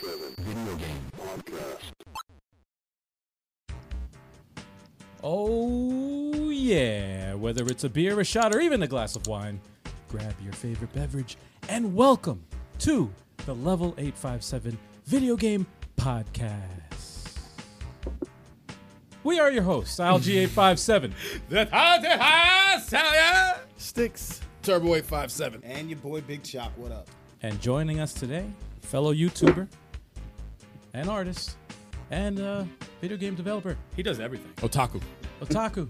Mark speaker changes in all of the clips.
Speaker 1: driven video game podcast.
Speaker 2: Oh, yeah. Whether it's a beer, a shot, or even a glass of wine, grab your favorite beverage and welcome to the Level 857 Video Game Podcast. We are your hosts, ILG857.
Speaker 3: That's hot, that's hot, Salia.
Speaker 4: Sticks.
Speaker 3: Turbo 857.
Speaker 4: And your boy Big Chop, what up?
Speaker 2: and joining us today, fellow YouTuber and artist and uh, video game developer,
Speaker 3: He does everything. Otaku.
Speaker 2: Otaku.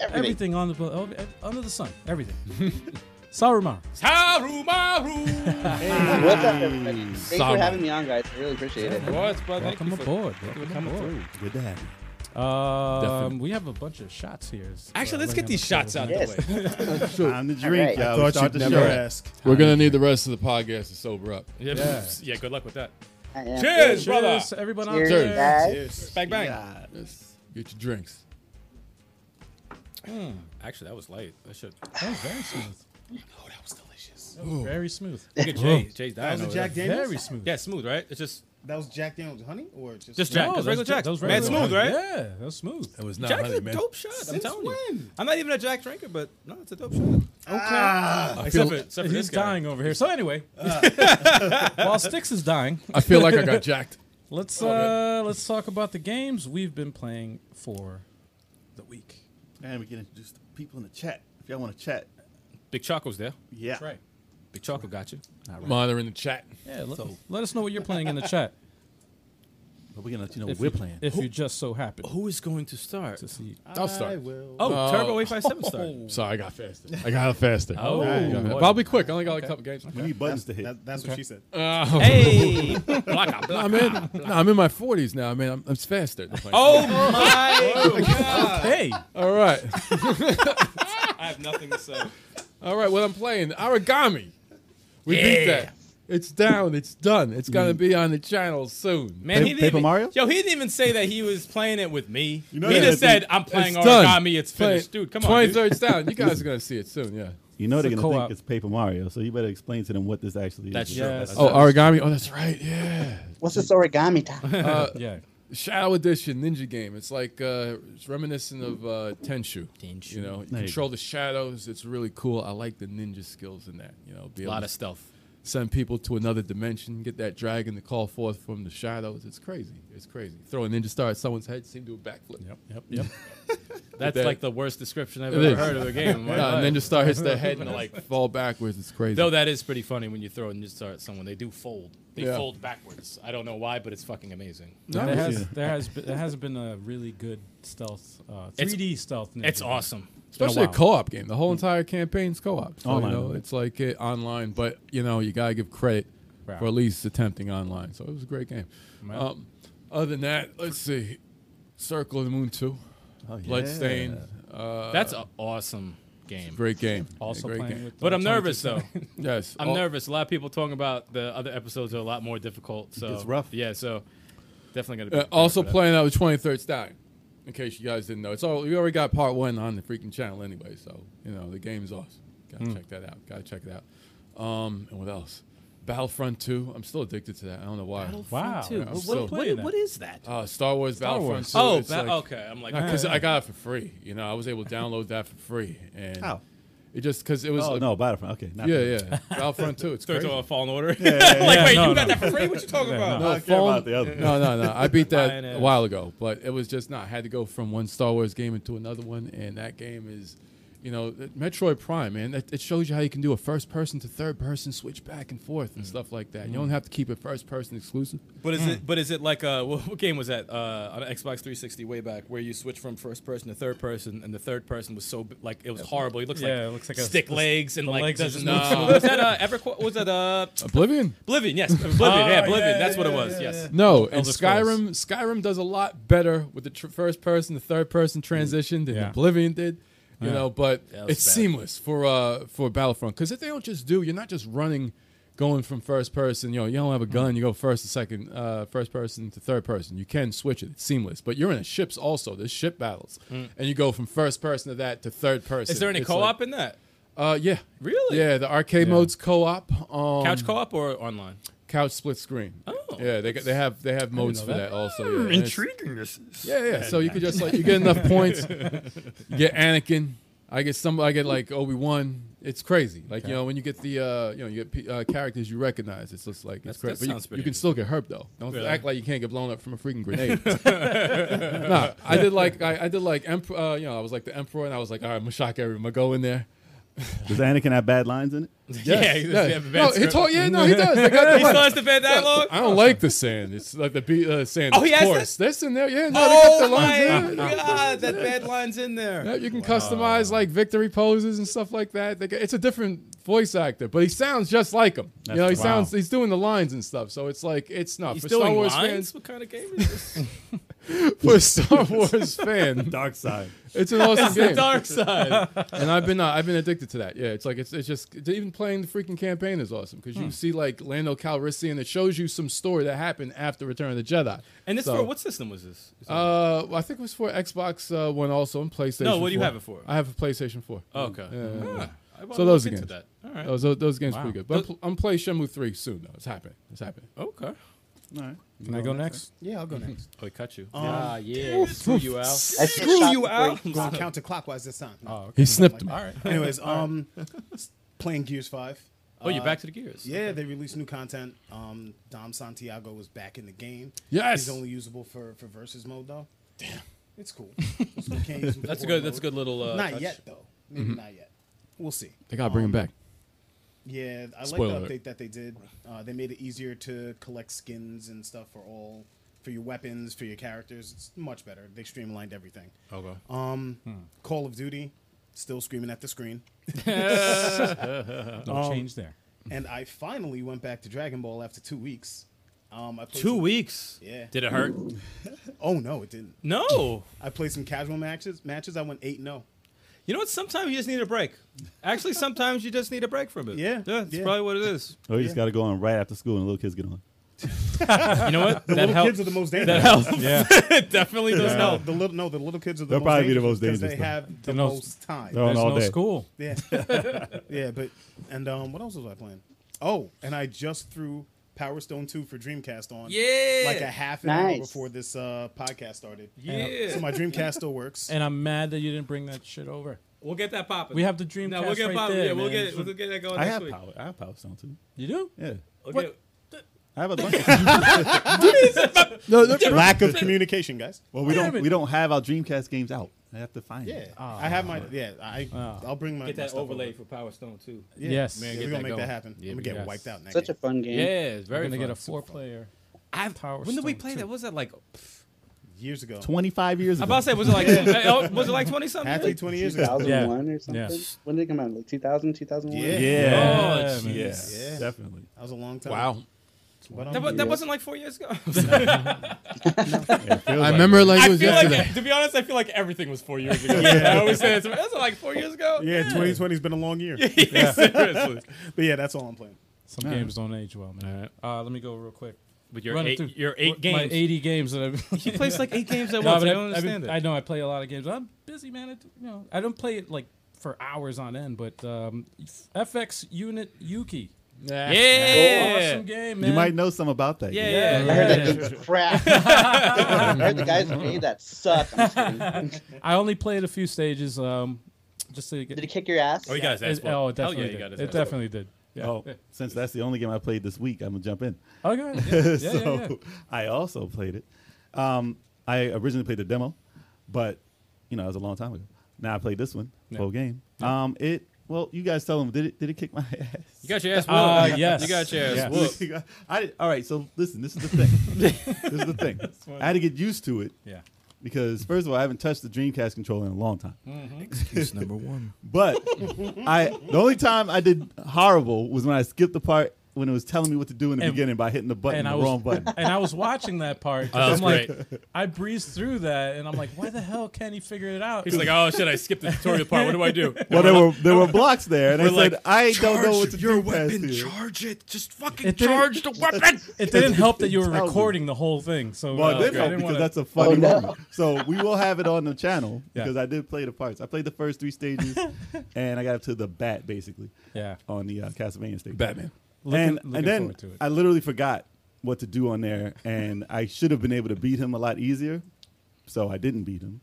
Speaker 2: Everything on the oh, eh, under the sun, everything. Saruman.
Speaker 3: Sarumaru.
Speaker 5: What's up, everybody? Thanks
Speaker 3: Sama.
Speaker 5: for having me on, guys. I really appreciate it.
Speaker 3: What's but
Speaker 2: Welcome aboard. Welcome aboard.
Speaker 4: Good to have you.
Speaker 2: Um,
Speaker 3: Definitely.
Speaker 2: we have a bunch of shots here. uh,
Speaker 3: Actually, let's get these shots out
Speaker 5: Yes.
Speaker 3: of the way.
Speaker 4: Time to drink,
Speaker 5: right. I
Speaker 4: y'all. We Start the show. Ask.
Speaker 6: We're gonna need the rest of the podcast to sober up.
Speaker 3: Yeah,
Speaker 2: Yeah.
Speaker 3: pfft, yeah, good luck with that.
Speaker 5: I am.
Speaker 2: Cheers,
Speaker 3: Cheers, brother.
Speaker 2: everyone
Speaker 5: Cheers,
Speaker 2: out there.
Speaker 5: guys.
Speaker 3: Bang, bang.
Speaker 6: Let's get your drinks.
Speaker 3: Actually, that was light. That should.
Speaker 2: That was very smooth.
Speaker 3: Oh, that was delicious.
Speaker 2: That was very smooth.
Speaker 3: Look at Jay. Jay's
Speaker 4: That
Speaker 3: dying.
Speaker 4: was a
Speaker 3: over
Speaker 4: Jack
Speaker 3: there.
Speaker 4: Daniels.
Speaker 2: Very smooth.
Speaker 3: Yeah, smooth, right? It's just
Speaker 4: That was Jack Daniels, honey, or just,
Speaker 3: Just Jack.
Speaker 2: No,
Speaker 3: That's
Speaker 2: those-
Speaker 3: regular Jack.
Speaker 2: those
Speaker 3: Man,
Speaker 2: regular ones.
Speaker 3: smooth, right?
Speaker 2: Yeah, that was smooth.
Speaker 6: That was not
Speaker 3: Jack's
Speaker 6: honey,
Speaker 3: a
Speaker 6: man.
Speaker 3: dope shot. I'm
Speaker 4: Since
Speaker 3: telling you.
Speaker 4: when?
Speaker 3: I'm not even a Jack drinker, but no, it's a dope shot.
Speaker 4: Ah,
Speaker 6: I
Speaker 3: Except
Speaker 6: feel,
Speaker 3: for, except for
Speaker 2: He's
Speaker 3: this guy. Ah.
Speaker 2: dying over here. So anyway, while Styx is dying,
Speaker 6: I feel like I got jacked.
Speaker 2: let's uh, let's talk about the games we've been playing for the week.
Speaker 4: and we can introduce the people in the chat. If y'all want to chat,
Speaker 3: Big Choco's there.
Speaker 4: yeah.
Speaker 2: That's right.
Speaker 3: Big Choco got you.
Speaker 6: Monitor in the chat.
Speaker 2: Yeah, let, let us know what you're playing in the chat
Speaker 4: But we're gonna let you know
Speaker 2: if,
Speaker 4: we're
Speaker 2: you,
Speaker 4: playing.
Speaker 2: if you just so happen
Speaker 3: Who is going to start?
Speaker 2: to see.
Speaker 6: I'll start.
Speaker 4: will.
Speaker 3: Oh,
Speaker 6: Uh,
Speaker 3: Turbo 857 started.
Speaker 6: Sorry, I got faster. I got faster.
Speaker 2: Oh,
Speaker 6: I got-
Speaker 2: boy.
Speaker 6: but I'll be quick. I only got like a couple games.
Speaker 4: we need buttons to hit.
Speaker 7: that's what she said.
Speaker 6: Uh,
Speaker 3: Hey. Blocka, blocka.
Speaker 6: I'm in. no, I'm in my 40s now, man. I'm, I'm faster. than playing.
Speaker 3: Oh my!
Speaker 2: hey,
Speaker 6: all right,
Speaker 3: I have nothing to say.
Speaker 6: all right. What I'm playing, origami. We beat that. It's down. It's done. It's gonna be on the channel soon.
Speaker 3: Man,
Speaker 4: Pa-
Speaker 3: he didn't
Speaker 4: Paper
Speaker 3: even,
Speaker 4: Mario?
Speaker 3: Yo, he didn't even say that he was playing it with me.
Speaker 4: know
Speaker 3: he
Speaker 4: that
Speaker 3: just
Speaker 4: they're
Speaker 3: said, "I'm playing
Speaker 6: it's
Speaker 3: origami.
Speaker 6: done.
Speaker 3: It's finished, dude. Come on,
Speaker 6: Twenty
Speaker 3: dude.
Speaker 6: thirds down. You guys are gonna see it soon. Yeah.
Speaker 4: you know they're
Speaker 2: It's a
Speaker 4: gonna
Speaker 2: co-op.
Speaker 4: think it's Paper Mario, so you better explain to them what this actually
Speaker 3: That's
Speaker 4: is.
Speaker 3: true.
Speaker 2: Yes.
Speaker 3: That's
Speaker 6: Oh,
Speaker 3: true.
Speaker 6: origami. Oh, that's right. Yeah.
Speaker 5: What's this origami time?
Speaker 6: Uh,
Speaker 2: yeah,
Speaker 6: Shadow Edition Ninja game. It's like uh, it's reminiscent of uh, Tenshu. Tenshu. You know, you
Speaker 4: There you
Speaker 6: control the shadows. It's really cool. I like the ninja skills in that. You know, be
Speaker 3: a lot
Speaker 6: able
Speaker 3: of
Speaker 6: to
Speaker 3: stealth.
Speaker 6: send people to another dimension, get that dragon to call forth from the shadows. It's crazy. It's crazy. Throw a ninja star at someone's head, seem to do a backflip.
Speaker 2: yep, yep, yep.
Speaker 3: That's
Speaker 6: that-
Speaker 3: like the worst description I've
Speaker 6: It
Speaker 3: ever
Speaker 6: is.
Speaker 3: heard of a game. in my
Speaker 6: Uh,
Speaker 3: life.
Speaker 6: ninja star hits their head and they like fall backwards. It's crazy.
Speaker 3: Though that is pretty funny when you throw a ninja star at someone. They do fold. They
Speaker 6: Yeah.
Speaker 3: fold backwards. I don't know why, but it's fucking amazing.
Speaker 2: There
Speaker 6: it's-
Speaker 2: has there has been, there hasn't been a really good stealth uh, 3D stealth. Ninja
Speaker 3: It's
Speaker 2: game.
Speaker 3: awesome. It's
Speaker 2: Oh,
Speaker 3: been
Speaker 6: especially a,
Speaker 3: while.
Speaker 6: co-op game. The whole
Speaker 2: Mm.
Speaker 6: entire campaign's co-op. So,
Speaker 4: Online.
Speaker 6: You know, it's like uh online, but you know you gotta give credit
Speaker 2: Right.
Speaker 6: for at least attempting online. So it was a great game.
Speaker 2: Man.
Speaker 6: Um, other than that, let's see, Circle of the Moon Two,
Speaker 4: Oh, yeah.
Speaker 6: Bloodstain, uh,
Speaker 3: That's an awesome game.
Speaker 6: great game.
Speaker 2: Also
Speaker 6: a great
Speaker 2: playing
Speaker 6: game.
Speaker 2: with. uh,
Speaker 3: But I'm
Speaker 2: Tony
Speaker 3: nervous though.
Speaker 6: yes,
Speaker 3: I'm
Speaker 6: all-
Speaker 3: nervous. A lot of people talking about the other episodes are a lot more difficult. So
Speaker 4: It's rough.
Speaker 3: Yeah. So definitely gonna. Be
Speaker 6: Uh,
Speaker 3: prepared
Speaker 6: also
Speaker 3: for that.
Speaker 6: playing out with 23rd Stallion, in case you guys didn't know. It's all we already got part one on the freaking channel anyway, so you know the game's awesome. Gotta check that out. Gotta check it out. Um, and what else? Battlefront 2. I'm still addicted to that. I don't know why.
Speaker 2: Wow.
Speaker 3: Too.
Speaker 2: I'm
Speaker 3: What-
Speaker 2: still
Speaker 3: what-
Speaker 2: playing that.
Speaker 3: what is that?
Speaker 6: Uh, Star Wars Battlefront
Speaker 2: Wars.
Speaker 6: 2.
Speaker 3: oh,
Speaker 6: it's
Speaker 3: ba-
Speaker 6: like-
Speaker 3: okay. I'm like,
Speaker 6: Because
Speaker 3: uh,
Speaker 6: I got it for free. You know, I was able to download that for free. And
Speaker 4: How?
Speaker 6: It just because it was.
Speaker 4: Oh
Speaker 6: a-
Speaker 4: no, Battlefront. Okay. Not
Speaker 6: Yeah, yeah. Battlefront 2. It's
Speaker 3: so it's
Speaker 6: crazy.
Speaker 3: all fallen order.
Speaker 2: Yeah,
Speaker 3: like, wait,
Speaker 2: no,
Speaker 3: you got
Speaker 2: no.
Speaker 3: that for free? What you talking about?
Speaker 6: No,
Speaker 4: I don't care
Speaker 6: phone-
Speaker 4: about the other.
Speaker 6: no, no, no. I beat that
Speaker 3: Lion
Speaker 6: a
Speaker 3: Ass.
Speaker 6: while ago, but it was just not. I had to go from one Star Wars game into another one, and that game is, you know, Metroid Prime, man. It, it shows you how you can do a first person to third person switch back and forth
Speaker 4: Mm.
Speaker 6: and stuff like that. You don't have to keep it first person exclusive.
Speaker 3: But is it? But is it like uh, what, what game was that uh, on Xbox 360 way back where you switch from first person to third person, and the third person was so b- like it was horrible. He looks
Speaker 2: Yeah,
Speaker 3: like
Speaker 2: it looks like a-
Speaker 3: stick
Speaker 2: the-
Speaker 3: legs and
Speaker 2: the
Speaker 3: like
Speaker 2: legs are
Speaker 3: doesn't.
Speaker 2: just moving
Speaker 3: No. was that uh, Everqu- Was that uh,
Speaker 6: Oblivion.
Speaker 3: Oblivion? Yes, Oblivion. yeah, Oblivion. That's what it was. yes.
Speaker 6: No, and
Speaker 2: Elder Scrolls.
Speaker 6: Skyrim. Skyrim does a lot better with the tr- first person to third person transition than
Speaker 2: Yeah.
Speaker 6: Oblivion did. You know, but
Speaker 3: was
Speaker 6: it's
Speaker 3: bad.
Speaker 6: seamless for uh for Battlefront because if they don't just do, you're not just running, going from first person. You know, you don't have a gun. You go first to second, uh, first person to third person. You can switch it. It's seamless. But you're in ships also. There's ship battles, and you go from first person to that to third person.
Speaker 3: Mm. Is there any
Speaker 6: It's
Speaker 3: co-op
Speaker 6: like-
Speaker 3: in that?
Speaker 6: uh, yeah,
Speaker 3: Really?
Speaker 6: Yeah, the arcade mode's co-op. Um,
Speaker 3: Couch co-op or online?
Speaker 6: couch split screen.
Speaker 3: Oh,
Speaker 6: Yeah, they, they have they have modes for
Speaker 2: know
Speaker 6: that,
Speaker 2: that.
Speaker 6: also. Yeah, and it's-
Speaker 7: this is.
Speaker 6: Yeah, yeah. So you could just like you get enough points, you get Anakin. I get some. I get like Obi Wan. It's crazy. Like you know when you get the uh, you know you get pe- uh, characters you recognize. It's just like
Speaker 3: That's-
Speaker 6: it's crazy.
Speaker 3: that
Speaker 6: But
Speaker 3: sounds
Speaker 6: you,
Speaker 3: pretty
Speaker 6: you can still get hurt though. Don't
Speaker 3: Really?
Speaker 6: act like you can't get blown up from a freaking grenade. nah, I did like I, I did like emperor. Uh, you know I was like the emperor and I was like all right, I'm gonna shock everyone. I'm gonna go in there.
Speaker 4: Does Anakin have bad lines in it?
Speaker 3: Yeah, he does. have a bad
Speaker 6: no, he
Speaker 3: script.
Speaker 6: told, yeah, no, he does. They got the
Speaker 3: He still has the bad dialogue.
Speaker 6: I don't like the sand. It's like the be- uh, sand.
Speaker 3: Oh, he has
Speaker 6: coarse. That's in there. Yeah, no, they
Speaker 3: Oh
Speaker 6: got the lines in.
Speaker 3: my god, that bad line's in there.
Speaker 6: Yeah, you can customize like victory poses and stuff like that. They, get- it's a different voice actor, but he sounds just like him. you know, he
Speaker 4: That's- wow.
Speaker 6: sounds he's doing the lines and stuff. So it's like it's not
Speaker 3: He's
Speaker 6: for
Speaker 3: doing
Speaker 6: Star Wars
Speaker 3: lines? What kind of game is this?
Speaker 6: fan. For a Star Wars fan,
Speaker 4: Dark side.
Speaker 6: it's an awesome
Speaker 3: the
Speaker 6: game,
Speaker 3: dark side.
Speaker 6: and I've been uh, I've been addicted to that. Yeah, it's like it's it's just even playing the freaking campaign is awesome because
Speaker 3: Hmm.
Speaker 6: you see like Lando Calrissian. It shows you some story that happened after Return of the Jedi.
Speaker 3: And this
Speaker 6: So-
Speaker 3: for what system was this? Is it-
Speaker 6: Uh, well, I think it was for Xbox uh, One also and PlayStation.
Speaker 3: No, what do you
Speaker 6: 4.
Speaker 3: have it for?
Speaker 6: I have a PlayStation Four.
Speaker 3: oh, okay.
Speaker 6: yeah.
Speaker 3: Ah, I wanna
Speaker 6: So those
Speaker 3: look into
Speaker 6: again.
Speaker 3: that. All right.
Speaker 6: Those, those, those games are pretty good. But I'm, pl- I'm playing Shenmue 3 soon, though. It's happening. It's happening.
Speaker 3: Okay.
Speaker 4: All right.
Speaker 2: Can I go next?
Speaker 8: Yeah, I'll go next.
Speaker 3: Oh, he cut you.
Speaker 8: Ah, yeah. Screw you, Al.
Speaker 5: I
Speaker 3: Screw you out.
Speaker 5: out.
Speaker 8: Going counterclockwise this time. No,
Speaker 6: He snipped
Speaker 8: like
Speaker 6: me.
Speaker 8: that. Oh, Anyways, um, s- playing Gears Five.
Speaker 3: Oh, you're
Speaker 8: Uh,
Speaker 3: back to the gears.
Speaker 8: Yeah, they released new content. Um, Dom Santiago was back in the game.
Speaker 6: Yes!
Speaker 8: he's only usable for for versus mode though. Damn, it's cool. It's cool. Can't use him for
Speaker 3: That's a
Speaker 8: horde
Speaker 3: good. That's a
Speaker 8: mode.
Speaker 3: good little. Uh,
Speaker 8: Not
Speaker 3: touch.
Speaker 8: yet though. Maybe not yet. We'll see.
Speaker 6: They got to bring him back.
Speaker 8: Yeah, I
Speaker 6: Spoiler alert.
Speaker 8: like the update that they did. Uh, they made it easier to collect skins and stuff for all for your weapons for your characters. It's much better. They streamlined everything.
Speaker 3: Okay.
Speaker 8: Um,
Speaker 4: Hmm.
Speaker 8: Call of Duty, still screaming at the screen.
Speaker 2: No
Speaker 3: Um,
Speaker 2: change there.
Speaker 8: and I finally went back to Dragon Ball after two weeks. Um, I played
Speaker 3: Two
Speaker 8: some-
Speaker 3: weeks.
Speaker 8: Yeah.
Speaker 3: Did it hurt?
Speaker 8: Oh no, it didn't.
Speaker 3: No.
Speaker 8: I played some casual matches. Matches. I went eight and oh. zero.
Speaker 3: You know what? Sometimes you just need a break. Actually, sometimes you just need a break from it.
Speaker 8: Yeah,
Speaker 3: Yeah. That's
Speaker 8: yeah.
Speaker 3: probably what it is.
Speaker 4: Or you just got to go on right after school and the little kids get on.
Speaker 3: You know what? That
Speaker 8: Little
Speaker 3: helps.
Speaker 8: kids are the most
Speaker 3: That
Speaker 8: dangerous.
Speaker 3: helps.
Speaker 2: Yeah.
Speaker 3: it definitely does
Speaker 8: No,
Speaker 3: help.
Speaker 8: the little no, the little kids are the
Speaker 4: They'll
Speaker 8: most
Speaker 4: probably be the most
Speaker 8: because
Speaker 4: dangerous,
Speaker 8: They
Speaker 4: though.
Speaker 8: have the
Speaker 2: They're no-
Speaker 8: most time.
Speaker 4: They're on
Speaker 2: There's
Speaker 4: all
Speaker 2: no
Speaker 4: day.
Speaker 2: school.
Speaker 8: Yeah. yeah, but and um what else was I playing? Oh, and I just threw Power Stone 2 for Dreamcast on.
Speaker 3: Yeah.
Speaker 8: Like a half an hour
Speaker 5: Nice.
Speaker 8: before this uh podcast started. And,
Speaker 3: Yeah.
Speaker 8: so my Dreamcast still works.
Speaker 2: And I'm mad that you didn't bring that shit over.
Speaker 3: We'll get that popping.
Speaker 2: We have the Dreamcast
Speaker 3: No, we'll get
Speaker 2: right
Speaker 3: popping.
Speaker 2: there.
Speaker 3: yeah, we'll
Speaker 2: man.
Speaker 3: get it. We'll get that going
Speaker 4: I
Speaker 3: next
Speaker 4: have
Speaker 3: week.
Speaker 4: power. I have power stone too.
Speaker 2: You do?
Speaker 4: Yeah.
Speaker 3: We'll
Speaker 2: What?
Speaker 3: get-
Speaker 4: I have a bunch.
Speaker 8: no, lack of communication, guys.
Speaker 4: well, we
Speaker 2: Damn
Speaker 4: don't
Speaker 2: it.
Speaker 4: we don't have our Dreamcast games out. I have to find.
Speaker 8: Yeah.
Speaker 4: it.
Speaker 8: I have my yeah, I I'll bring my
Speaker 3: Get
Speaker 8: my
Speaker 3: that
Speaker 8: stuff
Speaker 3: overlay for
Speaker 8: over.
Speaker 3: Power Stone too.
Speaker 8: Yeah.
Speaker 2: Yes.
Speaker 8: Man,
Speaker 2: Man,
Speaker 8: yeah,
Speaker 3: get
Speaker 8: we're gonna
Speaker 3: that
Speaker 8: make
Speaker 3: going.
Speaker 8: that happen.
Speaker 3: Yeah,
Speaker 8: I'm
Speaker 3: we
Speaker 8: gonna get
Speaker 3: got
Speaker 8: wiped out next
Speaker 5: Such a fun game.
Speaker 3: Yeah, it's very.
Speaker 2: We're gonna
Speaker 3: fun.
Speaker 2: get a four-player.
Speaker 3: I've,
Speaker 2: Power
Speaker 3: when did we
Speaker 2: Stone
Speaker 3: play
Speaker 2: 2.
Speaker 3: that? What was that like?
Speaker 8: years ago.
Speaker 4: Twenty five years
Speaker 3: I
Speaker 4: ago.
Speaker 3: about to say was it like oh, was it like twenty
Speaker 8: Halfway
Speaker 3: something?
Speaker 8: twenty years ago.
Speaker 5: 2001 or something.
Speaker 2: Yeah.
Speaker 5: When did it come out? Like 2000, 2001?
Speaker 8: Yeah.
Speaker 4: yeah.
Speaker 3: Oh,
Speaker 4: yeah.
Speaker 2: man.
Speaker 8: Yeah.
Speaker 4: Definitely.
Speaker 8: That was a long time.
Speaker 6: Wow.
Speaker 8: But, um,
Speaker 3: That, wa- that
Speaker 5: Yeah.
Speaker 3: wasn't like four years ago.
Speaker 4: It feels
Speaker 6: I
Speaker 4: like
Speaker 6: remember
Speaker 4: it.
Speaker 6: it like it
Speaker 3: I
Speaker 6: was
Speaker 3: feel
Speaker 6: yesterday.
Speaker 3: like, to be honest, I feel like everything was four years ago. I always say that. to me, That's like four years ago.
Speaker 8: yeah, 2020's been a long year.
Speaker 3: seriously.
Speaker 8: But yeah, that's all I'm playing.
Speaker 2: Some games don't age well, man. Uh, let me go real quick.
Speaker 3: But your
Speaker 2: Run it
Speaker 3: eight,
Speaker 2: through.
Speaker 3: your eight
Speaker 2: My
Speaker 3: games.
Speaker 2: 80 games that I've.
Speaker 3: He plays like eight games at
Speaker 2: No,
Speaker 3: once.
Speaker 2: but
Speaker 3: I
Speaker 2: I,
Speaker 3: don't
Speaker 2: I,
Speaker 3: understand
Speaker 2: mean, I
Speaker 3: that.
Speaker 2: know I play a lot of games. I'm busy, man. I, do- you know, I don't play it like for hours on end. But um, FX Unit Yuki,
Speaker 6: Yeah.
Speaker 3: yeah.
Speaker 2: awesome game, man.
Speaker 4: You might know some about that.
Speaker 3: yeah,
Speaker 4: game.
Speaker 3: yeah,
Speaker 5: I heard that game's crap. I heard the guys who made that suck. I'm just kidding.
Speaker 2: I only played a few stages. Um, just to get.
Speaker 5: Did it kick your ass?
Speaker 3: Oh, you guys
Speaker 2: it,
Speaker 3: asked.
Speaker 2: oh, it definitely
Speaker 3: yeah, you got
Speaker 2: did. It
Speaker 3: his ass.
Speaker 2: definitely did. Yeah.
Speaker 4: Oh, since that's the only game I played this week, I'm gonna jump in.
Speaker 2: Okay. Yeah, yeah, yeah,
Speaker 4: so
Speaker 2: yeah.
Speaker 4: I also played it. Um, I originally played the demo, but you know, it was a long time ago. Now I played this one, whole game. Um, it well, you guys tell them did it did it kick my ass?
Speaker 3: You got your ass.
Speaker 2: Uh,
Speaker 3: whooped.
Speaker 2: yes.
Speaker 3: You got your ass.
Speaker 4: Yeah.
Speaker 3: whooped.
Speaker 4: I did- all right, so listen, this is the thing. this is the thing. I had to get used to it
Speaker 2: Yeah.
Speaker 4: because first of all, I haven't touched the Dreamcast controller in a long time.
Speaker 2: Mm-hmm.
Speaker 4: Excuse number one. But I the only time I did horrible was when I skipped the part when it was telling me what to do in the
Speaker 2: And-
Speaker 4: beginning by hitting the button,
Speaker 2: and
Speaker 4: the
Speaker 2: I was-
Speaker 4: wrong button.
Speaker 2: And I was watching that part. 'cause
Speaker 3: Oh, that's
Speaker 2: I'm like,
Speaker 3: great.
Speaker 2: I breezed through that, and I'm like, why the hell can't he figure it out?
Speaker 3: He's like, oh shit! I skipped the tutorial part. What do I do?
Speaker 4: Well, there were there were blocks there, and I
Speaker 3: We're
Speaker 4: said,
Speaker 3: like,
Speaker 4: "I don't know what to
Speaker 7: your
Speaker 4: do past
Speaker 7: weapon.
Speaker 4: here."
Speaker 7: Charge it. Just fucking
Speaker 2: It didn't-
Speaker 7: charge the weapon.
Speaker 2: It didn't help that you were
Speaker 4: Tell me.
Speaker 2: recording the whole thing. So
Speaker 4: Well,
Speaker 2: uh,
Speaker 4: I did
Speaker 2: I
Speaker 4: know,
Speaker 2: didn't
Speaker 4: because
Speaker 2: wanna-
Speaker 4: that's a funny
Speaker 5: Oh, no.
Speaker 4: moment. So we will have it on the channel
Speaker 2: Yeah.
Speaker 4: because I did play the parts. I played the first three stages, and I got up to the bat basically
Speaker 2: yeah.
Speaker 4: on the uh, Castlevania stage.
Speaker 6: Batman.
Speaker 2: Looking-
Speaker 4: and
Speaker 2: looking
Speaker 4: and then
Speaker 2: forward to it.
Speaker 4: I literally forgot what to do on there, and I should have been able to beat him a lot easier, so I didn't beat him,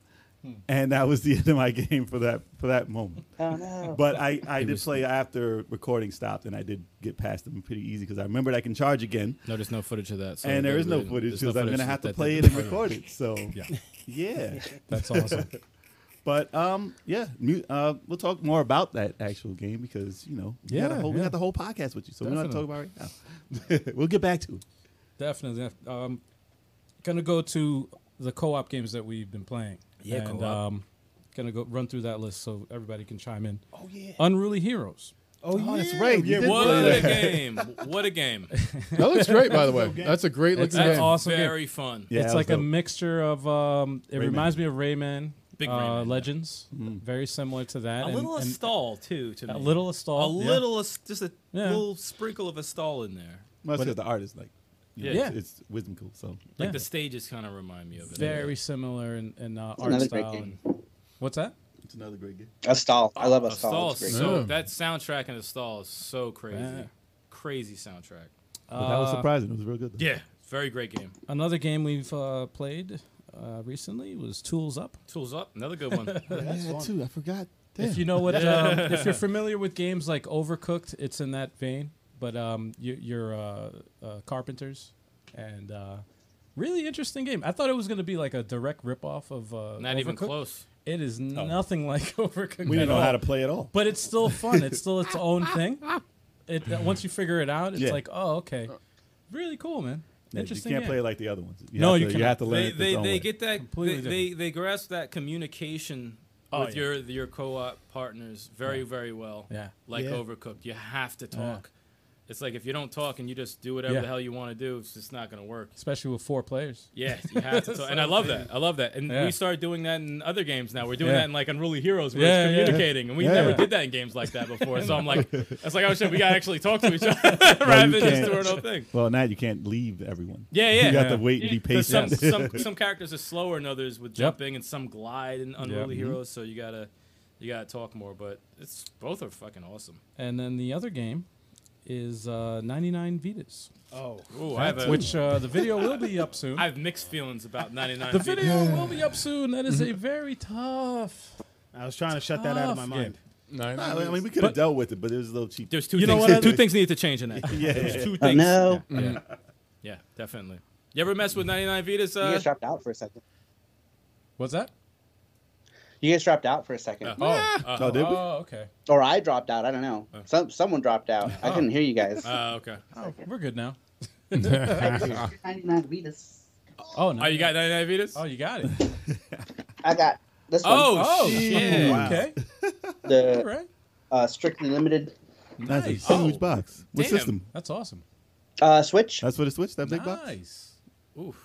Speaker 4: and that was the end of my game for that for that moment.
Speaker 5: Oh no.
Speaker 4: But I, I did play after recording stopped, and I did get past them pretty easy because I remembered I can charge again,
Speaker 3: No, there's no footage of that. so
Speaker 4: and there
Speaker 3: they
Speaker 4: is no
Speaker 3: really-
Speaker 4: footage
Speaker 3: there's no
Speaker 4: because I'm
Speaker 3: footage
Speaker 4: gonna have to
Speaker 3: that-
Speaker 4: play it
Speaker 3: that-
Speaker 4: and record it. So
Speaker 3: Yeah.
Speaker 4: yeah,
Speaker 2: That's awesome.
Speaker 4: but um, yeah, mu- uh, we'll talk more about that actual game because you know we got
Speaker 2: Yeah,
Speaker 4: a whole, we
Speaker 2: yeah.
Speaker 4: got the whole podcast with you, so we're not talking about it right now. we'll get back to it.
Speaker 2: Definitely. Um, gonna go to the co-op games that we've been playing.
Speaker 7: Yeah,
Speaker 2: and,
Speaker 7: co-op.
Speaker 2: Um, gonna go run through that list so everybody can chime in.
Speaker 8: Oh yeah.
Speaker 2: Unruly Heroes.
Speaker 8: Oh,
Speaker 4: that's right, you did
Speaker 3: What
Speaker 4: play
Speaker 3: a
Speaker 4: that.
Speaker 3: game! What a game!
Speaker 6: That looks great, by the way. That's a great looking
Speaker 2: That's
Speaker 6: game.
Speaker 2: awesome game.
Speaker 3: Very fun.
Speaker 4: Yeah,
Speaker 2: it's
Speaker 4: that was
Speaker 2: like a
Speaker 4: dope.
Speaker 2: mixture of. Um, it reminds me of Rayman.
Speaker 3: Big
Speaker 2: uh,
Speaker 3: Rayman, yeah.
Speaker 2: Legends.
Speaker 4: Mm.
Speaker 2: Very similar to that.
Speaker 3: A
Speaker 2: and-
Speaker 3: little
Speaker 2: and
Speaker 3: stall too. To
Speaker 2: a
Speaker 3: me.
Speaker 2: little Astal.
Speaker 3: a little, as- just a
Speaker 2: Yeah.
Speaker 3: little sprinkle of a stall in there.
Speaker 4: Well, because the artist like, you know,
Speaker 2: Yeah.
Speaker 4: it's, it's whimsical. So
Speaker 3: Like
Speaker 2: Yeah.
Speaker 3: the stages kind of remind me of it.
Speaker 2: Very similar in, in uh, art
Speaker 5: another great
Speaker 2: style.
Speaker 5: game.
Speaker 2: and- what's that?
Speaker 4: it's another great game.
Speaker 5: A stall. I love a
Speaker 3: a stall.
Speaker 5: stall.
Speaker 3: is
Speaker 5: It's great.
Speaker 3: so
Speaker 6: Yeah.
Speaker 3: that soundtrack in a stall is so crazy,
Speaker 2: Yeah.
Speaker 3: crazy soundtrack.
Speaker 4: But that was surprising. It was real good. Though.
Speaker 3: Yeah, very great game.
Speaker 2: Another game we've uh, played uh, recently was Tools Up.
Speaker 3: Tools up, another good one.
Speaker 4: that's yeah, too. I forgot. Damn.
Speaker 2: If you know what, um, if you're familiar with games like Overcooked, it's in that vein. But um, you, you're uh, uh, carpenters, and uh, really interesting game. I thought it was going to be like a direct ripoff of uh,
Speaker 3: Not even
Speaker 2: Overcooked.
Speaker 3: close.
Speaker 2: It is nothing like Overcooked.
Speaker 4: Oh. we
Speaker 2: at
Speaker 4: didn't know
Speaker 2: all.
Speaker 4: how to play at all.
Speaker 2: but it's still fun. It's still its own thing. It uh, once you figure it out, it's
Speaker 4: Yeah.
Speaker 2: like, oh, okay, really cool, man.
Speaker 4: Yeah, you
Speaker 2: Interesting.
Speaker 4: can't
Speaker 2: game.
Speaker 4: play like the other ones. You
Speaker 2: No,
Speaker 4: have
Speaker 2: you
Speaker 4: to,
Speaker 2: cannot.
Speaker 4: have to learn.
Speaker 3: They
Speaker 4: it its
Speaker 3: they,
Speaker 4: own
Speaker 3: they
Speaker 4: way.
Speaker 3: get that
Speaker 2: Completely Oh,
Speaker 3: they, they they grasp that communication with your your co-op partners very very well.
Speaker 2: Yeah.
Speaker 3: like
Speaker 8: Yeah.
Speaker 3: Overcooked, you have to talk. It's like if you don't talk and you just do whatever
Speaker 2: Yeah.
Speaker 3: the hell you want to do, it's just not gonna work.
Speaker 2: especially with four players.
Speaker 3: Yeah, you have to. talk. and I love that. I love that. And
Speaker 2: Yeah.
Speaker 3: we start doing that in other games now. We're doing
Speaker 2: Yeah.
Speaker 3: that in like Unruly Heroes where
Speaker 2: Yeah,
Speaker 3: it's
Speaker 2: yeah.
Speaker 3: communicating, and we
Speaker 4: Yeah.
Speaker 3: never
Speaker 4: Yeah.
Speaker 3: did that in games like that before. So I'm like, that's like I was saying, we gotta actually talk to each other rather than just
Speaker 4: can't.
Speaker 3: doing our own thing.
Speaker 4: Well, now you can't leave everyone.
Speaker 3: Yeah, yeah.
Speaker 4: You got
Speaker 2: Yeah.
Speaker 4: to wait and be
Speaker 3: 'Cause Some,
Speaker 4: patient.
Speaker 3: some some characters are slower than others with jumping, and some glide and unruly
Speaker 2: Mhm.
Speaker 3: heroes. So you gotta you gotta talk more. But it's both are fucking awesome.
Speaker 2: And then the other game is uh, 99 Vitas,
Speaker 8: Oh.
Speaker 3: Ooh, I have a,
Speaker 2: which uh, the video will be up soon.
Speaker 3: I have mixed feelings about 99.
Speaker 2: the
Speaker 3: Feet.
Speaker 2: video will be up soon. That is a
Speaker 3: Mm-hmm.
Speaker 2: very tough.
Speaker 8: I was trying to shut that out of my
Speaker 2: Tough
Speaker 8: mind.
Speaker 6: No,
Speaker 4: Nah, I mean, we could have dealt with it, but it was a little cheap.
Speaker 3: There's two
Speaker 2: You know
Speaker 3: things.
Speaker 2: what I-
Speaker 3: two things need to change in that.
Speaker 4: yeah, yeah,
Speaker 3: There's two
Speaker 5: Oh
Speaker 3: things.
Speaker 5: no.
Speaker 3: Yeah, yeah, definitely. You ever mess with 99 Vitas?
Speaker 5: You
Speaker 3: Uh,
Speaker 5: guys dropped out for a second.
Speaker 2: What's that?
Speaker 5: You guys dropped out for a second.
Speaker 2: Uh-huh.
Speaker 3: uh, oh, uh,
Speaker 4: Oh, did we?
Speaker 2: Oh, okay.
Speaker 5: Or I dropped out. I don't know. Some someone dropped out. I couldn't hear you guys.
Speaker 3: uh, okay.
Speaker 2: We're good now.
Speaker 5: I
Speaker 2: Oh no.
Speaker 3: Oh, you got 99 Vitas?
Speaker 2: Oh, you got it.
Speaker 5: got this one.
Speaker 3: Oh,
Speaker 2: Oh,
Speaker 3: shit.
Speaker 8: Wow.
Speaker 2: okay. All
Speaker 5: the
Speaker 2: right.
Speaker 5: uh, strictly limited
Speaker 4: That's
Speaker 2: Nice.
Speaker 4: a huge box. What
Speaker 3: Oh, Damn.
Speaker 4: system?
Speaker 2: That's awesome.
Speaker 5: uh, Switch.
Speaker 4: That's what it switched. That big box.
Speaker 2: Nice.
Speaker 3: Oof.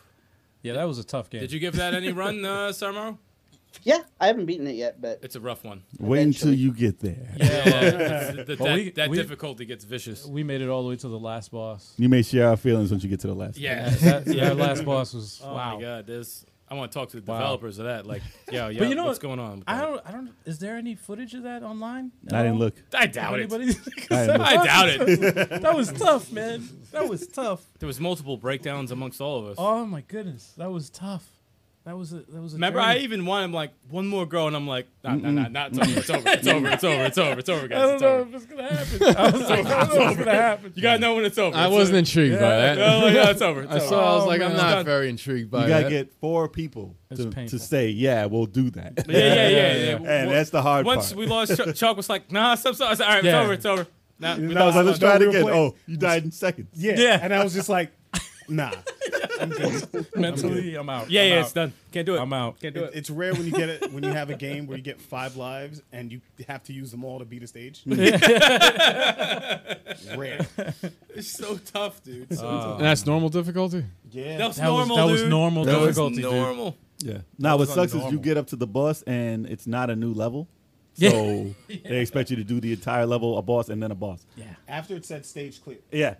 Speaker 2: Yeah, that was a tough game.
Speaker 3: Did you give that any run, uh, Sarmo?
Speaker 5: Yeah, I haven't beaten it yet, but
Speaker 3: It's a rough one.
Speaker 4: Wait until
Speaker 5: Eventually.
Speaker 4: you get there.
Speaker 3: Yeah, it's- the- that
Speaker 2: Well, we-
Speaker 3: that
Speaker 2: we-
Speaker 3: difficulty gets vicious.
Speaker 2: We made it all the way to the last boss.
Speaker 4: You may share our feelings once you get to the last. one.
Speaker 3: Yeah.
Speaker 2: That, that last boss was
Speaker 3: Oh
Speaker 2: wow.
Speaker 3: my god, this I want to talk to the
Speaker 2: Wow.
Speaker 3: developers of that. Like, yo, yo,
Speaker 2: But you know
Speaker 3: what's
Speaker 2: what?
Speaker 3: going on? with
Speaker 2: I
Speaker 3: that?
Speaker 2: don't. I don't. Is there any footage of that online? at
Speaker 4: I didn't
Speaker 2: all?
Speaker 4: look.
Speaker 3: I doubt it.
Speaker 2: Anybody?
Speaker 4: I didn't look.
Speaker 3: I doubt it.
Speaker 2: that was tough, man. That was tough.
Speaker 3: There was multiple breakdowns amongst all of us.
Speaker 2: Oh my goodness, that was tough. That was a, that was. A
Speaker 3: Remember, I
Speaker 2: journey.
Speaker 3: even wanted I'm like one more girl, and I'm like, nah, nah, nah, nah, it's over, it's over, it's over, it's over, it's over, it's over,
Speaker 2: I
Speaker 3: guys,
Speaker 2: don't
Speaker 3: it's
Speaker 2: know
Speaker 3: over.
Speaker 2: if it's gonna happen. I was like, I don't know if it's gonna happen.
Speaker 3: You gotta know when it's over.
Speaker 6: I
Speaker 3: It's
Speaker 6: wasn't
Speaker 3: over.
Speaker 6: intrigued by that.
Speaker 3: No, like, no, it's over. It's
Speaker 6: I
Speaker 3: over.
Speaker 6: saw. I was
Speaker 2: Oh,
Speaker 6: like, I'm
Speaker 2: man.
Speaker 6: not
Speaker 3: Done.
Speaker 6: very intrigued by
Speaker 4: You gotta
Speaker 6: that.
Speaker 4: get four people
Speaker 2: It's
Speaker 4: to,
Speaker 2: painful.
Speaker 4: to say, "Yeah, we'll do that."
Speaker 3: Yeah, yeah, yeah, yeah.
Speaker 4: and that's the hard
Speaker 3: Once
Speaker 4: part.
Speaker 3: we lost, Chuck, Chuck was like, nah, stop, stop. I said, all right,
Speaker 2: Yeah.
Speaker 3: it's over, it's over. Nah, we
Speaker 4: And I was like,
Speaker 3: lost.
Speaker 4: "Let's try it
Speaker 8: we were
Speaker 4: again."
Speaker 8: playing-
Speaker 4: Oh, you died in seconds.
Speaker 8: Yeah.
Speaker 2: Yeah.
Speaker 8: And I was just like, nah.
Speaker 2: Mentally, I'm out.
Speaker 3: yeah,
Speaker 2: I'm
Speaker 3: yeah,
Speaker 2: out.
Speaker 3: it's done. Can't do it.
Speaker 2: I'm out.
Speaker 3: Can't do
Speaker 8: It-
Speaker 3: it.
Speaker 8: it's rare when you get it when you have a game where you get five lives and you have to use them all to beat a stage. rare.
Speaker 3: It's so tough, dude. So
Speaker 2: Um,
Speaker 6: And that's normal difficulty.
Speaker 8: Yeah.
Speaker 3: That was
Speaker 2: That was
Speaker 3: normal,
Speaker 2: that was
Speaker 3: dude.
Speaker 2: normal
Speaker 7: That was
Speaker 2: difficulty, dude.
Speaker 7: normal.
Speaker 4: Yeah. Now what
Speaker 2: was
Speaker 4: sucks is you
Speaker 2: abnormal.
Speaker 4: get up to the boss and it's not a new level. So they expect you to do the entire level, a boss and then a boss.
Speaker 2: Yeah.
Speaker 8: After it said stage clear.
Speaker 4: Yeah.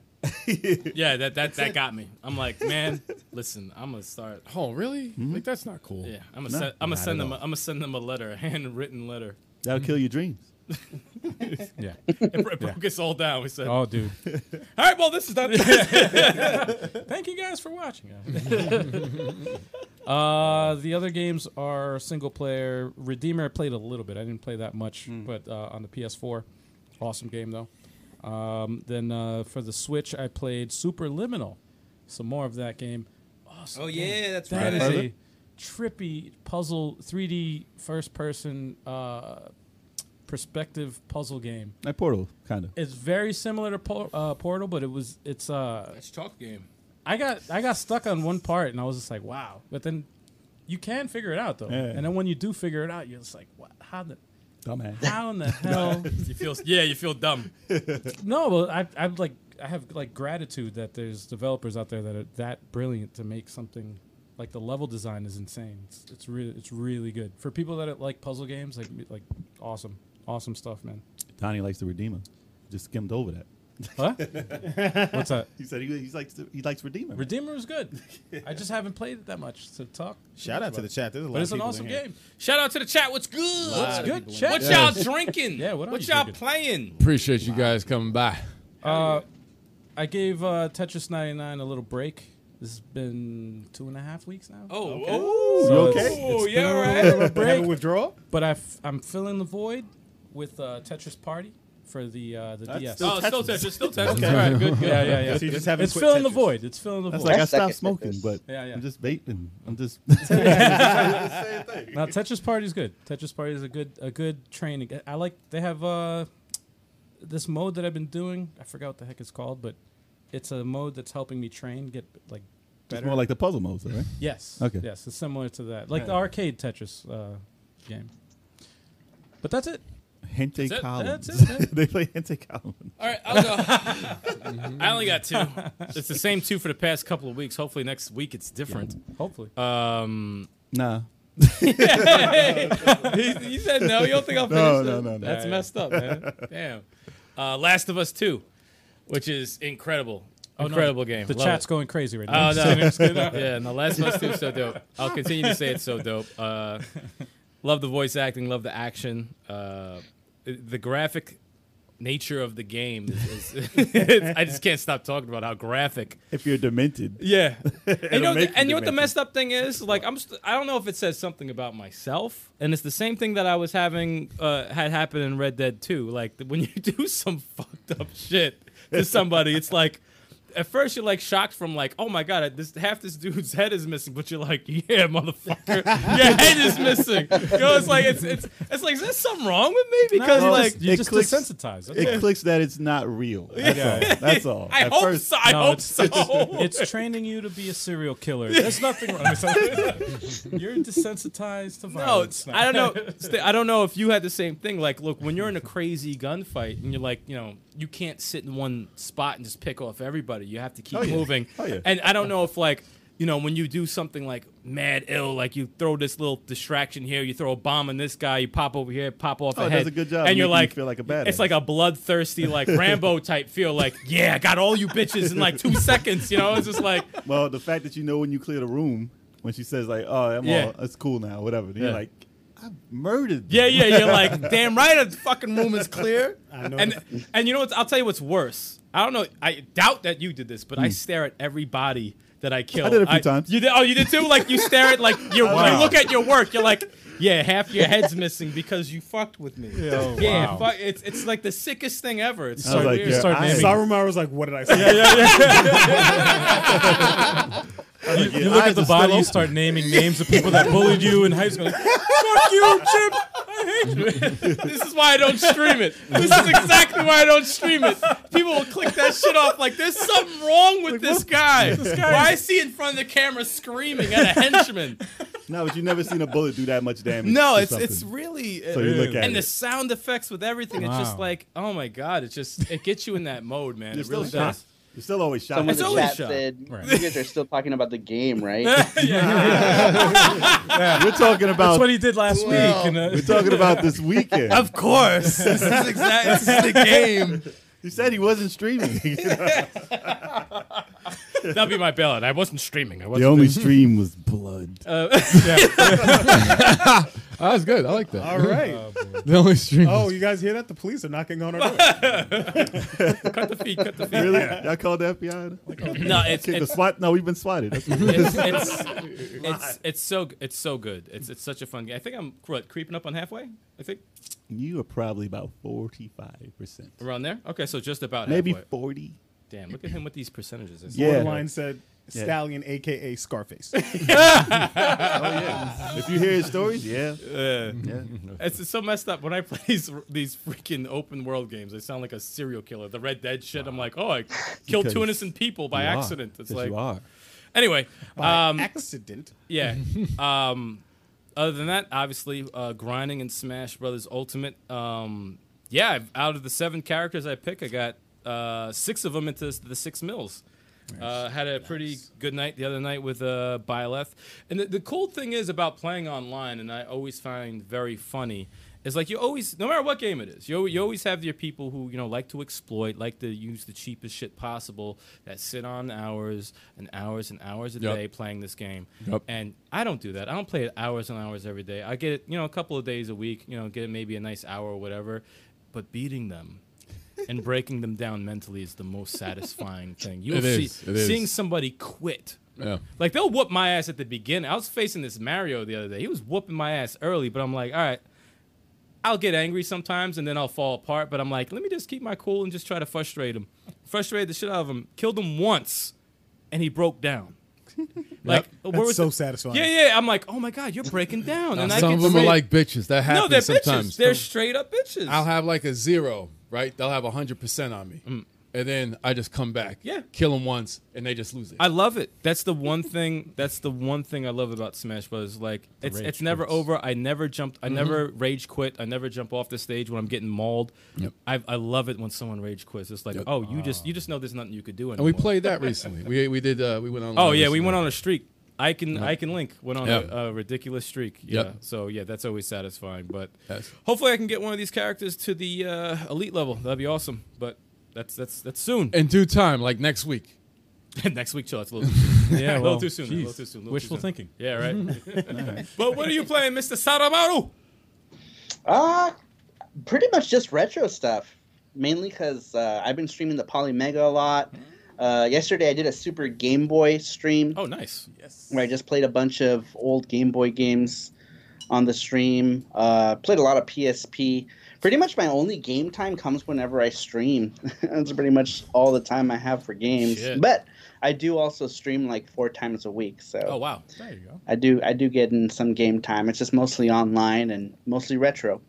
Speaker 3: Yeah, that that, that got me. I'm like, man, listen, I'm gonna start.
Speaker 6: Oh, really? Like that's not cool.
Speaker 3: Yeah, I'm gonna send, I'm
Speaker 4: not
Speaker 3: gonna
Speaker 4: at
Speaker 3: send them. A,
Speaker 4: all.
Speaker 3: I'm gonna send them a letter, a handwritten letter.
Speaker 4: That'll kill your dreams.
Speaker 2: Yeah.
Speaker 3: It bro- it broke us all down. We said,
Speaker 2: Oh, dude.
Speaker 3: all right, well, this is done.
Speaker 2: Thank you guys for watching. uh, the other games are single player. Redeemer I played a little bit. I didn't play that much,
Speaker 3: Hmm.
Speaker 2: but uh, on the PS4, awesome game though. Um, then uh, for the Switch, I played Superliminal. Some more of that game. Awesome.
Speaker 3: oh,
Speaker 2: game.
Speaker 3: yeah, that's
Speaker 2: That
Speaker 3: right.
Speaker 2: is
Speaker 4: Further?
Speaker 2: a trippy puzzle, 3D first person uh, perspective puzzle game.
Speaker 4: Like Portal, kind of.
Speaker 2: It's very similar to Por- uh, Portal, but it was it's uh
Speaker 3: That's chalk game.
Speaker 2: I got I got stuck on one part and I was just like, wow. But then you can figure it out though.
Speaker 4: Yeah. Oh.
Speaker 2: And then when you do figure it out, you're just like, what? How the
Speaker 4: Dumbass.
Speaker 2: how in the hell?
Speaker 3: You feel, yeah, you feel dumb.
Speaker 2: No, but I I'm like I have like gratitude that there's developers out there that are that brilliant to make something like the level design is insane. It's it's really it's really good for people that like puzzle games. Like like awesome awesome stuff, man.
Speaker 4: Donnie likes the Redeemer. Just skimmed over that.
Speaker 2: Huh? What's that?
Speaker 4: He said he, he's likes the, he likes Redeemer.
Speaker 2: Redeemer was good. I just haven't played it that much to talk.
Speaker 8: Shout out to the chat. There's a lot
Speaker 2: But it's
Speaker 8: of
Speaker 2: an
Speaker 8: people in
Speaker 2: awesome
Speaker 8: here.
Speaker 2: game.
Speaker 3: Shout out to the chat. What's good?
Speaker 8: What's
Speaker 2: good?
Speaker 8: people in
Speaker 2: Chat?
Speaker 3: What
Speaker 2: Yeah.
Speaker 3: y'all drinking?
Speaker 2: Yeah, what are
Speaker 3: what
Speaker 2: you
Speaker 3: y'all
Speaker 2: drinking?
Speaker 3: playing?
Speaker 6: Appreciate you guys coming by.
Speaker 2: Uh, I gave uh, Tetris 99 a little break. This has been two and a half weeks now.
Speaker 3: Oh, oh,
Speaker 2: So
Speaker 4: okay?
Speaker 2: it's- it's
Speaker 3: oh,
Speaker 2: been
Speaker 3: yeah,
Speaker 2: a little
Speaker 3: right.
Speaker 2: bit of a
Speaker 8: Have a
Speaker 2: break,
Speaker 8: withdrawal?
Speaker 2: but I f- I'm filling the void with uh, Tetris Party for the uh, the DS.
Speaker 4: still
Speaker 3: Oh, still
Speaker 4: Tetris.
Speaker 3: Tetris, still Tetris. All right, good, good.
Speaker 2: yeah, yeah, yeah.
Speaker 8: So you just haven't
Speaker 2: it's
Speaker 8: quit
Speaker 2: filling the
Speaker 8: Oh, Tetris.
Speaker 2: void. It's filling the
Speaker 4: That's
Speaker 2: void.
Speaker 4: like I
Speaker 5: That's
Speaker 4: stopped
Speaker 5: like-
Speaker 4: smoking, but
Speaker 2: Yeah, yeah.
Speaker 4: I'm just vaping. I'm
Speaker 3: Mm.
Speaker 4: just.
Speaker 2: now Tetris Party is good. Tetris Party is a good a good training. I like they have uh, this mode that I've been doing. I forgot what the heck it's called, but it's a mode that's helping me train get like
Speaker 4: It's more like the puzzle modes, right?
Speaker 2: Yes.
Speaker 4: Okay.
Speaker 2: Yes, it's similar to that, like the arcade Tetris uh, game. But that's it.
Speaker 4: Hente
Speaker 3: it.
Speaker 4: columns.
Speaker 2: That's it, man.
Speaker 4: they play hente columns.
Speaker 3: All right, I'll go. I only got two. It's the same two for the past couple of weeks. Hopefully next week it's different.
Speaker 2: Hopefully.
Speaker 3: Um,
Speaker 4: Nah.
Speaker 3: he, he said no. You don't think I'll finish
Speaker 4: No,
Speaker 3: it?
Speaker 4: no, no, no.
Speaker 3: That's
Speaker 2: Yeah,
Speaker 3: messed up, man. Damn. Uh, Last of Us Two, which is incredible, incredible game.
Speaker 2: the
Speaker 3: Love
Speaker 2: chat's
Speaker 3: it.
Speaker 2: going crazy right now.
Speaker 3: Oh no! yeah, no. Last of Us Two is so dope. I'll continue to say it's so dope. Uh, love the voice acting. Love the action. Uh, the graphic nature of the game is. is I just can't stop talking about how graphic
Speaker 4: If you're demented,
Speaker 3: yeah. And you know,
Speaker 4: make you
Speaker 3: and you know what the
Speaker 4: demented.
Speaker 3: messed up thing is? Like I'm st- I don't know if it says something about myself, and it's the same thing that I was having uh, had happen in Red Dead 2. Like th- when you do some fucked up shit to somebody, it's like at first you're like shocked from like, oh my god, this half this dude's head is missing, but you're like, yeah, motherfucker, your head is missing. You know, it's like it's it's it's like is there something wrong with me? Because
Speaker 4: well,
Speaker 3: like
Speaker 2: You're
Speaker 4: It
Speaker 2: just
Speaker 4: clicks-
Speaker 2: desensitized. That's
Speaker 4: it clicks that it's not real. That's all. That's all.
Speaker 3: I
Speaker 4: At
Speaker 3: hope
Speaker 4: first,
Speaker 3: so. I
Speaker 2: No,
Speaker 3: hope
Speaker 2: it's-
Speaker 3: so.
Speaker 2: all. it's training you to be a serial killer. There's nothing wrong. with that. You're desensitized to
Speaker 3: No,
Speaker 2: violence. now.
Speaker 3: I don't know. St- I don't know if you had the same thing. Like, look, when you're in a crazy gunfight and you're like, you know, you can't sit in one spot and just pick off everybody. You have to keep
Speaker 4: Oh, yeah.
Speaker 3: moving.
Speaker 4: Oh, yeah.
Speaker 3: And I don't know if like. You know, when you do something like mad ill, like you throw this little distraction here, you throw a bomb on this guy, you pop over here, pop off
Speaker 4: Oh, it
Speaker 3: ahead,
Speaker 4: does a good job
Speaker 3: and
Speaker 4: of
Speaker 3: you're
Speaker 4: making you
Speaker 3: like,
Speaker 4: feel like a
Speaker 3: It's
Speaker 4: badass.
Speaker 3: like a bloodthirsty, like Rambo type feel, like yeah, I got all you bitches in like two seconds. You know, it's just like
Speaker 4: Well, the fact that you know when you clear the room, when she says like, "Oh, I'm
Speaker 3: Yeah.
Speaker 4: all, it's cool now," whatever. Then
Speaker 3: Yeah.
Speaker 4: You're like, "I murdered."
Speaker 3: Yeah,
Speaker 4: them."
Speaker 3: yeah, you're like, damn right, the fucking room is clear.
Speaker 8: I know.
Speaker 3: And and you know what? I'll tell you what's worse. I don't know. I doubt that you did this, but I stare at every body that I kill.
Speaker 4: Hmm. I did a few times.
Speaker 3: You did? Oh, you did too. Like you stare at like your, you look at your work. You're like, yeah, half your head's missing because you fucked with me. Yeah,
Speaker 2: Oh, wow.
Speaker 3: fuck, it's it's like the sickest thing ever. It's
Speaker 4: I
Speaker 3: so
Speaker 4: was like,
Speaker 3: weird.
Speaker 4: yeah,
Speaker 2: start
Speaker 4: I-
Speaker 2: naming-
Speaker 8: Saruman was like, what did I say? yeah,
Speaker 4: yeah,
Speaker 2: You look at
Speaker 4: eyes
Speaker 2: the
Speaker 4: are still
Speaker 2: body, you
Speaker 4: open.
Speaker 2: start naming names of people that bullied you in high school. Like, Fuck you, Chip.
Speaker 3: This is why I don't stream it. This is exactly why I don't stream it. People will click that shit off like there's something wrong with this guy. Why is he in front of the camera screaming at a henchman?
Speaker 4: No, but you never seen a bullet do that much damage.
Speaker 3: No,
Speaker 4: to
Speaker 3: it's it's
Speaker 4: something.
Speaker 3: really
Speaker 4: So you look at
Speaker 3: and the
Speaker 4: it.
Speaker 3: sound effects with everything. It's just
Speaker 2: Wow.
Speaker 3: like oh my god, it just it gets you in that mode, man.
Speaker 4: You're
Speaker 3: it
Speaker 4: still
Speaker 3: really
Speaker 4: shocked.
Speaker 3: does.
Speaker 4: You're still always shocked.
Speaker 5: Someone
Speaker 3: It's
Speaker 5: in the
Speaker 3: always
Speaker 5: chat
Speaker 3: shot.
Speaker 5: said,
Speaker 2: Right.
Speaker 5: "You guys are still talking about the game, right?"
Speaker 4: We're talking
Speaker 2: That's
Speaker 4: about.
Speaker 2: what he did last week. And, uh,
Speaker 4: We're talking about this weekend.
Speaker 3: Of course, this is exactly this is the game.
Speaker 4: You said he wasn't streaming. the
Speaker 3: That'll be my ballad. I wasn't streaming. I wasn't.
Speaker 4: only stream was blood.
Speaker 6: That was good. I like that.
Speaker 8: All right.
Speaker 2: oh, boy.
Speaker 6: The only stream.
Speaker 8: Oh, you guys hear that? The police are knocking on our door.
Speaker 3: Cut the feet. Cut the feet.
Speaker 4: Really? Y'all called the FBI? Like,
Speaker 3: No, it's
Speaker 4: the
Speaker 3: it's,
Speaker 4: SWAT? No, we've been swatted. That's what-
Speaker 3: it's, it's, it's it's so g- it's so good. It's it's such a fun game. I think I'm what, creeping up on halfway. I think
Speaker 4: you are probably about 45%.
Speaker 3: around there. Okay, so just about
Speaker 4: Maybe
Speaker 3: halfway.
Speaker 4: 40.
Speaker 3: Damn, look at him with these percentages. It's-
Speaker 4: Yeah.
Speaker 8: Borderline said Stallion, aka Scarface.
Speaker 4: If you hear his stories, yeah. yeah.
Speaker 3: It's, it's so messed up. When I play these, these freaking open world games, I sound like a serial killer. The Red Dead shit. I'm like, oh, I killed two
Speaker 4: Because
Speaker 3: innocent people by
Speaker 4: You are.
Speaker 3: accident. It's
Speaker 4: Yes,
Speaker 3: like,
Speaker 4: you are.
Speaker 3: anyway,
Speaker 8: By
Speaker 3: um,
Speaker 8: accident.
Speaker 3: yeah. um, other than that, obviously, uh, grinding and Smash Brothers Ultimate. Um, yeah, I've- out of the seven characters I pick, I got uh, six of them into s- the six mills. Uh, had a pretty good night the other night with uh, Byleth. And the, the cool thing is about playing online, and I always find very funny, is like you always, no matter what game it is, you, al- you always have your people who, you know, like to exploit, like to use the cheapest shit possible, that sit on hours and hours and hours a
Speaker 6: Yep.
Speaker 3: day playing this game.
Speaker 6: Yep.
Speaker 3: And I don't do that. I don't play it hours and hours every day. I get it, you know, a couple of days a week, you know, get it maybe a nice hour or whatever. But beating them and breaking them down mentally is the most satisfying thing. You'll
Speaker 6: It
Speaker 3: see
Speaker 6: is, it is.
Speaker 3: seeing somebody quit.
Speaker 6: Yeah.
Speaker 3: Like they'll whoop my ass at the beginning. I was facing this Mario the other day. He was whooping my ass early, but I'm like, all right. I'll get angry sometimes and then I'll fall apart, but I'm like, let me just keep my cool and just try to frustrate him. Frustrate the shit out of him. Killed him once and he broke down. Like where
Speaker 8: That's
Speaker 3: was
Speaker 8: so
Speaker 3: the-
Speaker 8: satisfying.
Speaker 3: Yeah, yeah. I'm like, oh my god, you're breaking down. and I
Speaker 6: Some
Speaker 3: get
Speaker 6: of them are
Speaker 3: to-
Speaker 6: like bitches. That happens
Speaker 3: no, they're
Speaker 6: sometimes.
Speaker 3: bitches. They're straight up bitches.
Speaker 6: I'll have like a zero, right? They'll have a hundred percent on me, and then I just come back,
Speaker 3: Mm. Yeah.
Speaker 6: kill them once, and they just lose it.
Speaker 3: I love it. That's the one thing. That's the one thing I love about Smash Bros. Like it's it's never over. I never jumped. I never rage quit. I never jump off the stage when I'm getting mauled. I I love it when someone rage quits. It's like
Speaker 6: Yep. Ah.
Speaker 3: oh you just you just know there's nothing you could do anymore.
Speaker 6: and we played that recently. we we did. Uh, we went on.
Speaker 3: Oh yeah, we went on a streak. I can I can link went on
Speaker 6: Yep.
Speaker 3: a, a ridiculous streak. Yeah.
Speaker 6: Yep.
Speaker 3: So yeah, that's always satisfying. But
Speaker 6: Yes.
Speaker 3: hopefully I can get one of these characters to the uh, elite level. That'd be awesome. But that's that's that's soon.
Speaker 6: in due time, like next week.
Speaker 3: Next week, chill. It's a little too soon.
Speaker 2: Yeah,
Speaker 3: a
Speaker 2: well,
Speaker 3: little too soon. A little
Speaker 2: jeez.
Speaker 3: too soon. a little
Speaker 2: Wishful
Speaker 3: too soon.
Speaker 2: thinking.
Speaker 3: Yeah, right. but what are you playing, Mr. Saramaru?
Speaker 5: Uh, pretty much just retro stuff, mainly because uh, I've been streaming the Polymega a lot.
Speaker 3: Hmm.
Speaker 5: Uh, yesterday I did a Super Game Boy stream
Speaker 3: Oh, nice.
Speaker 5: where I just played a bunch of old Game Boy games on the stream. Uh, played a lot of PSP. Pretty much my only game time comes whenever I stream. That's pretty much all the time I have for games.
Speaker 3: Shit.
Speaker 5: But I do also stream like four times a week, so
Speaker 3: Oh, wow.
Speaker 6: There you go.
Speaker 5: I do I do get in some game time. It's just mostly online and mostly retro.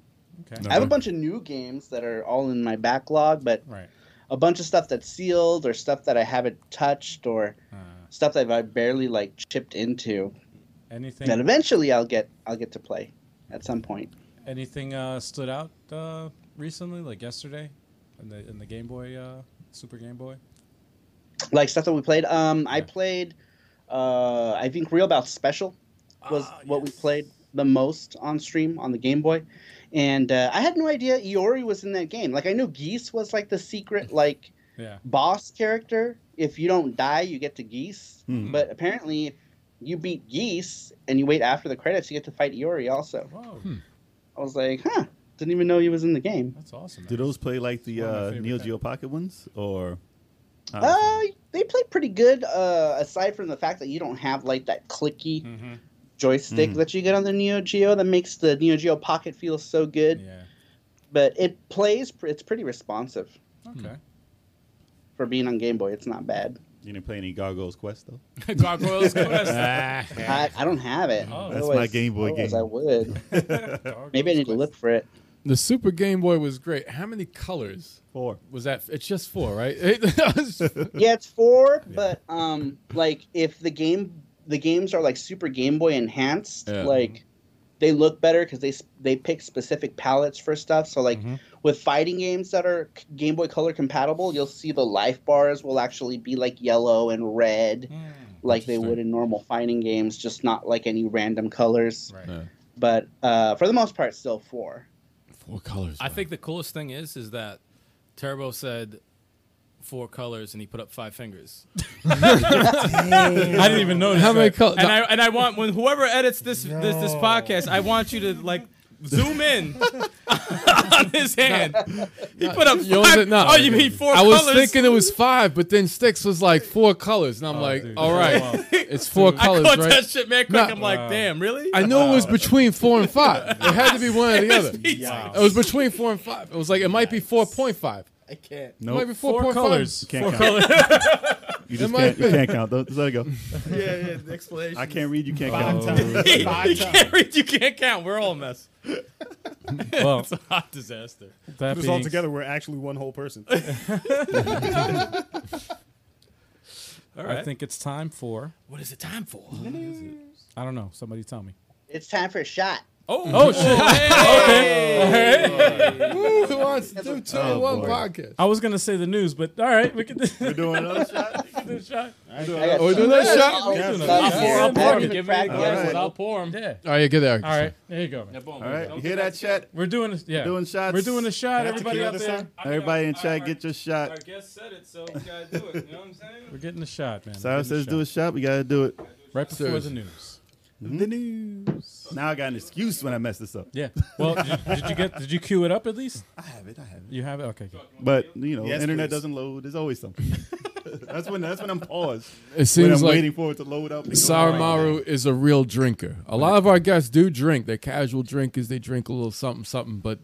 Speaker 2: Okay.
Speaker 5: I have a bunch of new games that are all in my backlog, but
Speaker 2: Right.
Speaker 5: a bunch of stuff that's sealed or stuff that I haven't touched or
Speaker 2: Uh.
Speaker 5: stuff that I barely like chipped into.
Speaker 2: Anything?
Speaker 5: That eventually I'll get I'll get to play at some point.
Speaker 2: Anything uh, stood out uh, recently, like yesterday, in the in the Game Boy, uh, Super Game Boy?
Speaker 5: Like stuff that we played. Um, I played. Uh, I think Real Bout Special was what we played the most on stream on the Game Boy, and uh, I had no idea Iori was in that game. Like I knew Geese was like the secret like
Speaker 2: Yeah.
Speaker 5: boss character. If you don't die, you get to Geese. But apparently, if you beat Geese and you wait after the credits, you get to fight Iori. Also,
Speaker 2: Whoa,
Speaker 5: I was like, huh, didn't even know he was in the game.
Speaker 2: that's awesome.
Speaker 4: Do those play like the
Speaker 2: One of my
Speaker 4: uh,
Speaker 2: favorite
Speaker 4: Neo
Speaker 2: things.
Speaker 4: Geo Pocket ones? Or.
Speaker 5: Uh, they play pretty good. Uh, aside from the fact that you don't have like that clicky
Speaker 4: Hmm.
Speaker 5: joystick that you get on the Neo Geo, that makes the Neo Geo Pocket feel so good.
Speaker 2: Yeah.
Speaker 5: But it plays. pr- It's pretty responsive
Speaker 2: Okay.
Speaker 5: for being on Game Boy. It's not bad.
Speaker 4: You didn't play any Gargoyles Quest, though?
Speaker 3: Gargoyles Quest.
Speaker 5: I, I don't have it.
Speaker 4: That's my
Speaker 5: Otherwise-
Speaker 4: Game Boy
Speaker 5: otherwise
Speaker 4: game.
Speaker 5: I would. Maybe I need to look for it.
Speaker 6: The Super Game Boy was great. How many colors
Speaker 4: Four.
Speaker 6: was that? It's just four, right? It was-
Speaker 5: Yeah, it's four, but um, like if the game the games are like Super Game Boy enhanced,
Speaker 6: Yeah.
Speaker 5: like they look better because they s- they pick specific palettes for stuff. So like
Speaker 6: Mm-hmm.
Speaker 5: with fighting games that are c- Game Boy Color compatible, you'll see the life bars will actually be like yellow and red,
Speaker 6: Hmm.
Speaker 5: like they would in normal fighting games, just not like any random colors.
Speaker 2: Right.
Speaker 6: Yeah.
Speaker 5: But uh, for the most part, still four.
Speaker 6: four colors.
Speaker 3: I
Speaker 6: man.
Speaker 3: think the coolest thing is is that Turbo said four colors and he put up five fingers.
Speaker 2: I didn't even know
Speaker 6: How many colors?
Speaker 3: And I and I want when whoever edits this this, this podcast, I want you to like Zoom in on his hand. He put up
Speaker 6: Yo,
Speaker 3: five.
Speaker 6: is it- no.
Speaker 3: Oh, you mean four
Speaker 6: I was
Speaker 3: colors?
Speaker 6: thinking it was five, but then sticks was like four colors, and I'm like,
Speaker 2: dude.
Speaker 6: all right, it's four
Speaker 3: I
Speaker 6: colors,
Speaker 3: caught
Speaker 6: right?
Speaker 3: that shit man quick.
Speaker 6: No.
Speaker 3: I'm like,
Speaker 2: Wow.
Speaker 3: damn, really?
Speaker 6: I knew it was between four and five. It had to be one or the other. It
Speaker 3: Wow.
Speaker 6: was between four and five. It was like it might be four point five.
Speaker 8: I
Speaker 6: It
Speaker 8: can't.
Speaker 6: might
Speaker 4: Nope.
Speaker 6: be
Speaker 2: Four,
Speaker 6: 4.5.
Speaker 2: colors.
Speaker 4: Can't
Speaker 2: Four
Speaker 4: count.
Speaker 2: colors.
Speaker 4: You just
Speaker 6: It might
Speaker 4: can't, you can't count. Though. Just let it go.
Speaker 3: Yeah, yeah, the explanation.
Speaker 4: I can't read. You can't
Speaker 8: Five
Speaker 4: count.
Speaker 8: times.
Speaker 3: you
Speaker 8: Five times.
Speaker 3: can't read. You can't count. We're all a mess.
Speaker 2: Well,
Speaker 3: It's a hot disaster.
Speaker 2: that
Speaker 8: Put us
Speaker 2: being
Speaker 8: all together, we're actually one whole person.
Speaker 3: All
Speaker 2: I
Speaker 3: right.
Speaker 2: think it's time for
Speaker 3: what is it time for?
Speaker 2: I don't know. Somebody tell me.
Speaker 5: It's time for a shot.
Speaker 3: Oh, oh shit.
Speaker 6: Who wants to do two
Speaker 2: Oh,
Speaker 6: in one podcast?
Speaker 2: I was gonna say the news, but all right, we can do
Speaker 4: We're doing another shot.
Speaker 2: the shot.
Speaker 5: I got
Speaker 6: Oh, we
Speaker 5: some-
Speaker 6: doing that
Speaker 5: I got
Speaker 6: shot?
Speaker 5: some
Speaker 8: Yeah.
Speaker 5: stuff
Speaker 2: I'll
Speaker 5: here.
Speaker 2: pour, I'll pour
Speaker 5: Happy
Speaker 2: 'em. Give me
Speaker 5: crack
Speaker 2: the
Speaker 5: guys.
Speaker 2: glasses.
Speaker 4: right.
Speaker 2: I'll pour them. Yeah.
Speaker 6: All right, get there.
Speaker 2: All right. There you go.
Speaker 3: All
Speaker 4: All right. You hear that shot?
Speaker 2: We're doing it. Yeah.
Speaker 4: Doing shots.
Speaker 2: We're doing a shot.
Speaker 8: Can I
Speaker 2: Everybody
Speaker 8: tequila
Speaker 2: out
Speaker 8: this
Speaker 2: there.
Speaker 8: time?
Speaker 4: Everybody in chat, get your shot.
Speaker 3: guest said it, so we gotta do it. You know what I'm saying?
Speaker 2: We're getting a shot, man. We're
Speaker 4: Cyrus
Speaker 2: getting
Speaker 4: says do a shot. We gotta do it. Hmm?
Speaker 2: shot. right before
Speaker 6: Seriously.
Speaker 2: the news.
Speaker 8: the news.
Speaker 4: Now I got an excuse when I mess this up.
Speaker 2: Yeah. Well, did, did you get? Did you cue it up at least?
Speaker 4: I have it. I have it.
Speaker 2: You have it. Okay. Good.
Speaker 4: But you know,
Speaker 8: Yes,
Speaker 4: internet
Speaker 8: please.
Speaker 4: doesn't load. There's always something. that's when. That's when I'm paused.
Speaker 6: It
Speaker 4: When
Speaker 6: seems
Speaker 4: I'm
Speaker 6: like
Speaker 4: waiting for it to load up. and go right.
Speaker 6: Saramaru is a real drinker. A lot of our guests do drink. They're casual drinkers. They drink a little something, something. But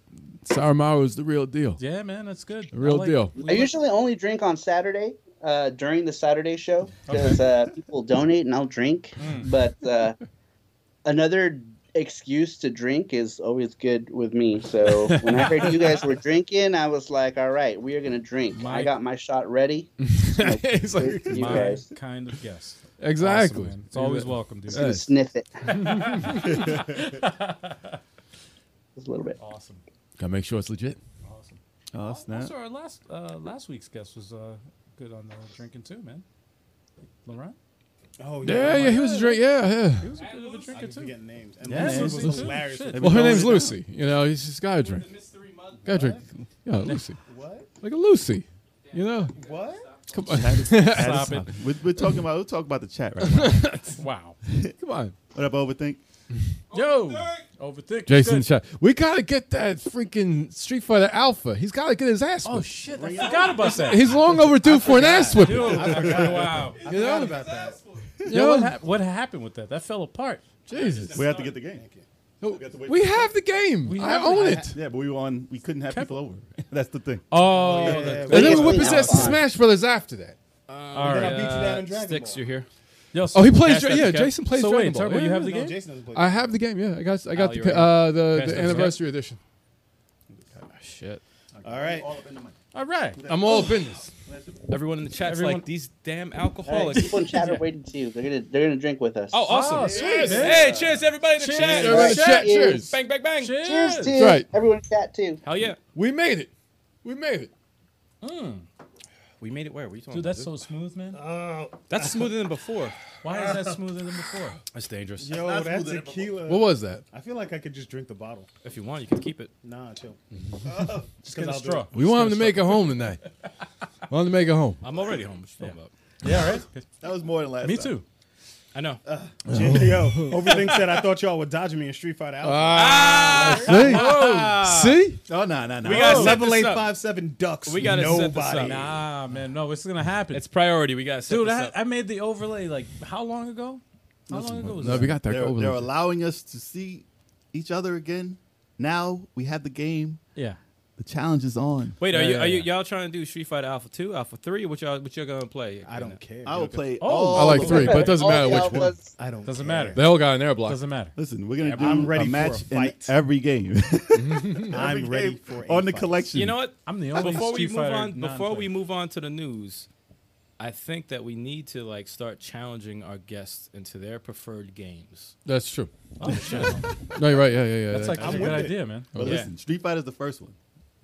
Speaker 6: Saramaru is the real deal.
Speaker 2: Yeah, man, that's good. I
Speaker 6: Real
Speaker 2: like-
Speaker 6: deal.
Speaker 5: I usually only drink on Saturday uh, during the Saturday show because uh, people donate and I'll drink.
Speaker 3: Hmm.
Speaker 5: But uh, another excuse to drink is always good with me. So when I heard you guys were drinking, I was like, "All right, we are gonna drink."
Speaker 2: My-
Speaker 5: I got my shot ready.
Speaker 6: It's like-
Speaker 5: You
Speaker 2: My
Speaker 5: guys
Speaker 2: kind of guest.
Speaker 6: exactly.
Speaker 2: Awesome, man. it's always welcome, dude.
Speaker 5: can
Speaker 6: Yes.
Speaker 5: sniff it. Just a little bit.
Speaker 2: Awesome.
Speaker 6: Gotta make sure it's legit.
Speaker 2: Awesome.
Speaker 4: Oh snap!
Speaker 2: Also, our last uh, last week's guest was uh, good on the drinking too, man. Laurent,
Speaker 8: Oh
Speaker 6: Yeah, yeah, he was a drink. Yeah, yeah.
Speaker 2: he was a good of a drinker
Speaker 8: I'm
Speaker 2: too.
Speaker 8: forgetting names. And
Speaker 2: Yeah,
Speaker 8: Lucy was
Speaker 2: Lucy too.
Speaker 8: hilarious.
Speaker 2: Shit.
Speaker 8: with-
Speaker 6: Well, her name's Lucy. You know, he's just got to drink. Got to drink. Yeah, Lucy.
Speaker 8: What?
Speaker 6: Like a Lucy. You know?
Speaker 8: What?
Speaker 6: Come on.
Speaker 4: Stop
Speaker 2: it.
Speaker 4: We're, we're talking about. We'll talk about the chat right now.
Speaker 2: Wow.
Speaker 6: Come on.
Speaker 4: what up, overthink?
Speaker 2: Yo, overthink.
Speaker 6: Jason
Speaker 2: Good.
Speaker 6: Shot. We got to get that freaking Street Fighter Alpha. He's got to get his ass
Speaker 2: Oh
Speaker 6: whipped.
Speaker 2: shit! I forgot about that.
Speaker 6: He's long overdue for an ass
Speaker 2: Dude,
Speaker 6: whipping.
Speaker 2: wow.
Speaker 8: I forgot about that.
Speaker 6: You
Speaker 2: Yeah,
Speaker 6: know?
Speaker 2: what, hap- what happened with that? That fell apart.
Speaker 6: Jesus.
Speaker 4: We have to get the game.
Speaker 6: We have the game.
Speaker 2: We
Speaker 6: I
Speaker 2: have
Speaker 6: own it.
Speaker 4: Yeah, but we were on. We couldn't have people over. That's the thing.
Speaker 2: Oh,
Speaker 8: Yeah,
Speaker 6: And then
Speaker 5: Yeah,
Speaker 6: we whip
Speaker 5: we
Speaker 6: his
Speaker 5: have
Speaker 6: ass to
Speaker 5: fun.
Speaker 6: Smash Brothers after that.
Speaker 2: all
Speaker 8: Then I beat you
Speaker 2: right.
Speaker 8: down in Dragon
Speaker 3: Sticks,
Speaker 8: Ball.
Speaker 3: you're here.
Speaker 2: Yo, so
Speaker 6: Oh, he plays.
Speaker 2: pass that
Speaker 6: Dra- yeah,
Speaker 2: to Kev.
Speaker 6: Jason plays.
Speaker 2: So
Speaker 6: Dragon
Speaker 2: wait, Turbo,
Speaker 6: Ball.
Speaker 2: you
Speaker 6: Yeah,
Speaker 2: have the
Speaker 6: yeah.
Speaker 8: No,
Speaker 2: game?
Speaker 8: Jason doesn't play.
Speaker 6: I have the game. Yeah, I got. I got
Speaker 3: Al,
Speaker 6: the
Speaker 3: you're
Speaker 6: pa-
Speaker 3: right.
Speaker 6: uh, the,
Speaker 3: Pass that
Speaker 6: the
Speaker 3: to Kev.
Speaker 6: anniversary edition.
Speaker 3: Shit.
Speaker 8: All right.
Speaker 2: All right.
Speaker 6: I'm all up in this.
Speaker 3: Everyone in the chat's
Speaker 2: Everyone-
Speaker 3: like these damn
Speaker 5: All right,
Speaker 3: alcoholics.
Speaker 5: people in chat are waiting too. They're gonna they're gonna drink with us.
Speaker 3: Oh, awesome!
Speaker 2: Oh, cheers, man.
Speaker 3: hey, cheers, everybody in the chat.
Speaker 6: Everyone in the
Speaker 5: Cheers.
Speaker 6: chat, cheers.
Speaker 3: Bang, bang, bang.
Speaker 5: Cheers
Speaker 2: Cheers.
Speaker 5: to
Speaker 6: right.
Speaker 5: everyone in chat too.
Speaker 3: Hell yeah!
Speaker 6: We made it. We made it.
Speaker 3: We made it. Where were you talking
Speaker 2: Dude,
Speaker 3: about?
Speaker 2: that's so smooth, man.
Speaker 3: that's smoother than before.
Speaker 2: Why is that smoother than before?
Speaker 3: That's dangerous.
Speaker 8: Yo, that's tequila.
Speaker 6: What was that?
Speaker 8: I feel like I could just drink the bottle.
Speaker 3: If you want, you can keep it.
Speaker 8: Nah, chill.
Speaker 2: Just get a
Speaker 8: I'll do
Speaker 2: straw.
Speaker 6: We want him to make it home tonight. want him to make it home.
Speaker 3: I'm already home. What you talking about?
Speaker 2: Yeah, right.
Speaker 4: That was more than last.
Speaker 2: Me
Speaker 4: time.
Speaker 2: too.
Speaker 3: I know.
Speaker 8: Yo, Overthink said I thought y'all were dodging me in Street Fighter Alpha.
Speaker 6: Ah, see, see,
Speaker 4: Oh no no no.
Speaker 3: We gotta set
Speaker 8: Level
Speaker 3: this
Speaker 8: eight
Speaker 3: up.
Speaker 8: five seven ducks.
Speaker 3: We gotta set
Speaker 8: nobody.
Speaker 3: this up.
Speaker 2: Nah, Ah, man. No, it's gonna happen.
Speaker 3: It's priority. We gotta set
Speaker 2: Dude,
Speaker 3: this
Speaker 2: I,
Speaker 3: up.
Speaker 2: I made the overlay like how long ago? How long ago was
Speaker 6: no,
Speaker 2: that?
Speaker 6: we got that.
Speaker 4: They're,
Speaker 6: over
Speaker 4: they're
Speaker 6: there.
Speaker 4: allowing us to see each other again. Now we have the game.
Speaker 2: yeah.
Speaker 4: The challenge is on.
Speaker 3: Wait, are
Speaker 2: Yeah,
Speaker 3: you
Speaker 2: yeah,
Speaker 3: are you
Speaker 2: yeah.
Speaker 3: y'all trying to do Street Fighter Alpha Two, Alpha Three? What y'all what y'all gonna play?
Speaker 8: I don't care.
Speaker 4: I will play. Oh,
Speaker 6: I like three, but it doesn't
Speaker 5: All
Speaker 6: matter
Speaker 5: the
Speaker 6: which one.
Speaker 5: alphas.
Speaker 8: I don't.
Speaker 2: Doesn't
Speaker 8: care.
Speaker 2: matter.
Speaker 6: They all got an air block.
Speaker 2: Doesn't matter.
Speaker 4: Listen, we're gonna do
Speaker 8: I'm ready
Speaker 4: a
Speaker 8: for
Speaker 4: match
Speaker 8: a fight.
Speaker 4: in every game.
Speaker 8: I'm ready
Speaker 4: Game
Speaker 8: for a
Speaker 4: on the
Speaker 8: fight.
Speaker 4: collection.
Speaker 3: You know what?
Speaker 2: I'm the only
Speaker 3: before we
Speaker 2: Street
Speaker 3: move
Speaker 2: Fighter
Speaker 3: on before
Speaker 2: non-player.
Speaker 3: we move on to the news, I think that we need to like start challenging our guests into their preferred games.
Speaker 6: That's true.
Speaker 2: Oh shit.
Speaker 6: No, you're right. Yeah, yeah, yeah.
Speaker 2: That's like a
Speaker 8: with
Speaker 2: good
Speaker 8: it.
Speaker 2: idea, man.
Speaker 4: But
Speaker 3: Yeah.
Speaker 4: listen, Street Fighter's the first one.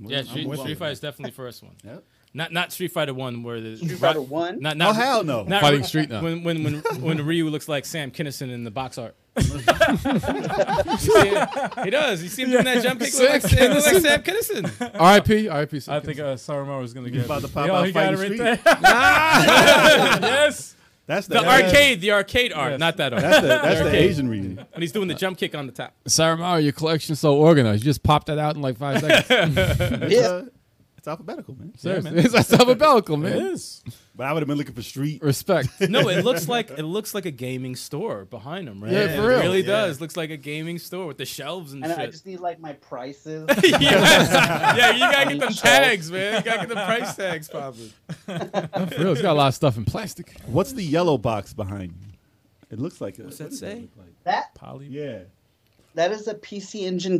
Speaker 3: Yeah,
Speaker 4: I'm
Speaker 3: Street,
Speaker 4: with
Speaker 3: Street
Speaker 4: it.
Speaker 3: Fighter's definitely the first one.
Speaker 4: Yep.
Speaker 3: Not not Street Fighter One where the
Speaker 5: Street Fighter One.
Speaker 3: Not,
Speaker 4: Oh
Speaker 3: not
Speaker 4: hell no!
Speaker 3: Not
Speaker 6: Fighting Street now.
Speaker 3: When when when when Ryu looks like Sam Kinison in the box art. You see it? he does. He seems in that jump kick look like, Sam, look like Sam Kinison.
Speaker 6: R.I.P. R.I.P.
Speaker 2: I uh, think uh, Saramaru was gonna get
Speaker 4: about
Speaker 2: it.
Speaker 4: to pop
Speaker 2: Yo,
Speaker 4: out
Speaker 2: he got it
Speaker 4: fighting
Speaker 2: right there. yes.
Speaker 4: That's the,
Speaker 3: The
Speaker 4: that's-
Speaker 3: arcade, the arcade art, not that art.
Speaker 4: That's the, that's the
Speaker 3: arcade.
Speaker 4: Asian reason.
Speaker 3: And he's doing the jump kick on the top.
Speaker 6: Saramaru, your collection's so organized. You just pop that out in like five seconds.
Speaker 4: It's, uh, it's alphabetical, man.
Speaker 6: Seriously. That's alphabetical, man.
Speaker 2: It is.
Speaker 4: But I would have been looking for street.
Speaker 6: Respect.
Speaker 3: No, it looks like it looks like a gaming store behind him, right?
Speaker 6: Yeah, for real.
Speaker 3: It really does. Looks like a gaming store with the shelves and,
Speaker 5: And I
Speaker 3: shit.
Speaker 5: just need like my prices.
Speaker 3: yeah. yeah, you gotta get them tags, man. You gotta get the price tags popping.
Speaker 6: For real. It's got a lot of stuff in plastic.
Speaker 4: What's the yellow box behind you? It looks like a. What's
Speaker 3: that say?
Speaker 5: that
Speaker 2: Poly.
Speaker 4: Yeah.
Speaker 5: that is a PC Engine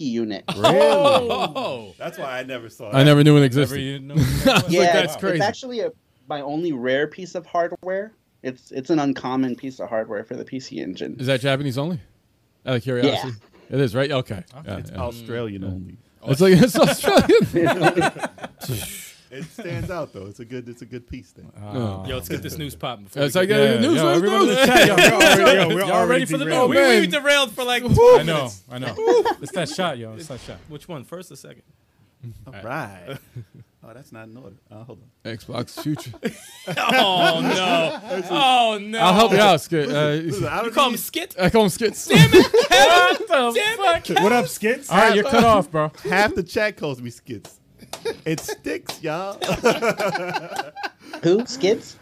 Speaker 5: unit.
Speaker 4: Really?
Speaker 3: Oh,
Speaker 4: That's why I never saw
Speaker 6: I never knew it
Speaker 2: Ever
Speaker 6: existed.
Speaker 2: you know that was?
Speaker 5: yeah,
Speaker 6: that's
Speaker 5: it's,
Speaker 6: crazy.
Speaker 5: it's actually a, my only rare piece of hardware. It's it's an uncommon piece of hardware for the PC Engine.
Speaker 6: Is that Japanese only? Out of curiosity. It is, right? Okay. Yeah,
Speaker 4: It's
Speaker 6: yeah.
Speaker 4: Australian only.
Speaker 6: It's like it's Australian.
Speaker 4: It stands out though. It's a good. It's a good piece thing.
Speaker 3: yo, let's get this news popping. Before
Speaker 6: It's
Speaker 3: we
Speaker 6: like
Speaker 3: get-
Speaker 6: yeah,
Speaker 2: Yeah,
Speaker 6: news.
Speaker 2: yo,
Speaker 6: news,
Speaker 2: everyone in
Speaker 6: news. Oh,
Speaker 2: the chat, yo,
Speaker 8: yo, we're
Speaker 2: Y'all ready for the
Speaker 8: derailed.
Speaker 2: news?
Speaker 3: we, we
Speaker 6: man.
Speaker 3: derailed for like.
Speaker 2: I know, I know. It's that shot, yo. It's that shot.
Speaker 3: Which one? First or second?
Speaker 4: All right. oh, that's not in order. Uh, hold on.
Speaker 6: Xbox future.
Speaker 3: Oh no! Oh no!
Speaker 6: I'll help you out, Skit. Uh,
Speaker 4: I
Speaker 3: You
Speaker 4: don't
Speaker 3: call him
Speaker 4: need
Speaker 3: Skit?
Speaker 6: I call him Skits.
Speaker 2: What the fuck?
Speaker 8: What up, skits?
Speaker 2: All right, you're cut off, bro.
Speaker 4: half the chat calls me skits. It sticks, y'all.
Speaker 5: Who skits?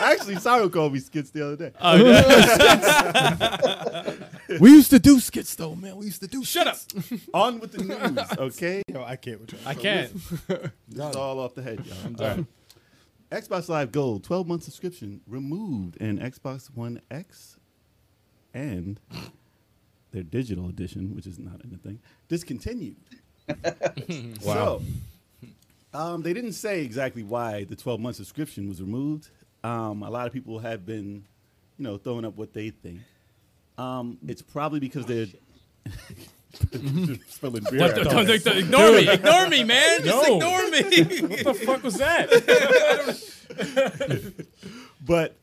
Speaker 4: Actually, Cyril called me skits the other day.
Speaker 3: Oh,
Speaker 6: we used to do Skits though, man. We used to do.
Speaker 3: Shut up!
Speaker 4: On with the news, okay?
Speaker 8: Yo, I can't with you.
Speaker 3: I can't.
Speaker 4: This is all off the head, y'all. All right. Xbox Live Gold, 12 month subscription removed in Xbox One X and their digital edition, which is not anything, discontinued. wow. So, um, they didn't say exactly why the 12 month subscription was removed. Um, a lot of people have been, you know, throwing up what they think. Um, it's probably because they're. spilling beer. out.
Speaker 3: Don't- don't- don't- Ignore me! Ignore me, man! Just
Speaker 2: No.
Speaker 3: ignore me!
Speaker 2: What the fuck was that?
Speaker 4: But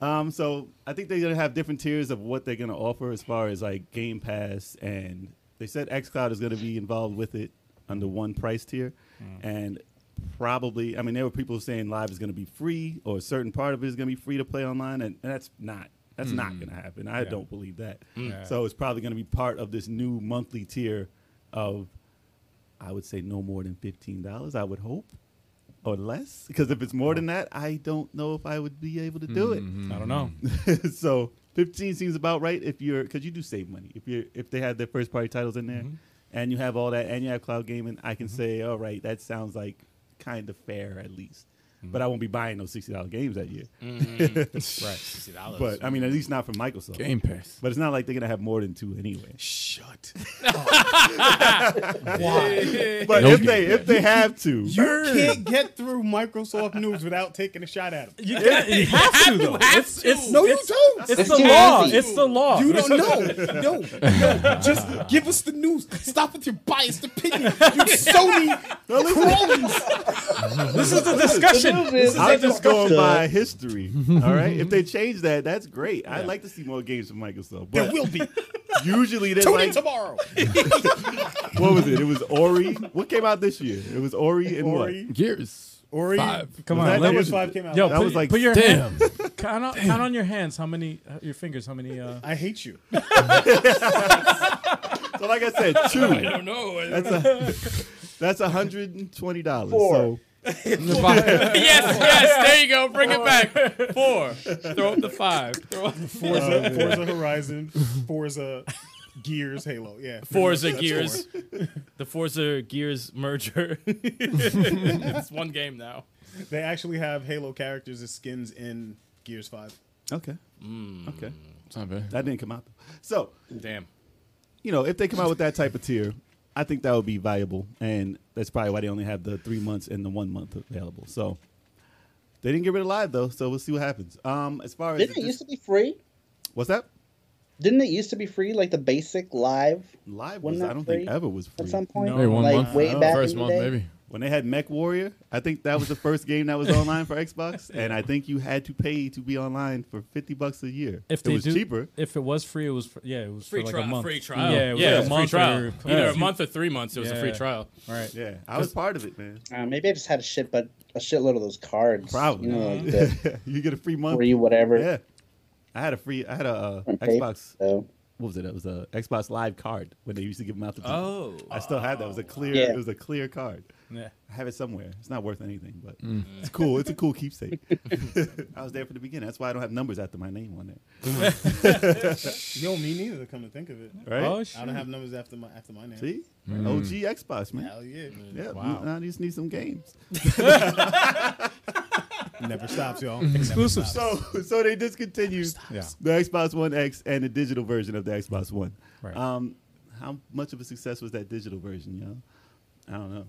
Speaker 4: um, so I think they're gonna have different tiers of what they're gonna offer as far as like Game Pass, and they said XCloud is gonna be involved with it under one price tier, and probably I mean there were people saying Live is gonna be free or a certain part of it is gonna be free to play online, and, and that's not. That's not going to happen. I don't believe that. So it's probably going to be part of this new monthly tier of, I would say, no more than fifteen dollars. I would hope, or less, because if it's more than that, I don't know if I would be able to do it
Speaker 2: I don't know.
Speaker 4: so 15 seems about right if you're because you do save money if you're if they have their first party titles in
Speaker 2: Mm-hmm.
Speaker 4: there and you have all that and you have cloud gaming i can say all right that sounds like kind of fair at least
Speaker 2: Mm-hmm.
Speaker 4: but i won't be buying those $60 games that year
Speaker 3: right.
Speaker 4: but i mean at least not from microsoft
Speaker 6: Game Pass.
Speaker 4: but it's not like they're gonna have more than two anyway
Speaker 8: Shut.
Speaker 4: but
Speaker 6: No
Speaker 4: if
Speaker 6: game
Speaker 4: they if they have to
Speaker 8: You can't get through Microsoft News without taking a shot at them.
Speaker 2: You, got, you have to, though. It's, it's,
Speaker 8: No, you
Speaker 2: it's,
Speaker 8: don't.
Speaker 2: it's
Speaker 5: It's
Speaker 2: the
Speaker 5: too
Speaker 2: law.
Speaker 5: easy.
Speaker 2: It's the law.
Speaker 8: You don't know. No, no. Just give us the news. Stop with your biased opinion. You Sony cronies.
Speaker 2: This is the discussion.
Speaker 5: This
Speaker 4: I'm just going by history. All right. If they change that, that's great. I'd like to see more games from Microsoft.
Speaker 8: There
Speaker 4: But
Speaker 8: will be.
Speaker 4: usually they're
Speaker 8: Tune
Speaker 4: like,
Speaker 8: in tomorrow.
Speaker 4: what was it? It was Ori. What came out this year? It was Ori and
Speaker 8: Ori.
Speaker 6: Gears.
Speaker 8: Ori.
Speaker 6: Five.
Speaker 2: Come
Speaker 4: Was
Speaker 2: on.
Speaker 4: that
Speaker 2: Let
Speaker 4: the-
Speaker 2: me,
Speaker 8: Gears Five came out.
Speaker 2: yo,
Speaker 4: That
Speaker 2: put,
Speaker 4: was like-
Speaker 2: put your
Speaker 6: Damn.
Speaker 2: hand. Count on, count on your hands. How many, uh, your fingers, how many, uh,
Speaker 8: I hate you.
Speaker 4: what? So like I said, two.
Speaker 3: don't know.
Speaker 4: That's a that's hundred and twenty dollars. So
Speaker 5: Four.
Speaker 6: Five.
Speaker 3: yes, yes. There you go. Bring it back. Four. Throw up the five. Throw up
Speaker 8: Forza, Forza Horizon, Forza Gears, Halo. Yeah.
Speaker 3: Forza Gears. The Forza Gears merger. it's one game now.
Speaker 8: They actually have Halo characters as skins in Gears 5.
Speaker 4: okay, okay,
Speaker 6: It's not bad.
Speaker 4: Mm. that didn't come out. So
Speaker 3: Damn.
Speaker 4: you know, if they come out with that type of tier, I think that would be valuable, and that's probably why they only have the three months and the one month available. So they didn't get rid of live though, so we'll see what happens. Um, as far as
Speaker 5: Didn't it used to be free?
Speaker 4: what's that
Speaker 5: Didn't it used to be free? Like the basic live
Speaker 4: live was
Speaker 5: Wasn't
Speaker 4: I
Speaker 5: that
Speaker 4: don't
Speaker 5: free
Speaker 4: think ever was free.
Speaker 5: at some point,
Speaker 2: No.
Speaker 6: Maybe one
Speaker 5: like
Speaker 6: month.
Speaker 5: way
Speaker 6: Oh,
Speaker 5: back
Speaker 6: First
Speaker 5: in the
Speaker 6: month,
Speaker 5: day?
Speaker 6: maybe.
Speaker 4: When they had Mech Warrior, I think that was the first game that was online for Xbox, and I think you had to pay to be online for fifty bucks a year.
Speaker 2: If
Speaker 4: it
Speaker 2: they
Speaker 4: was
Speaker 2: do-
Speaker 4: cheaper,
Speaker 2: If it was free, it was for, yeah, it was
Speaker 3: Free
Speaker 2: for like
Speaker 3: trial,
Speaker 2: a month.
Speaker 7: free trial.
Speaker 2: Yeah, it was
Speaker 3: yeah,
Speaker 2: like a
Speaker 3: it's a
Speaker 2: month
Speaker 3: free trial.
Speaker 2: or-
Speaker 3: Either
Speaker 2: yeah.
Speaker 3: a month or three months. It was a free
Speaker 2: Yeah.
Speaker 3: trial.
Speaker 2: Right.
Speaker 4: yeah, I was part of it, man.
Speaker 5: Uh, maybe I just had a shit, but a shitload of those cards.
Speaker 4: Probably.
Speaker 5: You know, like the
Speaker 4: you get a free month.
Speaker 5: free whatever.
Speaker 4: Yeah, I had a free. I had a uh,
Speaker 5: on tape,
Speaker 4: Xbox.
Speaker 5: So.
Speaker 4: What was it? It was a Xbox Live card when they used to give them out to people.
Speaker 3: Oh.
Speaker 4: I still had that. It was a clear.
Speaker 5: Yeah.
Speaker 4: It was a clear card.
Speaker 2: Yeah. Oh,
Speaker 4: I have it somewhere. It's not worth anything, but
Speaker 2: Mm.
Speaker 4: it's cool. It's a cool keepsake. I was there for the beginning. That's why I don't have numbers after my name on it.
Speaker 8: Yo, me neither. Come to think of it,
Speaker 4: Right?
Speaker 2: Oh shit.
Speaker 8: I don't have numbers after my after my name.
Speaker 4: See, OG Xbox man.
Speaker 8: Hell yeah!
Speaker 4: Yeah,
Speaker 2: Wow.
Speaker 4: I just need some games.
Speaker 8: Never stops, y'all. Exclusive.
Speaker 4: So, so they discontinued
Speaker 2: Yeah.
Speaker 4: the Xbox One X and the digital version of the Xbox One.
Speaker 2: Right.
Speaker 4: Um, how much of a success was that digital version, yo? I don't know.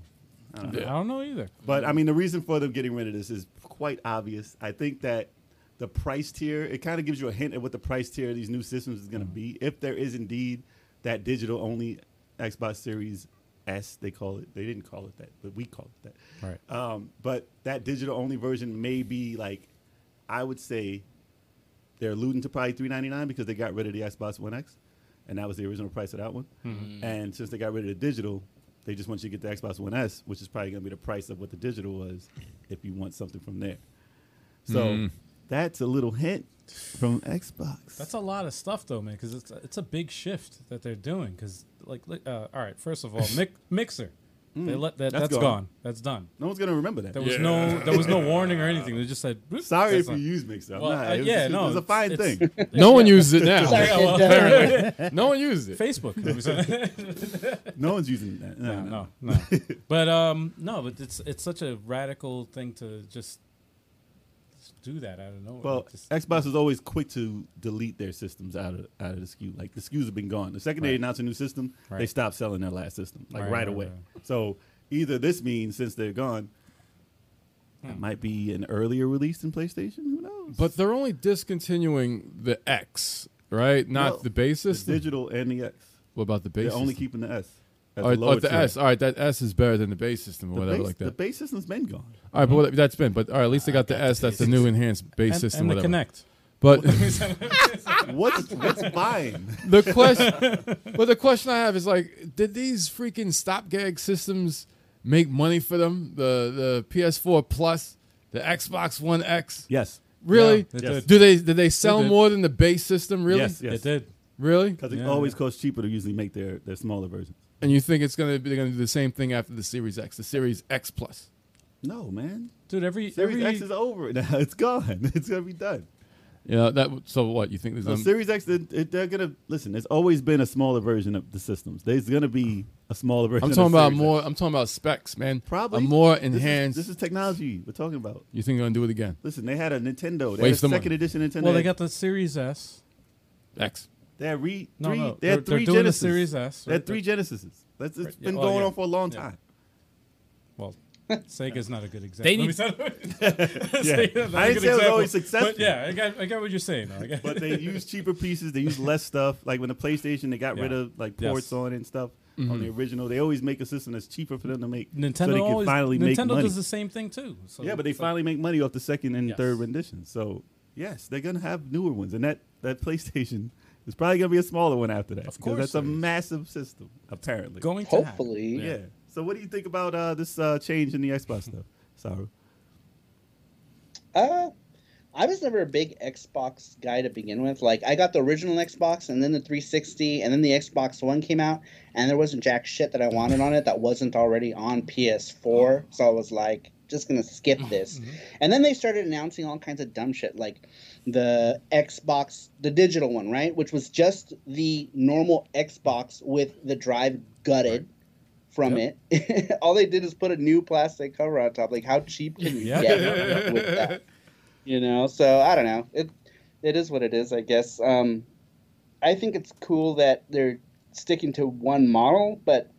Speaker 4: I don't know.
Speaker 2: I don't know either.
Speaker 4: But I mean, the reason for them getting rid of this is quite obvious. I think that the price tier it kind of gives you a hint at what the price tier of these new systems is going to be if there is indeed that digital only Xbox Series S they call it. They didn't call it that, but we call it that.
Speaker 2: Right.
Speaker 4: Um, but that digital only version may be like, I would say, they're alluding to probably three ninety nine because they got rid of the Xbox One X, and that was the original price of that one.
Speaker 2: Mm-hmm.
Speaker 4: And since they got rid of the digital, they just want you to get the Xbox One S, which is probably going to be the price of what the digital was if you want something from there. So that's a little hint from Xbox.
Speaker 2: That's a lot of stuff though, man, because it's it's a big shift that they're doing. Because like, li- uh, all right, first of all, Mic- Mixer, they let that
Speaker 4: that's
Speaker 2: that's
Speaker 4: gone.
Speaker 2: gone. That's done.
Speaker 4: no one's going to remember that.
Speaker 2: There was no there was no warning or anything. They just said, "Whoop,
Speaker 4: Sorry
Speaker 2: that's
Speaker 4: if you
Speaker 2: done."
Speaker 4: use Mixer. I'm
Speaker 2: Well,
Speaker 4: not.
Speaker 2: uh,
Speaker 4: it was,
Speaker 2: yeah,
Speaker 4: it
Speaker 2: no,
Speaker 4: was a
Speaker 2: it's-
Speaker 4: fine
Speaker 2: it's-
Speaker 4: thing.
Speaker 6: No one uses it
Speaker 5: Sorry,
Speaker 6: now.
Speaker 5: it does.
Speaker 6: Apparently. No one uses it.
Speaker 2: Facebook.
Speaker 4: No one's using that. No, no.
Speaker 2: no, no. But um, no, but it's it's such a radical thing to just do that. I don't know.
Speaker 4: Well, Xbox is always quick to delete their systems out of out of the SKU. Like the SKUs have been gone. The second they
Speaker 2: Right.
Speaker 4: announce a new system, they
Speaker 2: Right.
Speaker 4: stop selling their last system like right,
Speaker 2: Right, right,
Speaker 4: away.
Speaker 2: right.
Speaker 4: So either this means since they're gone, it might be an earlier release than PlayStation. Who knows?
Speaker 6: Hmm. But they're only discontinuing the X, right? Not
Speaker 4: No.
Speaker 6: the base
Speaker 4: the
Speaker 6: system.
Speaker 4: digital and the X,
Speaker 6: what about the base?
Speaker 4: they're only
Speaker 6: system?
Speaker 4: keeping the S. as
Speaker 6: All right,
Speaker 4: lower
Speaker 6: oh, the
Speaker 4: tier.
Speaker 6: S. All right, that S is better than the base system or
Speaker 4: The
Speaker 6: whatever
Speaker 4: base,
Speaker 6: like
Speaker 4: the
Speaker 6: that.
Speaker 4: base system's been gone.
Speaker 6: all right, but what, that's been. But all right, at least they got the S. That's the new enhanced base
Speaker 2: and,
Speaker 6: system.
Speaker 2: and the
Speaker 6: whatever.
Speaker 2: Connect.
Speaker 6: But
Speaker 4: What's what's buying?
Speaker 6: the question, but the question I have is like, did these freaking stop gag systems make money for them? The the PS4 Plus, the Xbox One X.
Speaker 4: Yes,
Speaker 6: Really?
Speaker 2: Yeah, they
Speaker 4: Yes.
Speaker 2: did.
Speaker 6: Do they did they sell
Speaker 2: did.
Speaker 6: more than the base system? Really?
Speaker 4: yes, yes.
Speaker 2: It did.
Speaker 6: Really?
Speaker 4: Because it
Speaker 2: Yeah,
Speaker 4: always costs cheaper to usually make their, their smaller versions.
Speaker 6: And you think it's gonna be, they're gonna do the same thing after the Series X, the Series X Plus?
Speaker 4: No, man.
Speaker 2: Dude, every
Speaker 4: Series
Speaker 2: every
Speaker 4: X is over now. It's gone. It's gonna be done.
Speaker 6: You know that. So what you think? There's
Speaker 4: So
Speaker 6: gonna-
Speaker 4: Series X, they- they're gonna listen. There's always been a smaller version of the systems. There's gonna be a smaller version.
Speaker 6: I'm talking
Speaker 4: of
Speaker 6: about
Speaker 4: Series
Speaker 6: more.
Speaker 4: X.
Speaker 6: I'm talking about specs, man.
Speaker 4: Probably
Speaker 6: a more
Speaker 4: This is-
Speaker 6: enhanced.
Speaker 4: This is, technology we're talking about.
Speaker 6: you think they're gonna do it again?
Speaker 4: Listen, they had a Nintendo. They
Speaker 6: Waste
Speaker 4: had
Speaker 6: the
Speaker 4: a
Speaker 6: money.
Speaker 4: second edition Nintendo.
Speaker 2: well, they got the Series S.
Speaker 6: X.
Speaker 4: They had re,
Speaker 2: No,
Speaker 4: three.
Speaker 2: no,
Speaker 4: They had
Speaker 2: they're- they're
Speaker 4: three
Speaker 2: doing the
Speaker 4: Genesis.
Speaker 2: Series S,
Speaker 4: They had
Speaker 2: right?
Speaker 4: three Genesis. That's it's
Speaker 2: Right.
Speaker 4: been
Speaker 2: Oh,
Speaker 4: going
Speaker 2: yeah.
Speaker 4: on for a long
Speaker 2: Yeah.
Speaker 4: time.
Speaker 2: Well, Sega's not a good example.
Speaker 3: They
Speaker 2: Let me say-
Speaker 3: need-
Speaker 4: Yeah.
Speaker 2: Sega's not
Speaker 4: I
Speaker 2: a good
Speaker 4: didn't say it was
Speaker 2: example.
Speaker 4: always successful.
Speaker 2: But yeah, I got, I got what you're saying. though. I got-
Speaker 4: but they use cheaper pieces. They use less stuff. Like when the PlayStation, they got rid
Speaker 2: Yeah.
Speaker 4: of like
Speaker 2: Yes. Mm-hmm.
Speaker 4: ports on it and stuff on the original. They always make a system that's cheaper for them to make, so
Speaker 2: Nintendo
Speaker 4: they can
Speaker 2: always,
Speaker 4: finally
Speaker 2: Nintendo
Speaker 4: make money.
Speaker 2: does the same thing too. So
Speaker 4: yeah, but they
Speaker 2: so-
Speaker 4: finally make money off the second and
Speaker 2: Yes.
Speaker 4: third renditions. So yes, they're gonna have newer ones, and that that PlayStation is probably gonna be a smaller one after that.
Speaker 2: Of
Speaker 4: because that's
Speaker 2: course
Speaker 4: a
Speaker 2: it is.
Speaker 4: massive system, apparently.
Speaker 2: going to happen.
Speaker 5: Hopefully.
Speaker 4: yeah. So what do you think about uh, this uh, change in the Xbox stuff? Sorry.
Speaker 5: Uh, I was never a big Xbox guy to begin with. Like, I got the original Xbox, and then the 360, and then the Xbox One came out, and there wasn't jack shit that I wanted on it that wasn't already on PS4. So I was like, just gonna skip this. And then they started announcing all kinds of dumb shit, like the Xbox, the digital one, right? Which was just the normal Xbox with the drive gutted. From it, all they did is put a new plastic cover on top. Like, how cheap can you
Speaker 2: Yeah.
Speaker 5: get with that? you know so i don't know it it is what it is i guess um i think it's cool that they're sticking to one model but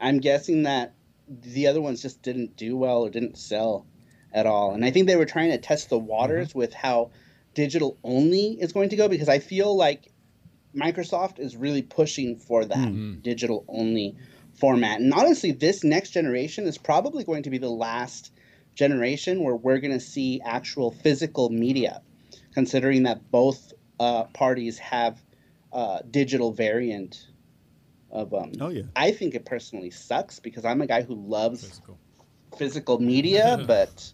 Speaker 5: i'm guessing that the other ones just didn't do well or didn't sell at all and i think they were trying to test the waters with how digital only is going to go because i feel like microsoft is really pushing for that digital only format. And honestly, this next generation is probably going to be the last generation where we're going to see actual physical media, considering that both uh, parties have uh, digital variant of um.
Speaker 4: Oh, yeah.
Speaker 5: I think it personally sucks because I'm a guy who loves physical media, but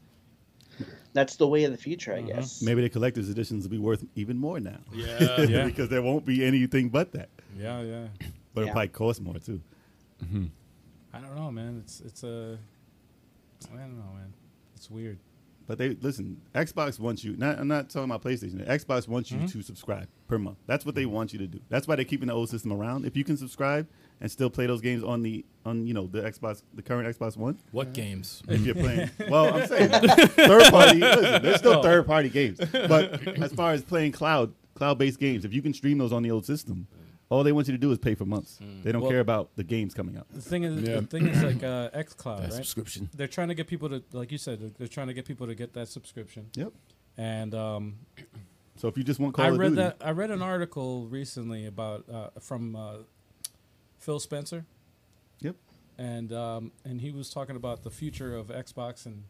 Speaker 5: that's the way of the future, I guess.
Speaker 4: Mm-hmm. Maybe the collector's editions will be worth even more now.
Speaker 3: Yeah.
Speaker 2: Yeah.
Speaker 4: because there won't be anything but that.
Speaker 2: Yeah, yeah.
Speaker 4: But
Speaker 5: Yeah.
Speaker 4: it probably costs more too.
Speaker 2: I don't know, man. It's it's a. I don't know, man. It's weird.
Speaker 4: But they listen. Xbox wants you. Not, I'm not talking about PlayStation. Xbox wants
Speaker 2: Mm-hmm.
Speaker 4: you to subscribe per month. That's what they want you to do. That's why they're keeping the old system around. If you can subscribe and still play those games on the on you know the Xbox, the current Xbox One,
Speaker 3: What games?
Speaker 4: if you're playing. Well, I'm saying third party. Listen, there's still third party games, but as far as playing cloud cloud based games, if you can stream those on the old system, all they want you to do is pay for months. They don't
Speaker 2: Mm. Well-
Speaker 4: care about the games coming out.
Speaker 2: The thing is,
Speaker 6: Yeah.
Speaker 2: the thing is like uh, XCloud,
Speaker 6: That
Speaker 2: right?
Speaker 6: subscription.
Speaker 2: they're trying to get people to, like you said, they're trying to get people to get that subscription.
Speaker 4: Yep.
Speaker 2: And um,
Speaker 4: So if you just want Call
Speaker 2: I
Speaker 4: of
Speaker 2: read
Speaker 4: Duty,
Speaker 2: that I read an article recently about uh, from uh, Phil Spencer,
Speaker 4: yep,
Speaker 2: and um, and he was talking about the future of Xbox and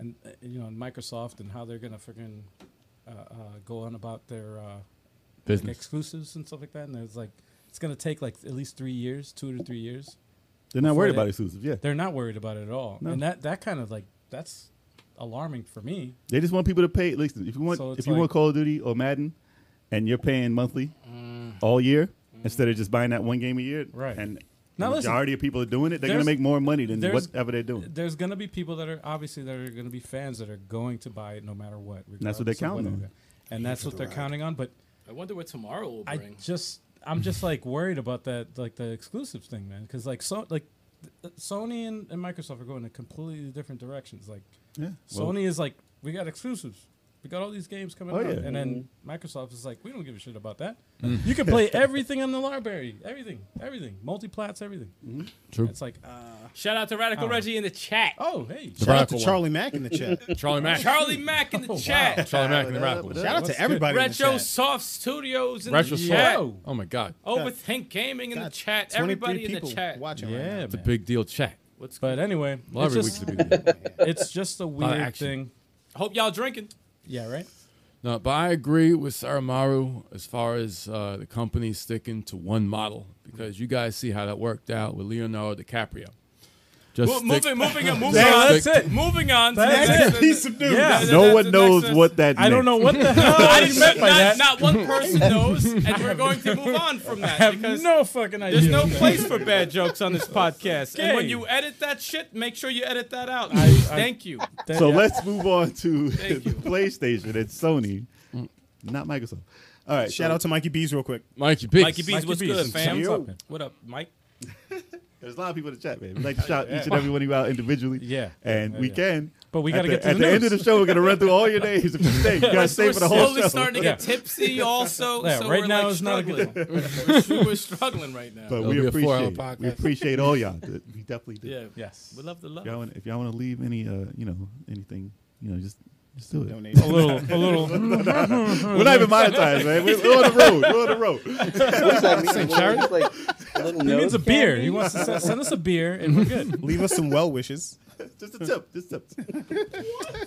Speaker 2: and uh, you know and Microsoft and how they're gonna freaking uh, uh, go on about their uh, like
Speaker 6: Business.
Speaker 2: exclusives and stuff like that. And it's like it's gonna take like at least three years, two to three years.
Speaker 4: they're not worried
Speaker 2: they-
Speaker 4: about exclusives. Yeah,
Speaker 2: They're not worried about it at all,
Speaker 4: No.
Speaker 2: and that that kind of like that's alarming for me.
Speaker 4: they just want people to pay. Listen, if you want
Speaker 2: So it's
Speaker 4: if you
Speaker 2: like-
Speaker 4: want Call of Duty or Madden, and you're paying monthly all year. Instead of just buying that one game a year,
Speaker 2: Mm. Right.
Speaker 4: And
Speaker 2: Now
Speaker 4: the
Speaker 2: listen,
Speaker 4: majority of people are doing it. They're going
Speaker 2: there's-
Speaker 4: to make more money than
Speaker 2: there's-
Speaker 4: whatever they're doing.
Speaker 2: there's going to be people that are obviously that are going to be fans that are going to buy it no matter what.
Speaker 4: That's what they're
Speaker 2: regardless of
Speaker 4: counting
Speaker 2: whatever.
Speaker 4: on.
Speaker 2: and that's what they're counting on. But
Speaker 3: I wonder what tomorrow will
Speaker 2: I
Speaker 3: bring.
Speaker 2: just I'm just like worried about that like the exclusives thing, man. Because like so like th- Sony and, and Microsoft are going in completely different directions. Like
Speaker 4: Yeah. Well,
Speaker 2: Sony is like we got exclusives. We got all these games coming
Speaker 4: Oh,
Speaker 2: out,
Speaker 4: yeah.
Speaker 2: and then Microsoft is like, we don't give a shit about that. You can play everything on the library, everything, everything, multi-plats, everything.
Speaker 6: True.
Speaker 2: It's like, uh,
Speaker 3: Shout out to Radical
Speaker 2: Oh.
Speaker 3: Reggie in the chat.
Speaker 2: oh hey,
Speaker 8: Shout out to
Speaker 6: Barack
Speaker 8: Charlie Mack in the chat.
Speaker 6: Charlie Mack.
Speaker 3: Charlie Mack in the chat.
Speaker 6: Charlie Mack and the Radical. Ones.
Speaker 8: Shout out to everybody in the
Speaker 3: Retro
Speaker 8: chat.
Speaker 3: Soft Studios in
Speaker 6: Retro
Speaker 3: the chat.
Speaker 6: Soul. Oh my God.
Speaker 3: Overthink Gaming in the
Speaker 8: God,
Speaker 3: chat.
Speaker 8: 23
Speaker 3: Everybody in the
Speaker 8: people
Speaker 3: chat.
Speaker 8: Watching
Speaker 2: yeah,
Speaker 8: right now.
Speaker 2: man.
Speaker 6: It's a big deal chat.
Speaker 3: What's
Speaker 2: But anyway,
Speaker 6: Well,
Speaker 2: it's
Speaker 6: every
Speaker 2: just,
Speaker 6: week's a big deal.
Speaker 2: it's just a
Speaker 6: of
Speaker 2: weird
Speaker 6: action.
Speaker 2: thing.
Speaker 3: Hope y'all drinking.
Speaker 2: Yeah, right.
Speaker 6: No, but I agree with Saramaru as far as uh, the company sticking to one model because you guys see how that worked out with Leonardo DiCaprio. Just
Speaker 3: Well,
Speaker 6: stick-
Speaker 3: moving, moving on, moving
Speaker 6: Yeah,
Speaker 3: on.
Speaker 6: that's
Speaker 2: it.
Speaker 3: Moving on. to
Speaker 2: That's
Speaker 3: the next-
Speaker 2: it.
Speaker 8: Piece of news.
Speaker 2: Yeah,
Speaker 4: No
Speaker 3: That's
Speaker 4: one
Speaker 3: the
Speaker 4: knows
Speaker 3: next-
Speaker 4: what that.
Speaker 2: I don't
Speaker 4: meant.
Speaker 2: know what the hell I
Speaker 3: Not-
Speaker 2: meant by that.
Speaker 3: Not one person knows, and we're going to move on from
Speaker 2: I
Speaker 3: that
Speaker 2: have
Speaker 3: because
Speaker 2: no fucking idea.
Speaker 3: there's no place for bad jokes on this podcast. And when
Speaker 2: Okay.
Speaker 3: you edit that shit, make sure you edit that out.
Speaker 2: I- I-
Speaker 3: Thank you.
Speaker 2: That-
Speaker 4: So
Speaker 2: yeah.
Speaker 4: let's move on to
Speaker 3: Thank you.
Speaker 4: PlayStation and Sony, not Microsoft. All right,
Speaker 8: Shout out to Mikey Bees real quick.
Speaker 6: Mikey B.
Speaker 3: Mikey B's,
Speaker 2: Mikey
Speaker 3: what's
Speaker 2: B's.
Speaker 3: good, fam?
Speaker 4: Yo.
Speaker 2: What's up, man?
Speaker 3: What up, Mike?
Speaker 4: There's a lot of people in the chat, man. We like to shout each and every one of you out individually.
Speaker 2: Yeah.
Speaker 4: and
Speaker 2: Yeah,
Speaker 4: we
Speaker 2: yeah.
Speaker 4: can.
Speaker 2: But we
Speaker 4: At
Speaker 2: gotta
Speaker 4: the-
Speaker 2: get to
Speaker 4: at
Speaker 2: the
Speaker 4: the, end of the
Speaker 2: news.
Speaker 4: show. We're gonna run through all your names if you stay. You gotta stay
Speaker 3: We're
Speaker 4: for the whole
Speaker 3: slowly
Speaker 4: show.
Speaker 3: starting to get tipsy, also.
Speaker 2: Yeah,
Speaker 3: so
Speaker 2: right
Speaker 3: we're
Speaker 2: now
Speaker 3: like
Speaker 2: is not a good
Speaker 3: struggling. we're, we're struggling right now.
Speaker 4: But
Speaker 6: It'll
Speaker 4: we
Speaker 6: be a four-hour
Speaker 4: appreciate we
Speaker 6: podcast.
Speaker 4: appreciate all y'all. We definitely do.
Speaker 3: yeah,
Speaker 2: Yes.
Speaker 3: we love the love.
Speaker 4: If y'all wanna, if y'all want to leave any, uh, you know, anything, you know, just just do it.
Speaker 8: Donate.
Speaker 2: A little, a little.
Speaker 4: We're not even monetized, man. We're, we're on the road. We're on the road.
Speaker 5: What does that mean? It's like a little
Speaker 2: He needs
Speaker 5: nose
Speaker 2: a beer.
Speaker 5: candy?
Speaker 2: He wants to se- send us a beer, and we're good.
Speaker 8: Leave us some well wishes.
Speaker 4: Just a tip. Just tips.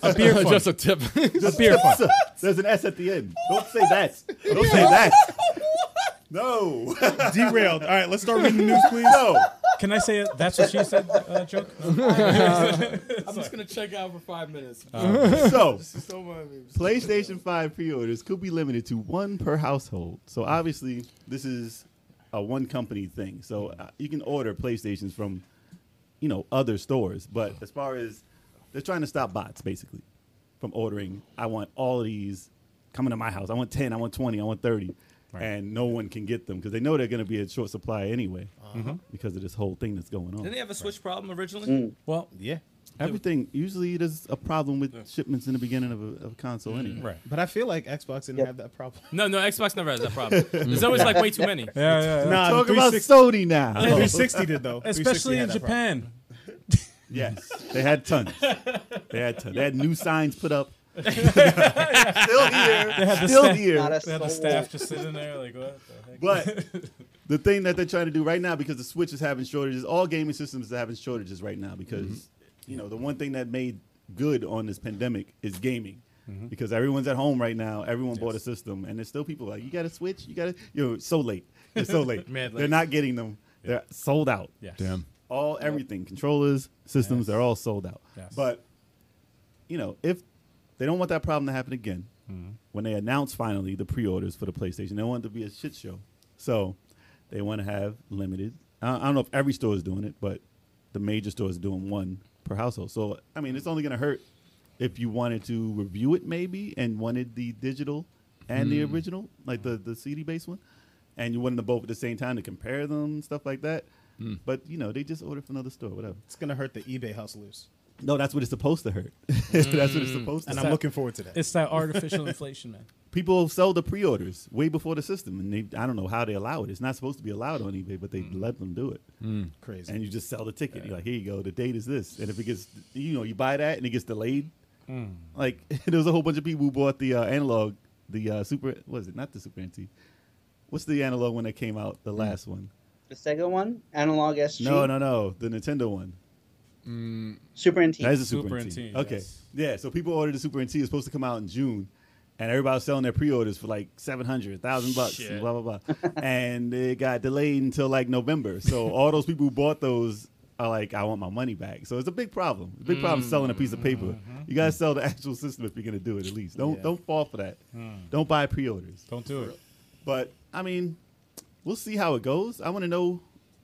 Speaker 2: A beer fund.
Speaker 6: Just a tip.
Speaker 2: a beer fund.
Speaker 4: So, there's an S at the end. Don't say that. Don't say that. No.
Speaker 8: Derailed. All right, let's start reading the news, please.
Speaker 4: No.
Speaker 2: Can I say it? That's what she said. Uh, joke. No?
Speaker 3: I'm just gonna check out for five minutes.
Speaker 4: So,
Speaker 3: so much.
Speaker 4: PlayStation 5 pre orders could be limited to one per household. So, obviously, this is a one company thing. So, uh, you can order PlayStations from, you know, other stores. But as far as they're trying to stop bots, basically, from ordering, I want all of these coming to my house. I want 10, I want 20, I want 30. And no one can get them because they know they're going to be in short supply anyway because of this whole thing that's going on.
Speaker 3: Didn't they have a switch problem originally?
Speaker 2: Well,
Speaker 8: Yeah.
Speaker 4: Everything usually there's a problem with shipments in the beginning of a, of a console anyway.
Speaker 2: right.
Speaker 8: But I feel like Xbox didn't have that problem.
Speaker 3: No, no, Xbox never has that problem. There's always like way too many.
Speaker 2: Yeah, yeah. yeah.
Speaker 8: Nah,
Speaker 4: Talk about
Speaker 8: 360,
Speaker 4: Sony now.
Speaker 8: 360 did though. 360
Speaker 2: Especially
Speaker 8: had
Speaker 2: in
Speaker 8: that problem.
Speaker 2: Japan.
Speaker 4: yes, they had tons. They had tons. They had new signs put up. still here.
Speaker 2: They had the
Speaker 4: Still
Speaker 2: staff.
Speaker 4: here.
Speaker 5: Not a
Speaker 2: They had the
Speaker 5: soul.
Speaker 2: staff just sitting there like what the heck?
Speaker 4: But the thing that they're trying to do right now because the Switch is having shortages. All gaming systems are having shortages right now because
Speaker 2: Mm-hmm.
Speaker 4: you know the one thing that made good on this pandemic is gaming.
Speaker 2: Mm-hmm.
Speaker 4: Because everyone's at home right now, everyone bought a system, and there's still people like, you got a Switch, you got to, you're so late, you're so late.
Speaker 3: Mad
Speaker 4: they're
Speaker 3: late.
Speaker 4: not getting them. They're sold out.
Speaker 2: Yes.
Speaker 6: Damn.
Speaker 4: All everything, controllers, systems, they're all sold out.
Speaker 2: Yes.
Speaker 4: But you know, if they don't want that problem to happen again, when they announce finally the pre-orders for the PlayStation, they want it to be a shit show. So they want to have limited. I I don't know if every store is doing it, but the major stores are doing one per household. So I mean, it's only going to hurt if you wanted to review it maybe and wanted the digital and
Speaker 8: Hmm.
Speaker 4: the original, like the the CD based one, and you wanted them both at the same time to compare them, stuff like that.
Speaker 8: Hmm.
Speaker 4: But you know, they just ordered from another store, whatever.
Speaker 8: It's gonna hurt the eBay hustlers,
Speaker 4: No, that's what it's supposed to hurt. that's what it's supposed to.
Speaker 8: Hmm. and
Speaker 4: hurt.
Speaker 8: I'm looking forward to that.
Speaker 2: It's that artificial inflation, man.
Speaker 4: people sell the pre-orders way before the system, and they I don't know how they allow it. It's not supposed to be allowed on eBay, but they let them do it.
Speaker 8: Crazy.
Speaker 4: And you just sell the ticket. You're like, here you go. The date is this, and if it gets, you know, you buy that and it gets delayed. Like there was a whole bunch of people who bought the uh, analog, the uh, super. Was it not the super NT? What's the analog one that came out? The last one.
Speaker 5: The Sega one, Analog SG,
Speaker 4: No, no, no. The Nintendo one.
Speaker 5: Super NT.
Speaker 4: That is a
Speaker 2: Super
Speaker 4: Super,
Speaker 2: NT,
Speaker 4: NT. Okay.
Speaker 2: yes.
Speaker 4: Yeah, so people ordered the Super NT. It's supposed to come out in June, and everybody's selling their pre-orders for like 700, 1,000 bucks, and
Speaker 3: Shit.
Speaker 4: blah, blah, blah. and it got delayed until like November. So all those people who bought those are like, I want my money back. So it's a big problem. It's a big problem selling a piece of paper. You got to sell the actual system if you're going to do it at least. Don't,
Speaker 8: Yeah.
Speaker 4: don't fall for that. Don't buy pre-orders.
Speaker 2: Don't do it.
Speaker 4: But I mean, we'll see how it goes. I want to know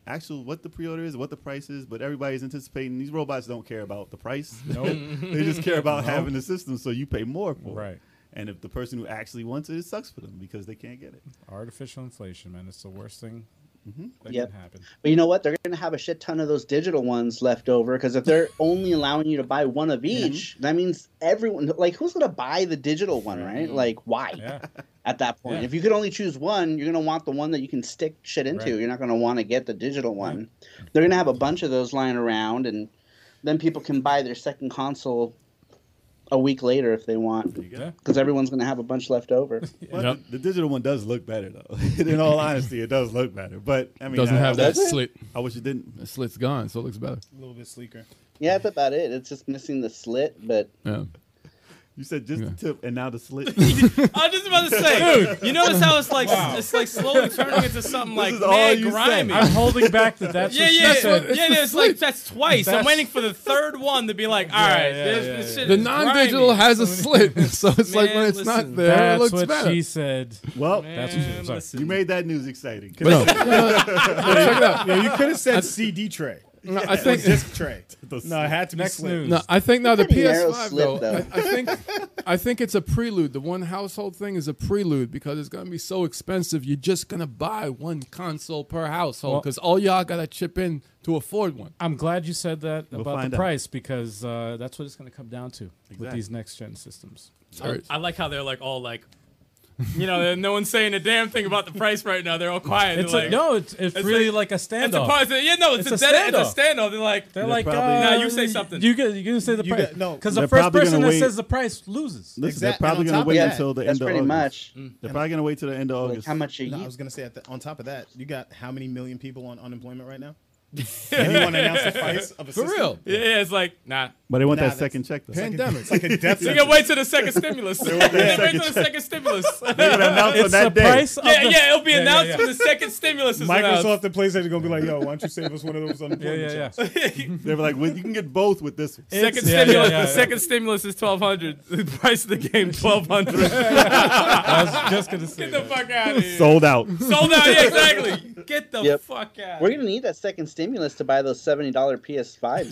Speaker 4: actual what the pre-order is, what the price is. But everybody's anticipating these robots don't care about the price. they just care about having the system, so you pay more for it.
Speaker 2: Right.
Speaker 4: And if the person who actually wants it, it sucks for them because they can't get it.
Speaker 2: Artificial inflation, man. It's the worst thing that
Speaker 5: Yep.
Speaker 2: can happen.
Speaker 5: But you know what? They're going to have a shit ton of those digital ones left over because if they're only allowing you to buy one of each, that means everyone, like, who's going to buy the digital one, right? Like, why?
Speaker 2: Yeah.
Speaker 5: At that point,
Speaker 2: Yeah.
Speaker 5: if you could only choose one, you're going to want the one that you can stick shit into.
Speaker 2: Right.
Speaker 5: You're not going to want to get the digital one. They're going to have a bunch of those lying around, and then people can buy their second console a week later if they want
Speaker 2: Yeah.
Speaker 5: because everyone's going to have a bunch left over.
Speaker 4: But
Speaker 6: Yep.
Speaker 4: the, the digital one does look better, though. In all honesty, it does look better. But I mean,
Speaker 6: Doesn't
Speaker 4: I-
Speaker 6: have that
Speaker 5: Does it?
Speaker 6: slit.
Speaker 4: I wish it didn't.
Speaker 6: The slit's gone, so it looks better.
Speaker 8: a little bit sleeker.
Speaker 5: yeah, that's about it. It's just missing the slit, but
Speaker 6: Yeah.
Speaker 4: You said just the tip and now the slit.
Speaker 3: I was just about to say, you notice how it's like it's like slowly turning into something like
Speaker 4: is all
Speaker 3: mad
Speaker 4: you
Speaker 3: grimy.
Speaker 2: I'm holding back that that's
Speaker 3: Yeah,
Speaker 2: what
Speaker 3: yeah,
Speaker 2: she
Speaker 3: yeah,
Speaker 2: said.
Speaker 3: yeah. It's like that's twice. I'm
Speaker 2: That's-
Speaker 3: waiting for the third one to be like, all right,
Speaker 2: yeah,
Speaker 3: this,
Speaker 2: yeah,
Speaker 3: this
Speaker 2: yeah.
Speaker 3: shit
Speaker 6: The
Speaker 3: is
Speaker 6: non-digital
Speaker 3: grimy.
Speaker 6: has a slit, so it's like when
Speaker 3: Man,
Speaker 6: it's
Speaker 3: listen,
Speaker 6: not there, it
Speaker 2: That's
Speaker 6: looks
Speaker 2: what
Speaker 6: better.
Speaker 2: she said.
Speaker 4: well,
Speaker 2: That's what she said.
Speaker 3: Man,
Speaker 2: Sorry.
Speaker 3: listen.
Speaker 4: you made that news exciting.
Speaker 6: But no,
Speaker 8: Yeah, you could have said CD tray,
Speaker 6: no, I think
Speaker 8: disc tray. No, it had to be
Speaker 2: Next
Speaker 8: slit.
Speaker 2: news.
Speaker 6: No, I think now the
Speaker 5: Pretty narrow
Speaker 6: PS5
Speaker 5: slit,
Speaker 6: though.
Speaker 5: though.
Speaker 6: I, I think I think it's a prelude. The one household thing is a prelude because it's gonna be so expensive. You're just gonna buy one console per household
Speaker 2: Well-
Speaker 6: because all y'all gotta chip in to afford one.
Speaker 2: I'm glad you said that about
Speaker 4: find
Speaker 2: the
Speaker 4: out.
Speaker 2: price because uh, that's what it's going to come down to with
Speaker 4: Exactly.
Speaker 2: these next gen systems.
Speaker 6: Sorry.
Speaker 3: I like how they're like all like, you know, no one's saying a damn thing about the price right now. They're all quiet.
Speaker 2: It's
Speaker 3: They're
Speaker 2: like,
Speaker 3: like,
Speaker 2: no, it's, it's, really like,
Speaker 3: like-
Speaker 2: a
Speaker 3: it's a
Speaker 2: standoff.
Speaker 3: price. Yeah, no, it's,
Speaker 2: It's
Speaker 3: a,
Speaker 2: a
Speaker 3: dead, it's a
Speaker 2: standoff.
Speaker 3: standoff. They're like,
Speaker 2: They're like,
Speaker 4: probably-
Speaker 2: uh,
Speaker 3: No, you say something.
Speaker 2: You get, you can say the
Speaker 8: You
Speaker 2: price.
Speaker 8: got- no.
Speaker 2: because
Speaker 4: They're
Speaker 2: the first
Speaker 4: probably
Speaker 2: person
Speaker 4: gonna
Speaker 2: that
Speaker 4: wait-
Speaker 2: says the price loses.
Speaker 4: Listen, they're
Speaker 8: Exact-
Speaker 4: probably
Speaker 8: and on
Speaker 4: going
Speaker 8: top
Speaker 4: to
Speaker 8: of
Speaker 4: wait
Speaker 8: that,
Speaker 4: until the
Speaker 5: that's
Speaker 4: end of
Speaker 5: pretty
Speaker 4: August.
Speaker 5: much
Speaker 4: They're probably going to wait till the end of
Speaker 5: like,
Speaker 4: August.
Speaker 5: how much a
Speaker 8: No, I
Speaker 5: year.
Speaker 8: was gonna say at the, on top of that, you got how many million people on unemployment right now? and you want to announce the price of a
Speaker 6: For
Speaker 8: system?
Speaker 6: real.
Speaker 3: yeah, yeah, it's like, nah.
Speaker 4: But they want
Speaker 8: Nah,
Speaker 4: that second check though.
Speaker 6: Pandemic.
Speaker 8: It's like a death
Speaker 3: You
Speaker 8: sentence.
Speaker 3: can wait till the second stimulus. You can wait till the second stimulus. yeah,
Speaker 4: It's
Speaker 2: It's the price of the
Speaker 3: yeah, it'll be
Speaker 2: yeah,
Speaker 3: announced
Speaker 2: yeah.
Speaker 3: when the second stimulus is announced.
Speaker 8: Microsoft and PlayStation are gonna be like, "Yo, why don't you save us one of those
Speaker 2: Yeah,
Speaker 8: unemployment
Speaker 2: yeah, yeah.
Speaker 8: checks?"
Speaker 4: They were like, well, you can get both with this. one."
Speaker 3: Second
Speaker 2: It's- yeah,
Speaker 3: stimulus.
Speaker 2: yeah, yeah,
Speaker 3: the
Speaker 2: yeah.
Speaker 3: second stimulus is twelve hundred. The price of the game twelve hundred.
Speaker 2: I was just going to say
Speaker 3: Get the
Speaker 2: that.
Speaker 3: fuck out of here.
Speaker 4: Sold out.
Speaker 3: Sold out. Yeah, exactly. Get the
Speaker 5: Yep.
Speaker 3: fuck out.
Speaker 5: We're gonna need that second stimulus to buy those seventy dollar PS5.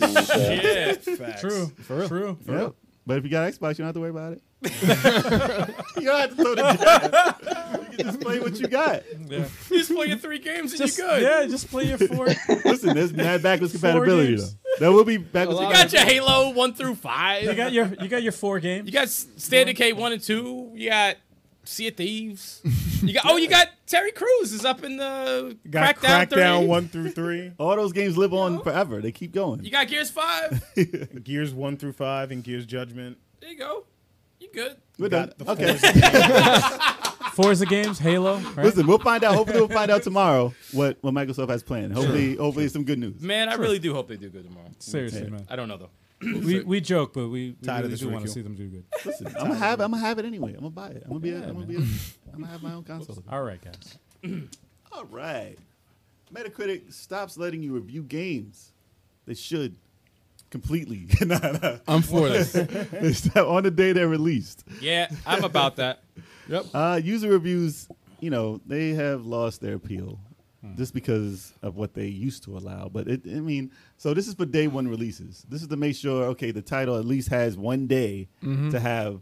Speaker 5: games, though.
Speaker 3: yeah.
Speaker 8: Facts.
Speaker 2: True, for real. True.
Speaker 4: Yeah. But if you got Xbox, you don't have to worry about it. you don't have to throw the jab. You can just play what you got.
Speaker 2: Yeah.
Speaker 3: You just play your three games and
Speaker 2: Just,
Speaker 3: you're good.
Speaker 2: yeah, just play your four.
Speaker 4: Listen, there's mad backwards compatibility though.
Speaker 2: games.
Speaker 4: There will be backwards
Speaker 3: You
Speaker 4: compatibility.
Speaker 3: got your Halo one through five.
Speaker 2: you got your you got your four games.
Speaker 3: You got S- Standard K one and two. You got Sea of Thieves. You got oh, you got Terry Crews is up in the
Speaker 8: Got
Speaker 3: Crackdown three.
Speaker 8: Crackdown one through three,
Speaker 4: All those games live on forever. They keep going.
Speaker 3: You got Gears five.
Speaker 8: Gears one through five, and Gears Judgment.
Speaker 3: There you go. You good?
Speaker 4: We're done.
Speaker 8: Got the
Speaker 4: Okay.
Speaker 8: Forza games.
Speaker 2: Forza games, Halo. Right?
Speaker 4: Listen, we'll find out. Hopefully, we'll find out tomorrow what, what Microsoft has planned. Hopefully, hopefully some good news.
Speaker 3: Man, I really do hope they do good tomorrow.
Speaker 2: Seriously, man.
Speaker 3: I don't know though.
Speaker 2: We, we joke, but we, we
Speaker 8: Tired of
Speaker 2: really
Speaker 8: this
Speaker 2: do want to
Speaker 8: ridicule.
Speaker 2: see them do good.
Speaker 4: Listen, I'm gonna have. I'm gonna have it anyway. I'm gonna buy it. I'm gonna be. A, I'm gonna be. A, I'm gonna have my own console.
Speaker 2: All right, guys.
Speaker 4: All right. Metacritic stops letting you review games. They should completely. nah, nah.
Speaker 6: I'm for this.
Speaker 4: They stop on the day they're released.
Speaker 3: Yeah, I'm about that.
Speaker 4: Uh, user reviews, you know, they have lost their appeal just because of what they used to allow. But it, I mean, so this is for day one releases. This is to make sure, okay, the title at least has one day to have,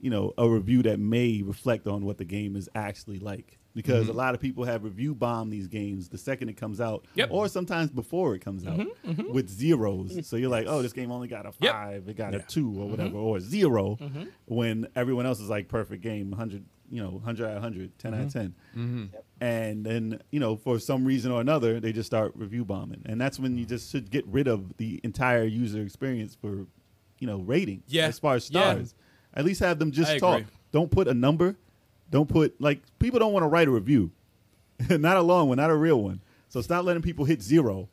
Speaker 4: you know, a review that may reflect on what the game is actually like. Because a lot of people have review bombed these games the second it comes out,
Speaker 3: Yep.
Speaker 4: or sometimes before it comes out with zeros. So you're like, oh, this game only got a
Speaker 3: Yep. Mm-hmm.
Speaker 4: five, it got a two or whatever, or a 0 when everyone else is like perfect game, hundred, you know, hundred out of 100, 10 out
Speaker 3: Mm-hmm.
Speaker 4: of 10 and then you know for some reason or another they just start review bombing and that's when you just should get rid of the entire user experience for you know rating
Speaker 3: Yeah.
Speaker 4: as far as
Speaker 3: Yeah.
Speaker 4: stars at least have them just
Speaker 3: I
Speaker 4: talk
Speaker 3: agree.
Speaker 4: don't put a number don't put like people don't want to write a review not a long one not a real one so stop letting people hit zero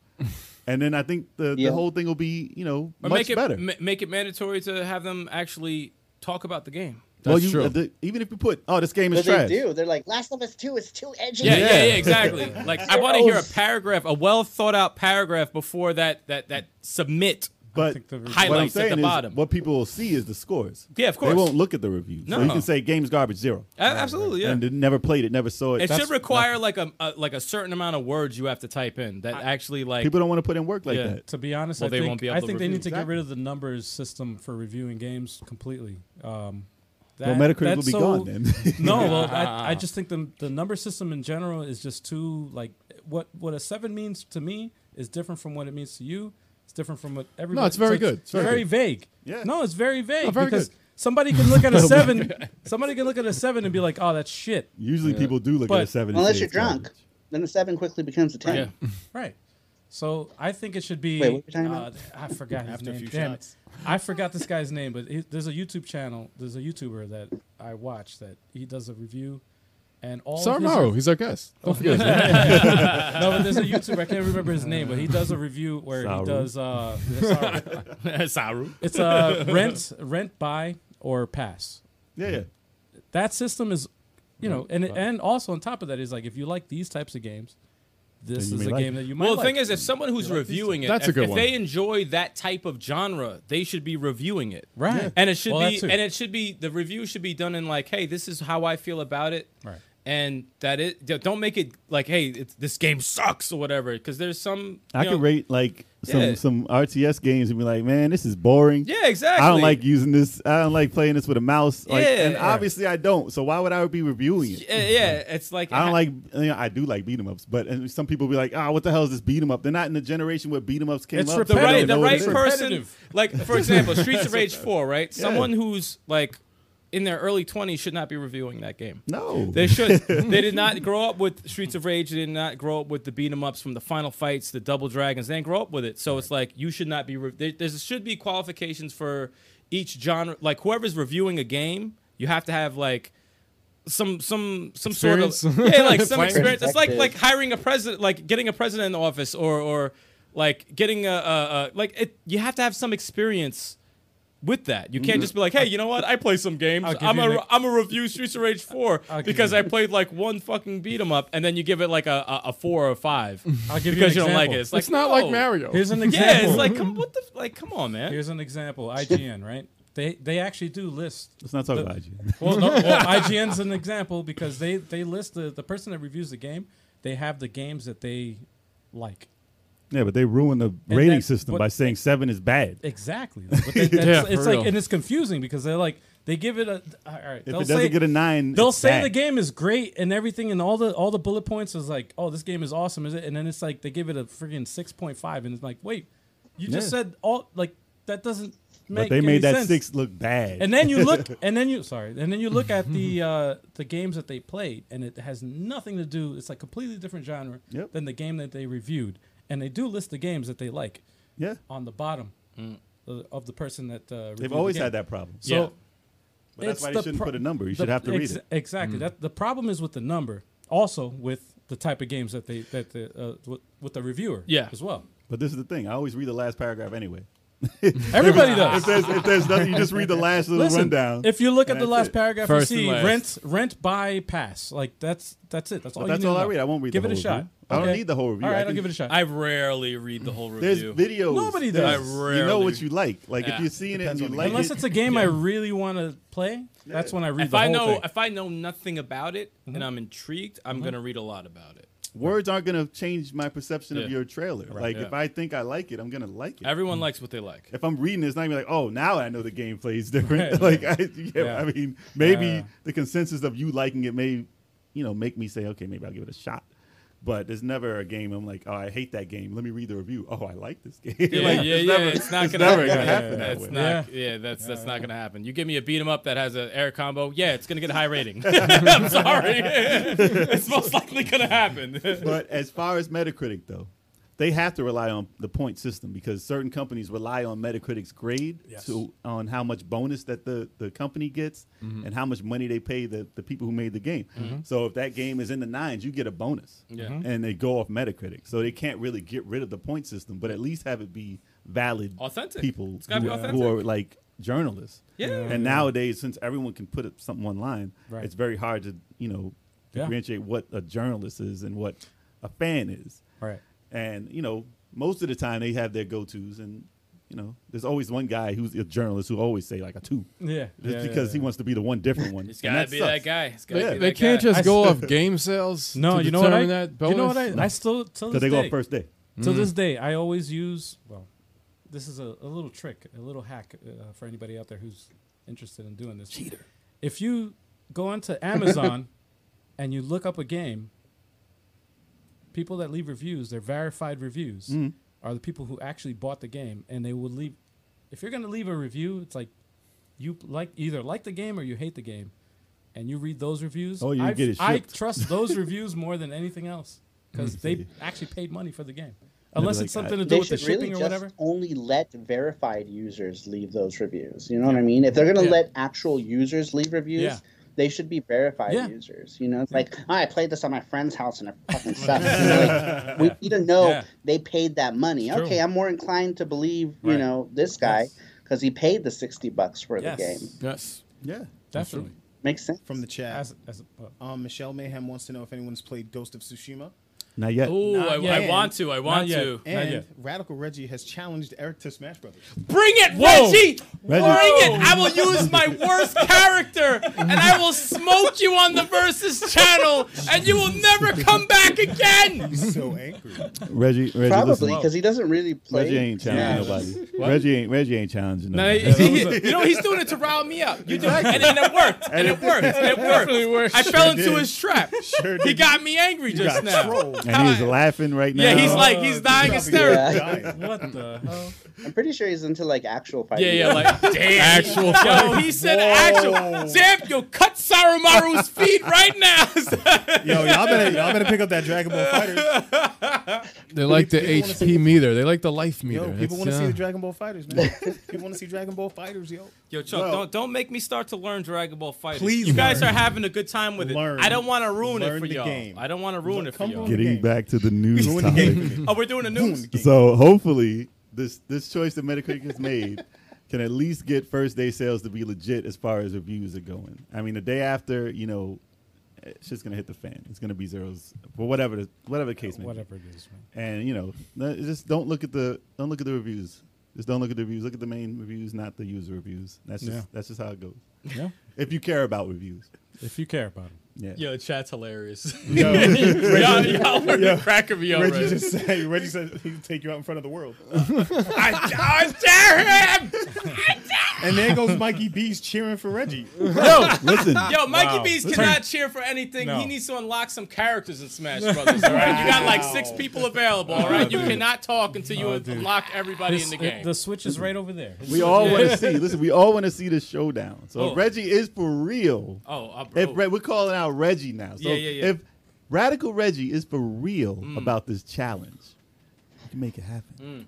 Speaker 4: and then i think the,
Speaker 5: Yeah.
Speaker 4: the whole thing will be you know
Speaker 3: Or
Speaker 4: much
Speaker 3: make it
Speaker 4: better
Speaker 3: ma- make it mandatory to have them actually talk about the game.
Speaker 4: well
Speaker 6: That's
Speaker 4: you uh,
Speaker 6: true.
Speaker 4: the- even if you put oh this game is
Speaker 5: But they
Speaker 4: trash
Speaker 5: do. They're like, Last of Us 2 is too edgy.
Speaker 3: Yeah, yeah, yeah,
Speaker 4: Yeah.
Speaker 3: exactly. Like I want to hear a paragraph, a well thought out paragraph before that that that submit.
Speaker 4: But
Speaker 2: think the-
Speaker 4: what I'm
Speaker 3: Highlights at
Speaker 4: saying
Speaker 3: the
Speaker 4: is
Speaker 3: bottom.
Speaker 4: what people will see is the scores.
Speaker 3: Yeah, of
Speaker 4: They
Speaker 3: course.
Speaker 4: won't look at the reviews. So
Speaker 3: No.
Speaker 4: you can say game's garbage zero.
Speaker 3: A- absolutely, yeah.
Speaker 4: And they never played it, never saw it.
Speaker 3: It
Speaker 4: That's-
Speaker 3: should require like a, a like a certain amount of words you have to type in that actually like
Speaker 4: people don't want to put in work like
Speaker 3: Yeah.
Speaker 4: that.
Speaker 2: To be honest,
Speaker 3: Well,
Speaker 2: I
Speaker 3: they
Speaker 2: think,
Speaker 3: won't be able
Speaker 2: I
Speaker 3: to
Speaker 2: think they
Speaker 3: review.
Speaker 2: need to get rid of the numbers system for reviewing games completely. Um, that,
Speaker 4: well, Metacritic will
Speaker 2: that's
Speaker 4: be
Speaker 2: so-
Speaker 4: gone then.
Speaker 2: no, well, I, I just think the the number system in general is just too like what what a seven means to me is different from what it means to you. It's different from what everybody.
Speaker 6: it's very good.
Speaker 2: It's
Speaker 6: It's
Speaker 2: very,
Speaker 6: very
Speaker 2: vague.
Speaker 4: Yeah.
Speaker 2: No, it's very vague
Speaker 6: No, very
Speaker 2: because
Speaker 6: good.
Speaker 2: somebody can look at a seven. somebody can look at a seven and be like, "Oh, that's shit."
Speaker 4: Usually people do look
Speaker 2: But-
Speaker 4: at a seven. and
Speaker 5: Unless
Speaker 4: say
Speaker 5: you're
Speaker 4: it's garbage.
Speaker 5: drunk. Then the 7 quickly becomes a 10.
Speaker 3: yeah.
Speaker 2: Right. So I think it should be.
Speaker 5: Wait, what were you talking about?
Speaker 2: uh, I forgot his
Speaker 8: After a
Speaker 2: name.
Speaker 8: few
Speaker 2: Damn it.
Speaker 8: shots.
Speaker 2: I forgot this guy's name, but he, there's a YouTube channel. There's a YouTuber that I watch that he does a review, and all. of
Speaker 6: Sorry,
Speaker 2: his-
Speaker 6: Mauro. He's our guest. Don't forget.
Speaker 2: No, but there's a YouTuber. I can't remember his name, but he does a review where he
Speaker 4: Saru.
Speaker 2: does. Uh, sorry.
Speaker 3: Saru.
Speaker 2: It's uh, rent, rent, buy or pass.
Speaker 4: Yeah, yeah.
Speaker 2: That system is, you know, and and also on top of that is like if you like these types of games, this
Speaker 4: you
Speaker 2: is
Speaker 4: may
Speaker 2: a
Speaker 4: like
Speaker 2: game
Speaker 4: it.
Speaker 2: that you might.
Speaker 3: Well, the
Speaker 2: like.
Speaker 3: thing is, if someone who's reviewing it,
Speaker 6: That's a
Speaker 3: if,
Speaker 6: good
Speaker 3: if
Speaker 6: one.
Speaker 3: they enjoy that type of genre, they should be reviewing it,
Speaker 2: Right. Yeah.
Speaker 3: And it should
Speaker 2: Well, that
Speaker 3: be,
Speaker 2: too.
Speaker 3: and it should be, the review should be done in like, hey, this is how I feel about it,
Speaker 2: Right.
Speaker 3: And that it d- don't make it like, hey, it's, this game sucks or whatever, because there's some.
Speaker 4: I
Speaker 3: you
Speaker 4: could
Speaker 3: know-
Speaker 4: rate like some
Speaker 3: Yeah.
Speaker 4: some RTS games and be like, man, this is boring.
Speaker 3: Yeah, exactly.
Speaker 4: I don't like using this. I don't like playing this with a mouse. Like,
Speaker 3: Yeah.
Speaker 4: and obviously I don't. So why would I be reviewing it?
Speaker 3: Yeah, yeah, it's like
Speaker 4: I don't like. You know, I do like beat 'em ups, but and some people be like, "Ah, what the hell is this beat 'em up?" They're not in the generation where beat 'em ups came
Speaker 2: It's
Speaker 4: up.
Speaker 2: repetitive.
Speaker 4: so
Speaker 3: the
Speaker 4: they don't
Speaker 3: right the
Speaker 4: know what
Speaker 3: right
Speaker 4: it is.
Speaker 3: person
Speaker 2: Repetitive.
Speaker 3: like for example streets of rage 4 right someone who's like in their early 20s should not be reviewing that game
Speaker 4: No,
Speaker 3: they should they did not grow up with streets of rage they did not grow up with the beat 'em ups from the final fights the double dragons they didn't grow up with it so it's like you should not be re- there, there should be qualifications for each genre like whoever's reviewing a game you have to have like some some some sort of
Speaker 6: Experience?
Speaker 3: yeah like some
Speaker 6: Playing
Speaker 3: experience it's like
Speaker 5: perspective.
Speaker 3: like hiring a president like getting a president in the office or or like getting a, a, a like it you have to have some experience with that you can't just be like hey you know what i play some games
Speaker 2: Mm-hmm. I'll give
Speaker 3: i'm
Speaker 2: you
Speaker 3: a
Speaker 2: an-
Speaker 3: i'm a review streets of rage 4
Speaker 2: I'll give
Speaker 3: because
Speaker 2: you-
Speaker 3: i played like one fucking beat 'em up and then you give it like a, a, a four or a five
Speaker 2: I'll give you
Speaker 3: because
Speaker 2: an
Speaker 3: you don't like
Speaker 2: example.
Speaker 3: it it's like
Speaker 6: it's not
Speaker 3: no.
Speaker 6: like Mario.
Speaker 2: here's an example.
Speaker 3: yeah it's like come, what the like come on man
Speaker 2: Here's an example. IGN, right? They they actually do list.
Speaker 4: Let's not talk about you.
Speaker 2: Well, no, well IGN's an example because they they list the the person that reviews the game. They have the games that they like.
Speaker 4: Yeah, but they ruined the rating
Speaker 2: that-
Speaker 4: system
Speaker 2: but-
Speaker 4: by saying seven is bad.
Speaker 2: Exactly. Like, but they, that's,
Speaker 6: Yeah, for
Speaker 2: it's like
Speaker 6: real.
Speaker 2: and it's confusing because they're like they give it a all right.
Speaker 4: If
Speaker 2: they'll
Speaker 4: it doesn't
Speaker 2: say,
Speaker 4: get a nine,
Speaker 2: they'll
Speaker 4: it's
Speaker 2: say
Speaker 4: bad.
Speaker 2: the game is great and everything and all the all the bullet points is like oh this game is awesome is it and then it's like they give it a freaking six point five and it's like wait you just
Speaker 4: Yeah.
Speaker 2: said all like that doesn't make
Speaker 4: But they
Speaker 2: any
Speaker 4: made that
Speaker 2: sense.
Speaker 4: six look bad.
Speaker 2: and then you look and then you sorry and then you look at the uh, the games that they played and it has nothing to do it's like completely different genre
Speaker 4: Yep.
Speaker 2: than the game that they reviewed and they do list the games that they like
Speaker 4: yeah,
Speaker 2: Oh, Mm. on the bottom uh, of the person that uh, reviewed
Speaker 4: they've
Speaker 2: the
Speaker 4: always
Speaker 2: game.
Speaker 4: had that problem.
Speaker 2: so
Speaker 3: Yeah.
Speaker 4: But that's
Speaker 2: It's
Speaker 4: why
Speaker 2: the
Speaker 4: they shouldn't
Speaker 2: pro-
Speaker 4: put a number. You
Speaker 2: the-
Speaker 4: should have to read
Speaker 2: ex-
Speaker 4: it.
Speaker 2: Exactly. That the problem is with the number. Also with the type of games that they that the uh, with- with the reviewer.
Speaker 3: Yeah.
Speaker 2: As well.
Speaker 4: But this is the thing. I always read the last paragraph anyway.
Speaker 2: Everybody does.
Speaker 4: If there's, if there's nothing, you just read the last little
Speaker 2: Listen,
Speaker 4: rundown.
Speaker 2: if you look at
Speaker 4: and
Speaker 2: the
Speaker 4: that's
Speaker 2: last
Speaker 4: it.
Speaker 2: paragraph,
Speaker 6: First
Speaker 2: you
Speaker 6: and
Speaker 2: see
Speaker 6: last.
Speaker 2: rent, rent, buy, pass. Like that's that's it. That's all.
Speaker 4: But
Speaker 2: you
Speaker 4: that's
Speaker 2: need to
Speaker 4: all I
Speaker 2: know.
Speaker 4: read. I won't read
Speaker 2: Give
Speaker 4: the
Speaker 2: it a
Speaker 4: whole
Speaker 2: shot.
Speaker 4: review. I don't
Speaker 2: Okay.
Speaker 4: need the whole review.
Speaker 2: All
Speaker 4: I
Speaker 2: right, I'll
Speaker 4: can-
Speaker 2: give it a shot.
Speaker 3: I rarely read the whole
Speaker 4: There's
Speaker 3: review.
Speaker 4: videos.
Speaker 2: Nobody
Speaker 4: There's-
Speaker 2: does.
Speaker 3: I
Speaker 4: You know
Speaker 3: rarely-
Speaker 4: what you like. Like
Speaker 3: Yeah.
Speaker 4: if you've seen
Speaker 8: Depends
Speaker 4: it
Speaker 8: on
Speaker 4: and
Speaker 8: the
Speaker 4: you like
Speaker 2: Unless
Speaker 4: it,
Speaker 2: it's a game I really want to play, that's when I read
Speaker 3: if
Speaker 2: the
Speaker 3: I
Speaker 2: whole
Speaker 3: know
Speaker 2: thing.
Speaker 3: if I know nothing about it
Speaker 2: Mm-hmm.
Speaker 3: and I'm intrigued, I'm gonna read a lot about it.
Speaker 4: words aren't going to change my perception
Speaker 3: Yeah.
Speaker 4: of your trailer. like
Speaker 3: yeah.
Speaker 4: if I think I like it, I'm going to like it.
Speaker 2: Mm-hmm.
Speaker 3: Everyone likes what they like.
Speaker 4: if I'm reading, it, it's not even like, oh, now I know the gameplay is different.
Speaker 2: Right.
Speaker 4: like, I, yeah,
Speaker 2: Yeah.
Speaker 4: I mean, maybe
Speaker 2: Yeah.
Speaker 4: the consensus of you liking it may, you know, make me say, okay, maybe I'll give it a shot. But there's never a game I'm like, oh, I hate that game. Let me read the review. Oh, I like this game.
Speaker 3: Yeah,
Speaker 4: like,
Speaker 3: yeah,
Speaker 4: it's
Speaker 3: yeah.
Speaker 4: never-
Speaker 3: it's not
Speaker 4: it's
Speaker 3: gonna
Speaker 4: never
Speaker 3: happen.
Speaker 4: gonna
Speaker 3: Yeah,
Speaker 4: happen that
Speaker 3: it's
Speaker 4: way.
Speaker 3: Not, yeah. that's that's not gonna happen. You give me a beat 'em up that has an air combo, yeah, it's gonna get a high rating. I'm sorry, it's most likely gonna happen.
Speaker 4: but as far as Metacritic though, they have to rely on the point system because certain companies rely on Metacritic's grade
Speaker 2: Yes.
Speaker 4: to on how much bonus that the, the company gets
Speaker 3: Mm-hmm.
Speaker 4: and how much money they pay the, the people who made the game. So if that game is in the nines, you get a bonus.
Speaker 3: Yeah. Mhm.
Speaker 4: And they go off Metacritic. So they can't really get rid of the point system, but at least have it be valid
Speaker 3: Authentic.
Speaker 4: people
Speaker 3: It's
Speaker 4: who,
Speaker 3: gotta be
Speaker 4: who
Speaker 3: authentic.
Speaker 4: are like journalists.
Speaker 3: Yeah. Yeah.
Speaker 4: And nowadays since everyone can put up something online,
Speaker 2: Right.
Speaker 4: it's very hard to, you know,
Speaker 2: Yeah.
Speaker 4: differentiate what a journalist is and what a fan is.
Speaker 2: all right.
Speaker 4: And you know, most of the time they have their go tos, and you know, there's always one guy who's a journalist who always say like a two,
Speaker 2: Yeah.
Speaker 4: just
Speaker 2: yeah,
Speaker 4: because he
Speaker 2: yeah,
Speaker 4: wants to be the one different one.
Speaker 3: It's
Speaker 4: And
Speaker 3: gotta be that
Speaker 4: sucks.
Speaker 3: guy. It's gotta
Speaker 4: Yeah.
Speaker 3: be
Speaker 6: They
Speaker 3: that
Speaker 6: can't
Speaker 3: guy.
Speaker 6: just go off game sales.
Speaker 2: yeah. No,
Speaker 6: to
Speaker 2: you know what I?
Speaker 6: determine that
Speaker 2: You know what
Speaker 6: bonus?
Speaker 2: I? I still till
Speaker 4: Because
Speaker 2: this
Speaker 4: they go
Speaker 2: day.
Speaker 4: on first day.
Speaker 2: Till this
Speaker 4: Mm.
Speaker 2: day, I always use. Well, this is a, a little trick, a little hack uh, for anybody out there who's interested in doing this. Cheater. If you go onto Amazon and you look up a game, people that leave reviews, their verified reviews,
Speaker 4: Mm.
Speaker 2: are the people who actually bought the game, and they will leave. If you're going to leave a review, it's like you like either like the game or you hate the game, and you read those reviews.
Speaker 4: Oh, you
Speaker 2: I've-
Speaker 4: get it
Speaker 2: I
Speaker 4: shipped.
Speaker 2: trust those reviews more than anything else because they actually paid money for the game. Unless
Speaker 4: like,
Speaker 2: it's something to do
Speaker 5: They
Speaker 2: with the
Speaker 5: should
Speaker 2: shipping
Speaker 5: really
Speaker 2: or
Speaker 5: just
Speaker 2: whatever.
Speaker 5: only let verified users leave those reviews. You know what I mean? If they're gonna
Speaker 2: Yeah.
Speaker 5: let actual users leave reviews,
Speaker 2: Yeah.
Speaker 5: they should be verified
Speaker 2: Yeah.
Speaker 5: users. You know, it's like "Oh, I played this on my friend's house and it fucking sucks. Like, we need to know
Speaker 2: Yeah.
Speaker 5: they paid that money.
Speaker 2: true.
Speaker 5: Okay, I'm more inclined to believe
Speaker 2: Right.
Speaker 5: you know this guy
Speaker 2: Yes.
Speaker 5: because he paid the sixty bucks for
Speaker 2: Yes,
Speaker 5: the game.
Speaker 6: Yes.
Speaker 4: Yeah,
Speaker 2: definitely.
Speaker 5: Makes sense.
Speaker 8: From the chat,
Speaker 2: As, as, well,
Speaker 8: um, Michelle Mayhem wants to know if anyone's played Ghost of Tsushima.
Speaker 4: not yet.
Speaker 3: Ooh, I,
Speaker 8: yet.
Speaker 3: I want to. I want
Speaker 2: yet.
Speaker 3: to.
Speaker 2: Not
Speaker 8: And
Speaker 2: yet.
Speaker 8: Radical Reggie has challenged Eric to Smash Brothers.
Speaker 3: Bring it,
Speaker 2: Whoa.
Speaker 3: Reggie! Bring
Speaker 4: Reggie.
Speaker 3: it! I will use my worst character and I will smoke you on the Versus channel and you will never come back again!
Speaker 8: He's so angry.
Speaker 4: Reggie, Reggie,
Speaker 5: Probably
Speaker 4: listen.
Speaker 5: because he doesn't really play.
Speaker 4: Reggie ain't challenging
Speaker 5: Smash.
Speaker 4: nobody. Reggie ain't Reggie ain't challenging
Speaker 3: No,
Speaker 4: nobody.
Speaker 3: he- he- you know, he's doing it to rile me up. You do, and then it worked. And it worked. And it worked. I fell into his trap. He got me angry just now.
Speaker 4: and he's laughing right now.
Speaker 3: Yeah, he's like, he's dying hysterical.
Speaker 5: Yeah.
Speaker 2: what the hell?
Speaker 5: I'm pretty sure he's into like actual fighting.
Speaker 3: Yeah, yeah, like, damn. Actual Yo, he said actual. Sam, yo, cut Sarumaru's feet right now.
Speaker 8: Yo, y'all better y'all better pick up that Dragon Ball Fighters.
Speaker 6: They like the
Speaker 8: people wanna
Speaker 6: HP meter. They like the life meter.
Speaker 8: Yo, people
Speaker 6: It's,
Speaker 8: want to see
Speaker 6: uh,
Speaker 8: the Dragon Ball Fighters, man. people want to see Dragon Ball Fighters, yo.
Speaker 3: Yo, Chuck, don't don't make me start to learn Dragon Ball Fighters.
Speaker 8: Please
Speaker 3: you guys
Speaker 8: learn.
Speaker 3: are having a good time with it.
Speaker 8: Learn.
Speaker 3: I don't want to ruin it
Speaker 8: Learn
Speaker 3: for
Speaker 8: the
Speaker 3: y'all.
Speaker 8: game.
Speaker 3: I don't want to ruin it for
Speaker 8: Come
Speaker 3: y'all.
Speaker 8: on.
Speaker 4: getting
Speaker 8: game.
Speaker 4: back to the news
Speaker 8: Ruin the
Speaker 4: topic.
Speaker 8: game.
Speaker 3: Oh, we're doing the news.
Speaker 4: So hopefully this this choice that Metacritic has made can at least get first day sales to be legit as far as reviews are going. I mean, the day after, you know, it's just gonna hit the fan. It's gonna be zeros for whatever the whatever the case may be.
Speaker 2: Whatever it is. Man.
Speaker 4: And you know, no- just don't look at the don't look at the reviews. Just don't look at the reviews. Look at the main reviews, not the user reviews. That's just
Speaker 2: Yeah.
Speaker 4: that's just how it goes.
Speaker 2: Yeah,
Speaker 4: If you care about reviews,
Speaker 2: if you care about it.
Speaker 4: yeah.
Speaker 3: Yo, chat's hilarious. y'all, y'all are cracking me up.
Speaker 8: Reggie
Speaker 3: right
Speaker 8: just said Reggie said he'll take you out in front of the world.
Speaker 3: I, I dare him.
Speaker 8: And there goes Mikey B's cheering for Reggie.
Speaker 4: Listen,
Speaker 3: Yo, Mikey
Speaker 2: Wow.
Speaker 3: Bees cannot cheer for anything.
Speaker 2: No.
Speaker 3: He needs to unlock some characters in Smash Brothers. All right, you got like six people available. All right, you cannot talk until you unlock everybody in the game.
Speaker 2: the Switch is right over there.
Speaker 4: we all want to see. Listen, we all want to see the showdown. So
Speaker 3: Oh.
Speaker 4: if Reggie is for real.
Speaker 3: oh, I'll,
Speaker 4: If Re- we're calling out Reggie now, so
Speaker 3: Yeah, yeah, yeah.
Speaker 4: if Radical Reggie is for real about this challenge, you can make it happen.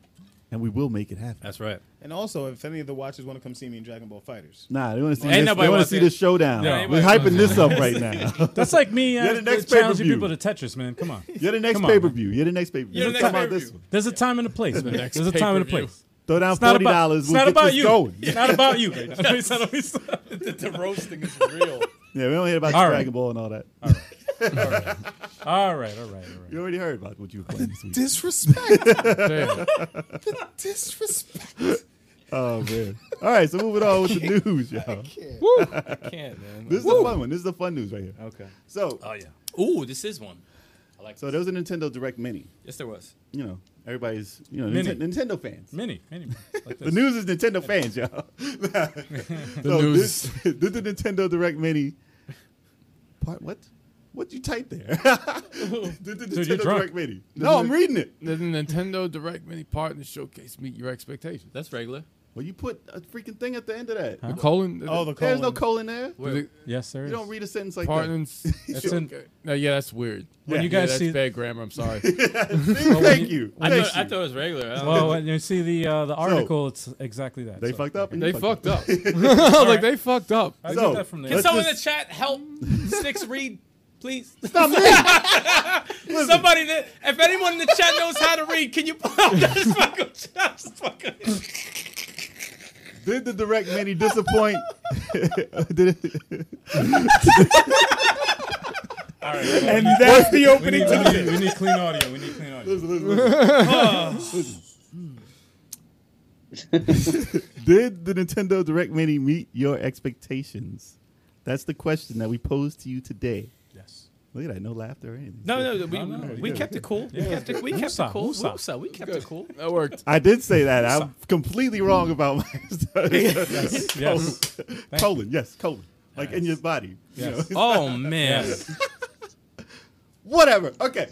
Speaker 4: and we will make it happen.
Speaker 3: That's right.
Speaker 8: And also, if any of the watchers want to come see me in Dragon Ball Fighters,
Speaker 4: Nah, they want to see.
Speaker 3: Ain't
Speaker 4: This,
Speaker 3: nobody
Speaker 4: they want to
Speaker 3: wants
Speaker 4: see
Speaker 3: it.
Speaker 4: the showdown.
Speaker 3: No, ain't
Speaker 4: We're
Speaker 3: nobody
Speaker 4: hyping
Speaker 3: wants
Speaker 4: this up right now.
Speaker 2: That's like me uh,
Speaker 4: You're the next
Speaker 2: challenging
Speaker 4: pay-per-view.
Speaker 2: people to Tetris, man. Come on.
Speaker 4: You're the next
Speaker 2: Come on,
Speaker 4: pay per view. You're the next pay per view.
Speaker 3: You're the next pay-per-view.
Speaker 2: There's a time and a place, man.
Speaker 6: next
Speaker 2: There's a time and a
Speaker 6: pay-per-view.
Speaker 2: place.
Speaker 4: Throw down
Speaker 2: It's not
Speaker 4: forty
Speaker 2: about,
Speaker 4: dollars.
Speaker 2: it's
Speaker 4: We'll
Speaker 2: not
Speaker 4: get
Speaker 2: about
Speaker 4: this
Speaker 2: you.
Speaker 4: going.
Speaker 2: It's not about you. It's not about you.
Speaker 3: The roasting is real.
Speaker 4: Yeah, we don't hear about
Speaker 2: All
Speaker 4: the
Speaker 2: right.
Speaker 4: Dragon Ball and all that.
Speaker 2: All right, all right, all right.
Speaker 4: You already heard about what you were playing this week.
Speaker 8: disrespect,
Speaker 6: Damn.
Speaker 8: disrespect.
Speaker 4: Oh man! All right, so moving on with the news, y'all.
Speaker 3: I can't, man.
Speaker 4: This is the fun one. This is the fun news right here.
Speaker 3: okay.
Speaker 4: So,
Speaker 3: Oh yeah. Ooh, this is one. I like.
Speaker 4: so
Speaker 3: this.
Speaker 4: there was a Nintendo Direct Mini.
Speaker 3: yes, there was.
Speaker 4: You know, everybody's you know
Speaker 2: Mini.
Speaker 4: Ninten- Nintendo fans.
Speaker 2: Many, many. Like
Speaker 4: The
Speaker 2: this.
Speaker 4: news is Nintendo fans, y'all.
Speaker 6: The
Speaker 4: so
Speaker 6: news.
Speaker 4: This, this is Nintendo Direct Mini. Part what? What'd you type there? This is
Speaker 2: you're
Speaker 4: Nintendo
Speaker 2: drunk.
Speaker 4: Direct Mini. No, I'm reading it.
Speaker 6: Did the Nintendo Direct Mini Partner Showcase meet your expectations?
Speaker 3: That's regular.
Speaker 4: Well, you put a freaking thing at the end of that.
Speaker 6: The colon.
Speaker 8: Oh, the
Speaker 4: There's no
Speaker 8: colon.
Speaker 4: colon there.
Speaker 6: the, the
Speaker 2: yes, there is.
Speaker 4: You don't read a sentence like
Speaker 6: partners.
Speaker 2: It's in-
Speaker 6: Okay. No, yeah, that's weird.
Speaker 2: When
Speaker 4: Yeah,
Speaker 2: you
Speaker 6: yeah,
Speaker 2: guys
Speaker 6: that's
Speaker 2: see,
Speaker 6: bad grammar. I'm sorry.
Speaker 4: that. Thank you.
Speaker 3: I
Speaker 4: Thank
Speaker 3: thought, I
Speaker 4: you.
Speaker 3: thought it was regular. I don't
Speaker 2: well,
Speaker 3: know.
Speaker 2: when you see the uh, the article, it's exactly that.
Speaker 4: They
Speaker 2: so.
Speaker 4: fucked up. and
Speaker 6: they
Speaker 4: you
Speaker 6: fucked up. like they fucked up.
Speaker 2: I
Speaker 4: So,
Speaker 2: get that from
Speaker 3: Can
Speaker 2: there.
Speaker 4: let's-
Speaker 3: someone
Speaker 4: just-
Speaker 3: in the chat help Six read, please? Somebody that, if anyone in the chat knows how to read, can you pull out this fucking chat? fucking-
Speaker 4: Did the direct mini disappoint? Did it?
Speaker 2: And
Speaker 4: that's the
Speaker 2: we need, we, need, we need clean audio. We need clean audio.
Speaker 4: Did the Nintendo Direct Mini meet your expectations? That's the question that we pose to you today.
Speaker 2: Yes.
Speaker 4: Look at that, no laughter or anything.
Speaker 3: No, no, we, we kept it cool. We kept it, we kept
Speaker 2: Woosah,
Speaker 3: it cool.
Speaker 2: woosah.
Speaker 3: Woosah, we kept it cool.
Speaker 6: That worked.
Speaker 4: I did say that. I'm completely wrong about my
Speaker 2: Yes.
Speaker 4: colon. Yes, colon. Like in your body. you know.
Speaker 3: Oh man,
Speaker 4: Whatever. Okay.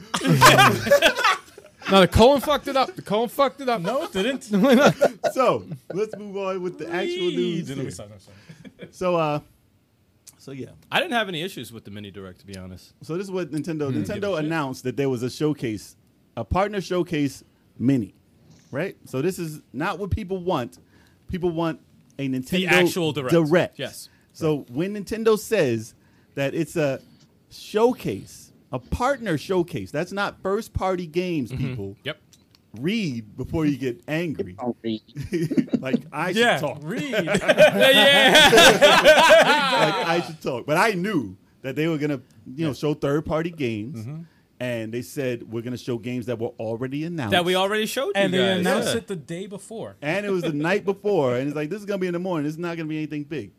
Speaker 6: No, the colon fucked it up. The colon fucked it up.
Speaker 2: No, it didn't.
Speaker 4: So let's move on with the actual news.
Speaker 2: Didn't we
Speaker 4: here.
Speaker 2: sign up, sorry.
Speaker 4: So uh so yeah.
Speaker 3: I didn't have any issues with the mini direct, to be honest.
Speaker 4: So this is what Nintendo
Speaker 3: Hmm. Give a
Speaker 4: Nintendo
Speaker 3: shit.
Speaker 4: announced that there was a showcase, a partner showcase mini, right? So this is not what people want. People want a Nintendo
Speaker 3: actual Direct. Yes.
Speaker 4: So when Nintendo says that it's a showcase, a partner showcase, that's not first party games, people.
Speaker 3: Mm-hmm. Yep.
Speaker 4: Read before you get angry.
Speaker 5: Don't read.
Speaker 4: like I should
Speaker 2: Yeah,
Speaker 4: talk.
Speaker 2: read.
Speaker 3: yeah.
Speaker 4: like I should talk. But I knew that they were gonna, you know, show third party games,
Speaker 3: Mm-hmm.
Speaker 4: and they said we're gonna show games that were already announced.
Speaker 3: That we already showed you
Speaker 2: And they
Speaker 3: guys.
Speaker 2: announced
Speaker 3: Yeah.
Speaker 2: it the day before.
Speaker 4: And it was the night before, and it's like this is gonna be in the morning. This is not gonna be anything big.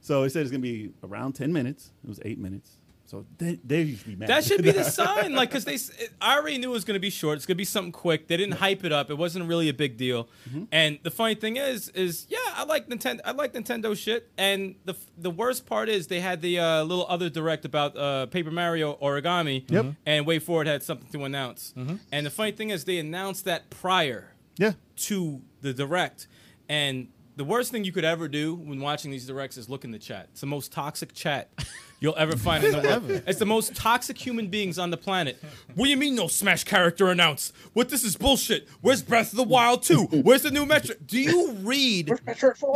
Speaker 4: So they said it's gonna be around ten minutes. It was eight minutes. So they, they used to be mad.
Speaker 3: That should be the sign, like, cause they. s- it- I already knew it was gonna be short. It's gonna be something quick. They didn't hype it up. It wasn't really a big deal.
Speaker 4: Mm-hmm.
Speaker 3: And the funny thing is, is yeah, I like Nintendo. I like Nintendo shit. And the f- the worst part is they had the uh, little other direct about uh, Paper Mario Origami.
Speaker 4: Yep. Mm-hmm.
Speaker 3: And Way Forward had something to announce. And the funny thing is, they announced that prior
Speaker 4: yeah.
Speaker 3: to the direct. And the worst thing you could ever do when watching these directs is look in the chat. It's the most toxic chat you'll ever find in the world. It's the most toxic human beings on the planet. What do you mean no Smash character announced? What this is bullshit. Where's Breath of the Wild 2? Where's the new metric? Do you read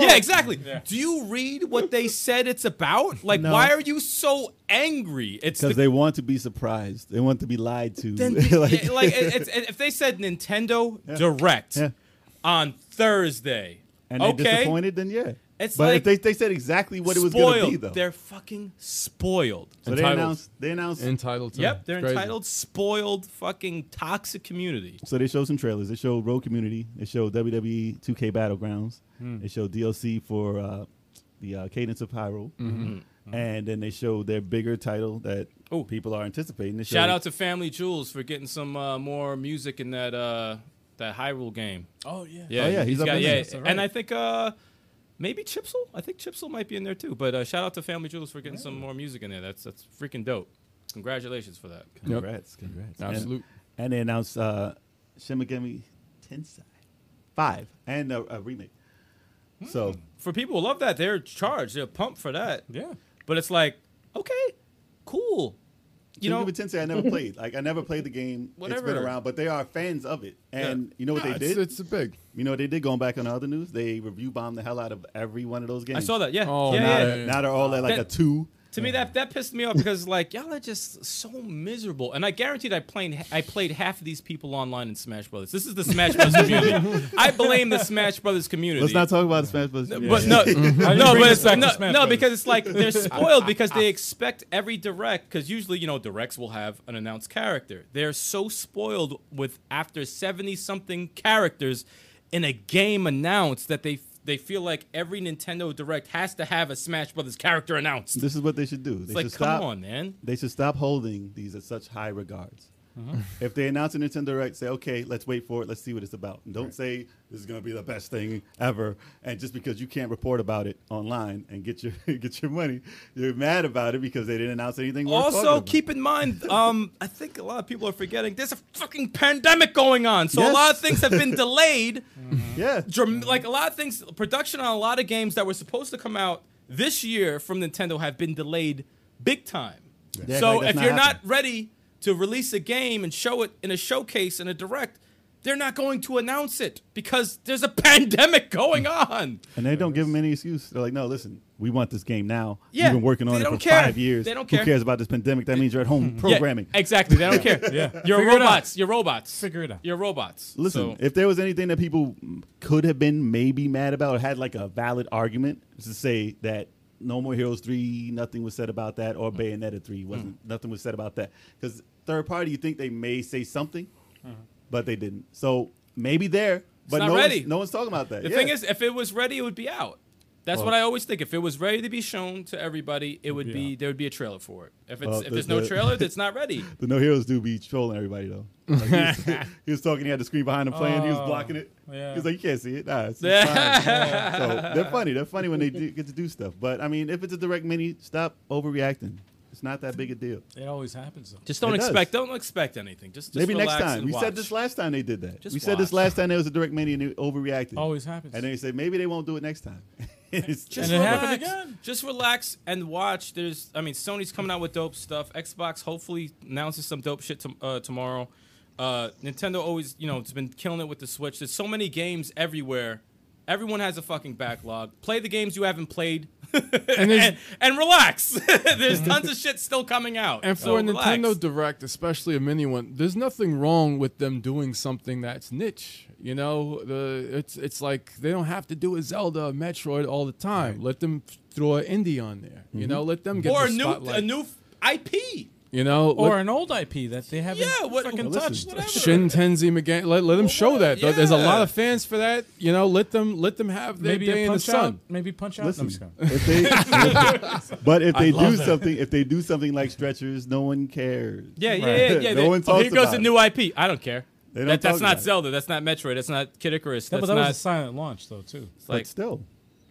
Speaker 3: yeah, exactly. Do you read what they said it's about? Like, why are you so angry? It's
Speaker 4: Because
Speaker 3: the
Speaker 4: they want to be surprised. They want to be lied to.
Speaker 3: then
Speaker 4: Like-
Speaker 3: yeah, like it- it's, if they said Nintendo Direct
Speaker 4: Yeah.
Speaker 3: on Thursday,
Speaker 4: and they
Speaker 3: okay,
Speaker 4: disappointed, then yeah.
Speaker 3: It's
Speaker 4: but
Speaker 3: like
Speaker 4: if they, they said exactly what it was
Speaker 3: spoiled.
Speaker 4: going to be, though.
Speaker 3: They're fucking spoiled.
Speaker 4: so they
Speaker 6: entitled.
Speaker 4: announced. They announced.
Speaker 6: Entitled to.
Speaker 3: Yep, they're
Speaker 6: It's crazy.
Speaker 3: entitled, spoiled, fucking toxic community.
Speaker 4: So they showed some trailers. They showed Road Community. They showed WWE 2K Battlegrounds.
Speaker 3: Hmm.
Speaker 4: They showed DLC for uh, the uh, Cadence of Hyrule.
Speaker 6: Mm-hmm.
Speaker 4: And then they showed their bigger title that
Speaker 3: Ooh.
Speaker 4: people are anticipating. They
Speaker 3: Oh. Shout
Speaker 4: showed-
Speaker 3: out to Family Jewels for getting some uh, more music in that uh, that Hyrule game.
Speaker 2: Oh yeah.
Speaker 3: Yeah,
Speaker 4: Oh, yeah, he's
Speaker 3: he's
Speaker 4: up
Speaker 3: got
Speaker 4: in
Speaker 3: yeah,
Speaker 4: there.
Speaker 2: That's all right.
Speaker 3: and I think uh, maybe Chipsel. I think Chipsel might be in there too. But uh, shout out to Family Jewels for getting some more music in there. That's that's freaking dope. Congratulations for that.
Speaker 6: Yep.
Speaker 4: Congrats, congrats.
Speaker 6: Absolute.
Speaker 4: And, and they announced uh, Shin Megami Tensei 5 and a, a remake.
Speaker 3: Hmm.
Speaker 4: So
Speaker 3: For people who love that, they're charged. They're pumped for that.
Speaker 2: Yeah.
Speaker 3: But it's like, okay, cool. you know,
Speaker 4: Shin Megami Tensei, I never played. Like, I never played the game. It's
Speaker 3: Whatever.
Speaker 4: been around, but they are fans of it. And you know what
Speaker 6: No,
Speaker 4: they
Speaker 6: it's,
Speaker 4: did?
Speaker 6: it's a big.
Speaker 4: you know what they did? Going back on the other news, they review bombed the hell out of every one of those games.
Speaker 3: I saw that. Yeah,
Speaker 6: Oh,
Speaker 3: yeah,
Speaker 6: not
Speaker 3: yeah.
Speaker 6: a-
Speaker 4: Now they're all at like
Speaker 3: That-
Speaker 4: a two.
Speaker 3: To me, that that pissed me off because like y'all are just so miserable, and I guaranteed I played I played half of these people online in Smash Brothers. This is the Smash Brothers community. I blame the Smash Brothers community.
Speaker 4: Let's not talk about the Smash Bros.
Speaker 3: But no, no,
Speaker 2: bring
Speaker 3: but
Speaker 2: this
Speaker 3: it's,
Speaker 2: back to
Speaker 3: no,
Speaker 2: Smash
Speaker 3: no,
Speaker 2: Brothers.
Speaker 3: because it's like they're spoiled because they expect every direct because usually you know directs will have an announced character. They're so spoiled with after seventy something characters in a game announced that they they feel like every Nintendo direct has to have a Smash Brothers character announced.
Speaker 4: This is what they should do. They
Speaker 3: it's like
Speaker 4: should
Speaker 3: come
Speaker 4: stop.
Speaker 3: on, man.
Speaker 4: They should stop holding these at such high regards.
Speaker 3: Mm-hmm.
Speaker 4: If they announce a Nintendo Direct, say, okay, let's wait for it. Let's see what it's about. And don't say this is going to be the best thing ever. And just because you can't report about it online and get your get your money, you're mad about it because they didn't announce anything. worth talking
Speaker 3: Also,
Speaker 4: about.
Speaker 3: keep in mind, um, I think a lot of people are forgetting there's a fucking pandemic going on, so a
Speaker 4: Yes. Mm.
Speaker 3: lot of things have been delayed.
Speaker 4: yeah.
Speaker 3: Dram- like a lot of things, production on a lot of games that were supposed to come out this year from Nintendo have been delayed big time.
Speaker 4: Yeah,
Speaker 3: So
Speaker 4: like that's
Speaker 3: if
Speaker 4: not
Speaker 3: you're not
Speaker 4: happening.
Speaker 3: ready to release a game and show it in a showcase in a direct, they're not going to announce it because there's a pandemic going on.
Speaker 4: And they don't give them any excuse. They're like, no, listen, we want this game now.
Speaker 3: Yeah,
Speaker 4: You've been working on
Speaker 3: they
Speaker 4: it
Speaker 3: don't
Speaker 4: for
Speaker 3: care.
Speaker 4: five years.
Speaker 3: They don't
Speaker 4: Who
Speaker 3: care.
Speaker 4: cares about this pandemic? That means you're at home programming.
Speaker 3: Yeah, exactly. They don't care.
Speaker 2: Yeah.
Speaker 3: You're
Speaker 2: Figure it out.
Speaker 3: robots. You're robots.
Speaker 2: Figure it out.
Speaker 3: You're robots.
Speaker 4: Listen,
Speaker 3: So-
Speaker 4: if there was anything that people could have been maybe mad about or had like a valid argument it's to say that No More Heroes 3, nothing was said about that, or
Speaker 3: Mm.
Speaker 4: Bayonetta 3, wasn't nothing was said about that. Because third party, you think they may say something, but they didn't. So maybe there, but
Speaker 3: Mm-hmm. not
Speaker 4: no,
Speaker 3: ready.
Speaker 4: One's, no one's talking about that.
Speaker 3: The
Speaker 4: Yeah.
Speaker 3: thing is, if it was ready, it would be out. That's what I always think. If it was ready to be shown to everybody, it would
Speaker 2: be
Speaker 3: be there would be a trailer for it. If it's
Speaker 4: Well,
Speaker 3: if
Speaker 4: the-
Speaker 3: there's no
Speaker 4: the-
Speaker 3: trailer, it's not ready.
Speaker 4: the No Heroes do be trolling everybody, though. Like, he, was, he was talking, he had the screen behind him playing, he was
Speaker 2: Oh,
Speaker 4: blocking it.
Speaker 2: yeah.
Speaker 4: He was like, you can't see it. Nah, it's, it's fine. so they're funny. They're funny when they do, get to do stuff. But I mean, if it's a direct mini, stop overreacting. It's not that big a deal.
Speaker 2: It always happens. Though.
Speaker 3: Just don't
Speaker 4: It does.
Speaker 3: expect don't expect anything. Just, just
Speaker 4: Maybe next
Speaker 3: relax
Speaker 4: time.
Speaker 3: and
Speaker 4: We
Speaker 3: watch.
Speaker 4: said this last time they did that.
Speaker 3: Just
Speaker 4: we said this
Speaker 3: watch.
Speaker 4: last time there was a direct mini and they overreacted.
Speaker 2: Always happens.
Speaker 4: And then they said maybe they won't do it next time. It's-
Speaker 3: Just
Speaker 2: And it
Speaker 3: relax.
Speaker 2: happened again.
Speaker 3: Just relax and watch. There's I mean, Sony's coming out with dope stuff. Xbox hopefully announces some dope shit to, uh, tomorrow. Uh, Nintendo always you know it's been killing it with the Switch. There's so many games everywhere. Everyone has a fucking backlog. Play the games you haven't played. and,
Speaker 6: there's-
Speaker 3: and, relax. there's tons of shit still coming out.
Speaker 6: And for
Speaker 3: So
Speaker 6: a
Speaker 3: relax.
Speaker 6: Nintendo Direct, especially a mini one, there's nothing wrong with them doing something that's niche. You know, the it's it's like they don't have to do a Zelda, a Metroid all the time. Let them throw an indie on there. You know, let them
Speaker 3: Mm-hmm.
Speaker 6: get
Speaker 3: or a
Speaker 6: the
Speaker 3: new
Speaker 6: spotlight.
Speaker 3: a new IP.
Speaker 6: you know,
Speaker 2: Or
Speaker 6: let-
Speaker 2: an old IP that they haven't
Speaker 3: Yeah, what-
Speaker 2: fucking
Speaker 4: Listen,
Speaker 2: touched.
Speaker 3: whatever.
Speaker 6: Shin Tenzi McGann. Let, let them show that. though. There's a lot
Speaker 3: yeah.
Speaker 6: of fans for that. You know, let them let them have their
Speaker 2: Maybe
Speaker 6: day
Speaker 2: a
Speaker 6: in the
Speaker 2: punch out.
Speaker 6: sun.
Speaker 2: Maybe punch out. No, I'm just
Speaker 4: Listen,
Speaker 2: kidding.
Speaker 4: if they, but if they do something, if they do something like stretchers, no one cares.
Speaker 3: Yeah, yeah,
Speaker 2: Right.
Speaker 3: yeah, yeah.
Speaker 4: No
Speaker 3: They-
Speaker 4: one
Speaker 3: oh,
Speaker 4: talks
Speaker 3: here goes
Speaker 4: about
Speaker 3: a
Speaker 4: it.
Speaker 3: new IP. I don't care.
Speaker 4: They don't
Speaker 3: that, that's
Speaker 4: talk
Speaker 3: not
Speaker 4: about it.
Speaker 3: Zelda. That's not Metroid. That's not Kid Icarus.
Speaker 2: Yeah,
Speaker 3: That's
Speaker 2: but that
Speaker 3: not
Speaker 2: was a silent launch though too.
Speaker 3: it's
Speaker 4: But
Speaker 3: like
Speaker 4: still,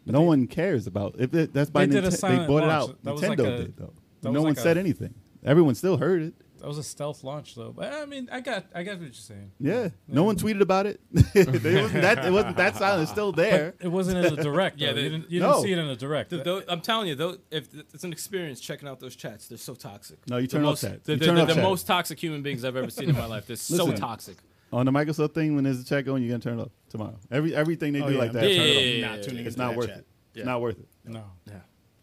Speaker 4: no one cares about if it, that's by
Speaker 2: They did a
Speaker 4: Nintendo. They
Speaker 2: silent
Speaker 4: bought it
Speaker 2: launch.
Speaker 4: out.
Speaker 2: That was
Speaker 4: Nintendo
Speaker 2: like a-
Speaker 4: did though.
Speaker 2: that
Speaker 4: No
Speaker 2: was
Speaker 4: one
Speaker 2: like
Speaker 4: said
Speaker 2: a-
Speaker 4: anything. Everyone still heard it.
Speaker 2: That was a stealth launch though. But I mean, I got I got what you're saying.
Speaker 4: Yeah, no one tweeted about it. it wasn't that. It wasn't that silent. It's still there.
Speaker 2: It wasn't in a direct.
Speaker 3: Yeah,
Speaker 2: though. you
Speaker 3: they-
Speaker 2: didn't you
Speaker 4: No.
Speaker 2: didn't see it in a direct.
Speaker 3: Dude, tho- I'm telling you, though, if th- it's an experience checking out those chats, they're so toxic.
Speaker 4: No, you
Speaker 3: The
Speaker 4: turn off
Speaker 3: most-
Speaker 4: chat.
Speaker 3: They're,
Speaker 4: You
Speaker 3: they're-
Speaker 4: turn
Speaker 3: they're
Speaker 4: off
Speaker 3: the
Speaker 4: chat.
Speaker 3: most toxic human beings I've ever seen in my life. They're so
Speaker 4: Listen.
Speaker 3: toxic.
Speaker 4: On the Microsoft thing, when there's a chat going, you gotta turn it off tomorrow. Every everything they
Speaker 8: Oh,
Speaker 4: do
Speaker 8: yeah,
Speaker 4: like that,
Speaker 8: I'm
Speaker 3: Yeah,
Speaker 4: turn
Speaker 3: yeah,
Speaker 4: it off.
Speaker 3: yeah, yeah.
Speaker 8: Not tuning
Speaker 4: It's
Speaker 8: into
Speaker 4: not
Speaker 8: that
Speaker 4: worth
Speaker 8: chat.
Speaker 4: it. It's not worth it.
Speaker 2: no.
Speaker 3: Yeah.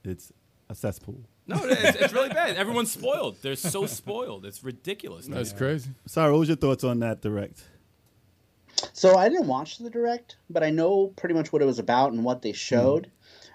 Speaker 4: It's a cesspool.
Speaker 3: No, it- it's, it's really bad. Everyone's spoiled. They're so spoiled. It's ridiculous. man.
Speaker 6: That's crazy.
Speaker 4: Sorry, what was your thoughts on that direct?
Speaker 5: So I didn't watch the direct, but I know pretty much what it was about and what they showed.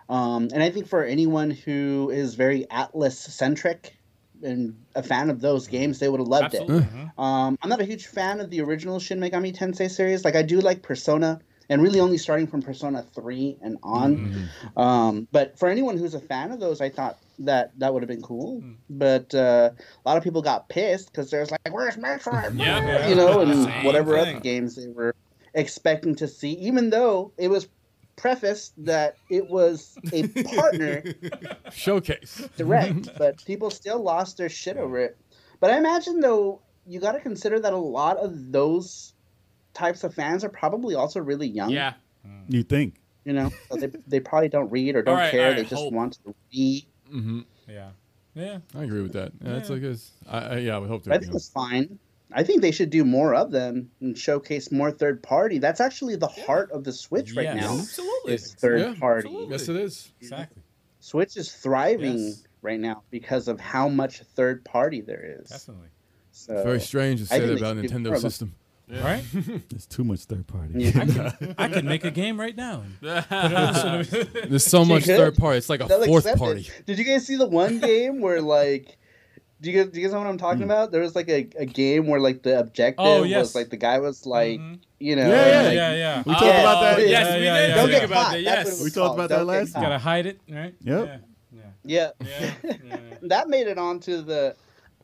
Speaker 5: Um, and I think for anyone who is very Atlas centric and a fan of those games, they would have loved it.
Speaker 3: Absolutely.
Speaker 5: Um, I'm not a huge fan of the original Shin Megami Tensei series. Like I do like Persona, and really only starting from Persona three and on. Um, but for anyone who's a fan of those, I thought that that would have been cool. But uh, a lot of people got pissed because there's like, "Where's Metroid?"
Speaker 3: Yeah.
Speaker 5: you know, and
Speaker 3: Same
Speaker 5: whatever
Speaker 3: thing.
Speaker 5: other games they were expecting to see, even though it was prefaced that it was a partner
Speaker 6: Showcase.
Speaker 5: direct, but people still lost their shit over it. But I imagine though, you got to consider that a lot of those types of fans are probably also really young.
Speaker 3: Yeah.
Speaker 4: You think?
Speaker 5: You know, so they, they probably don't read or don't
Speaker 3: Alright,
Speaker 5: care.
Speaker 3: alright,
Speaker 5: they just
Speaker 3: hope.
Speaker 5: want to be.
Speaker 2: Yeah. Yeah.
Speaker 6: I agree with that. Yeah, It's like it's, I, I, yeah, I would hope
Speaker 5: I
Speaker 6: that.
Speaker 5: think it's fine. I think they should do more of them and showcase more third party. That's actually the heart of the Switch right
Speaker 2: Yes.
Speaker 5: now.
Speaker 3: Absolutely.
Speaker 5: Is third
Speaker 6: Yeah,
Speaker 5: party.
Speaker 6: Yes, it is.
Speaker 2: Exactly.
Speaker 5: Switch is thriving
Speaker 2: Yes.
Speaker 5: right now because of how much third party there is.
Speaker 2: Definitely.
Speaker 5: So,
Speaker 6: Very strange to
Speaker 5: I
Speaker 6: say
Speaker 5: think
Speaker 6: that
Speaker 5: they
Speaker 6: about a
Speaker 5: should do more
Speaker 6: Nintendo
Speaker 5: of them.
Speaker 6: system.
Speaker 2: Right?
Speaker 4: It's too much third party.
Speaker 5: Yeah.
Speaker 2: I could make a game right now.
Speaker 6: There's so much
Speaker 5: could.
Speaker 6: third party. It's like a
Speaker 5: They'll
Speaker 6: fourth
Speaker 5: accept it.
Speaker 6: party.
Speaker 5: Did you guys see the one game where like? Do you, guys, do you guys know what I'm talking about? There was like a, a game where like the objective
Speaker 2: Hmm. Oh, yes. Mm-hmm.
Speaker 5: was like the guy was like you know
Speaker 4: Yeah,
Speaker 5: like,
Speaker 2: yeah, yeah.
Speaker 4: We talked about that.
Speaker 5: Oh,
Speaker 3: Yes,
Speaker 2: Yeah,
Speaker 3: we
Speaker 2: yeah, yeah,
Speaker 3: did think
Speaker 2: yeah.
Speaker 3: about that.
Speaker 5: Don't get caught. That's
Speaker 3: Yes.
Speaker 5: what
Speaker 4: We
Speaker 5: it's
Speaker 4: talked
Speaker 5: called.
Speaker 4: about that
Speaker 5: Don't get
Speaker 4: last
Speaker 5: caught.
Speaker 2: Gotta hide it, right?
Speaker 4: Yep.
Speaker 2: Yeah.
Speaker 5: Yeah,
Speaker 2: Yeah. yeah, yeah.
Speaker 5: that made it onto the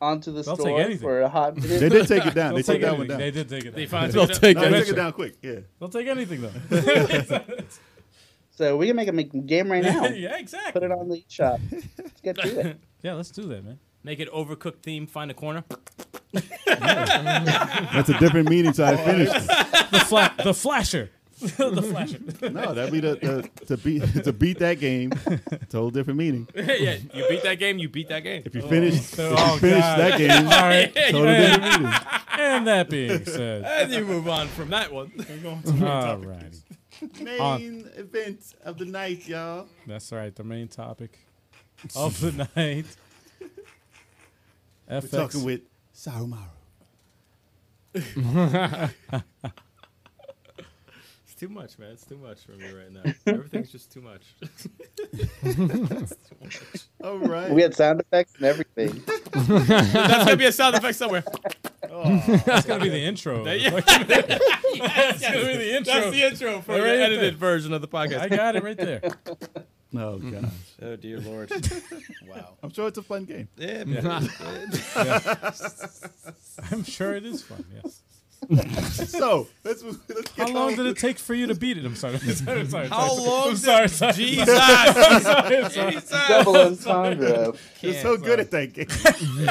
Speaker 5: onto the
Speaker 2: They'll take
Speaker 5: store
Speaker 2: anything.
Speaker 5: for a hot minute.
Speaker 4: They did take it down.
Speaker 2: They'll
Speaker 4: They
Speaker 2: take
Speaker 4: took that
Speaker 2: anything.
Speaker 4: one down.
Speaker 2: They did take it.
Speaker 3: They
Speaker 2: Down.
Speaker 3: finally
Speaker 6: They'll take
Speaker 4: No, they
Speaker 6: that.
Speaker 4: took it down quick. Yeah.
Speaker 2: They'll take anything though.
Speaker 5: So we can make a m- game right now.
Speaker 2: yeah, exactly.
Speaker 5: Put it on the shop. Let's get to it.
Speaker 2: Yeah, let's do that, man.
Speaker 3: Make it overcooked theme. Find a corner.
Speaker 4: That's a different meaning to I finished.
Speaker 2: The fla- the flasher. the flasher.
Speaker 4: No, that'd be the, the to beat to beat that game. It's a whole different meaning.
Speaker 3: yeah, you beat that game. You beat that game.
Speaker 4: If you finish, if
Speaker 2: oh,
Speaker 4: you finish
Speaker 2: God.
Speaker 4: that game,
Speaker 2: All right.
Speaker 4: totally different meaning.
Speaker 2: And that being said,
Speaker 3: And you move on from that one.
Speaker 2: all right.
Speaker 4: Main
Speaker 2: On-
Speaker 4: event of the night, y'all.
Speaker 2: That's right. The main topic of the night. FX.
Speaker 4: We're talking with Sarumaru.
Speaker 3: It's too much, man. It's too much for me right now. Everything's just too much.
Speaker 4: All right.
Speaker 5: We had sound effects and everything.
Speaker 3: That's gonna be a sound effect somewhere.
Speaker 2: That's gonna be the intro.
Speaker 3: Yeah.
Speaker 2: That's gonna be the
Speaker 3: That's
Speaker 2: intro.
Speaker 3: the intro for
Speaker 2: Alright,
Speaker 3: the edited version of the
Speaker 2: I
Speaker 3: podcast.
Speaker 2: got it right there.
Speaker 4: oh gosh.
Speaker 3: Oh dear lord.
Speaker 8: Wow.
Speaker 4: I'm sure it's a fun game.
Speaker 3: Yeah, man.
Speaker 2: I'm sure it is fun. Yes.
Speaker 4: So let's let's get
Speaker 2: How long
Speaker 4: on.
Speaker 2: did it take for you to beat it? I'm sorry. I'm sorry. I'm sorry.
Speaker 3: How long?
Speaker 2: I'm
Speaker 3: did-
Speaker 2: sorry. I'm sorry.
Speaker 3: Jesus. Jesus.
Speaker 5: Double entendre.
Speaker 4: You're so good at that game.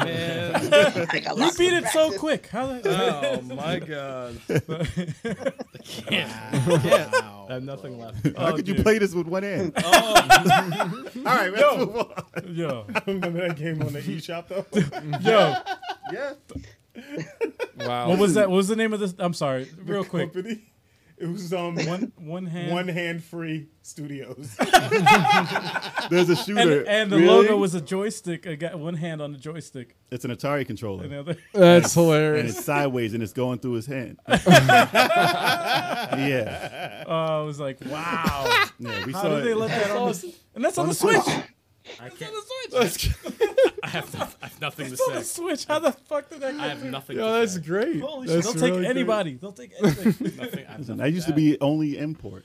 Speaker 3: Oh, man. Man.
Speaker 5: Like a
Speaker 2: You
Speaker 5: lot
Speaker 2: beat
Speaker 5: of
Speaker 2: it so
Speaker 5: practice.
Speaker 2: quick. How the-
Speaker 3: Oh my god.
Speaker 8: Wow.
Speaker 3: I have nothing left.
Speaker 2: Oh,
Speaker 4: How could you play this with one hand? All right, let's move on.
Speaker 2: yo,
Speaker 8: Remember that game on the eShop though?
Speaker 2: yo.
Speaker 4: Yeah.
Speaker 6: Wow.
Speaker 2: What was that? What was the name of this? I'm sorry. Real quick.
Speaker 8: Company. It was um
Speaker 2: One one hand.
Speaker 8: one hand free studios.
Speaker 4: There's a
Speaker 2: and,
Speaker 4: shooter.
Speaker 2: and the
Speaker 4: Really?
Speaker 2: logo was a joystick. I got one hand on the joystick.
Speaker 4: It's an Atari controller.
Speaker 2: And the other.
Speaker 6: That's
Speaker 4: and
Speaker 6: hilarious.
Speaker 4: it's sideways and it's going through his hand. yeah.
Speaker 2: Oh, I was like, wow.
Speaker 4: Yeah, we
Speaker 2: How
Speaker 4: saw
Speaker 2: did they
Speaker 4: it.
Speaker 2: let that on? The, and that's on the Switch.
Speaker 3: I can't.
Speaker 2: That's
Speaker 3: I have, no, I have nothing to
Speaker 2: on the
Speaker 3: say.
Speaker 2: Switch. How the fuck did that?
Speaker 3: I
Speaker 2: Get?
Speaker 3: have nothing
Speaker 6: Yo,
Speaker 3: to
Speaker 6: that's
Speaker 3: say.
Speaker 6: great.
Speaker 2: Holy shit!
Speaker 6: That's
Speaker 2: They'll
Speaker 6: really
Speaker 2: take
Speaker 6: great.
Speaker 2: anybody. They'll take anything.
Speaker 3: Nothing, I have nothing.
Speaker 4: That used to be only import.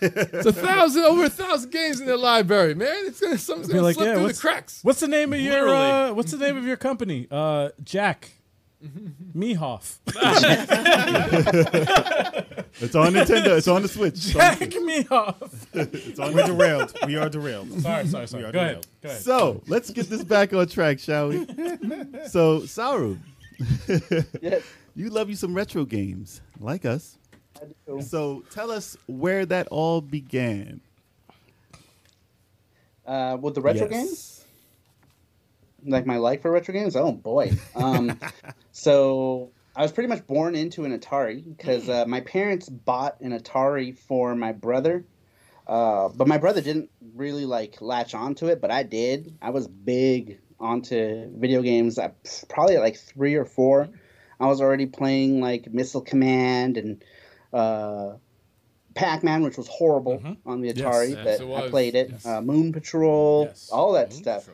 Speaker 6: It's a thousand, over a thousand games in their library, man. It's gonna, something's gonna
Speaker 2: like,
Speaker 6: slip
Speaker 2: yeah,
Speaker 6: through the
Speaker 2: what's-
Speaker 6: cracks.
Speaker 2: What's the name of your?
Speaker 3: Literally.
Speaker 2: Uh, what's the name of your company? Uh, Jack. Mehoff.
Speaker 4: It's on Nintendo. It's on the Switch. It's on
Speaker 2: Jack
Speaker 4: the Switch.
Speaker 2: Mehoff.
Speaker 4: It's on
Speaker 8: We're
Speaker 4: the-
Speaker 8: derailed. We are derailed.
Speaker 2: Sorry, sorry, sorry.
Speaker 8: are
Speaker 2: Go ahead.
Speaker 8: derailed.
Speaker 2: Go ahead.
Speaker 4: So let's get this back on track, shall we? So, Saru,
Speaker 5: Yes,
Speaker 4: you love you some retro games like us.
Speaker 5: I do.
Speaker 4: So tell us where that all began.
Speaker 5: Uh, with the retro games, like my like for retro games. Oh boy. Um, so I was pretty much born into an Atari because uh, my parents bought an Atari for my brother. Uh, but my brother didn't really like latch onto it, but I did. I was big onto video games. I, probably at like three or four, I was already playing like Missile Command and uh, Pac Man, which was horrible on the Atari,
Speaker 6: yes, it
Speaker 5: but I
Speaker 6: was.
Speaker 5: played it.
Speaker 6: Yes.
Speaker 5: Uh, Moon Patrol,
Speaker 2: Yes.
Speaker 5: all that stuff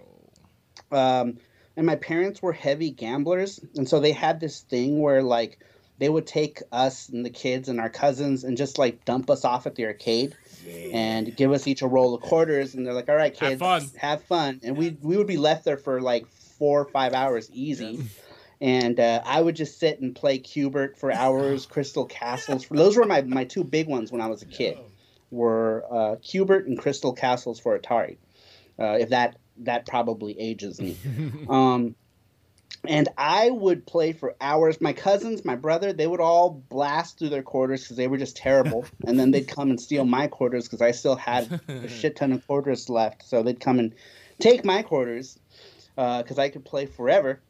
Speaker 5: um, and my parents were heavy gamblers, and so they had this thing where like they would take us and the kids and our cousins and just like dump us off at the arcade and give us each a roll of quarters, and they're like, "All right, kids,
Speaker 3: Have fun."
Speaker 5: have fun." and we we would be left there for like four or five hours easy. And uh, I would just sit and play Cubert for hours, Crystal Castles. For, those were my, my two big ones when I was a kid, were uh, Cubert and Crystal Castles for Atari uh, if that that probably ages me. um, and I would play for hours. My cousins, my brother, they would all blast through their quarters because they were just terrible, and then they'd come and steal my quarters because I still had a shit ton of quarters left. So they'd come and take my quarters because I could play forever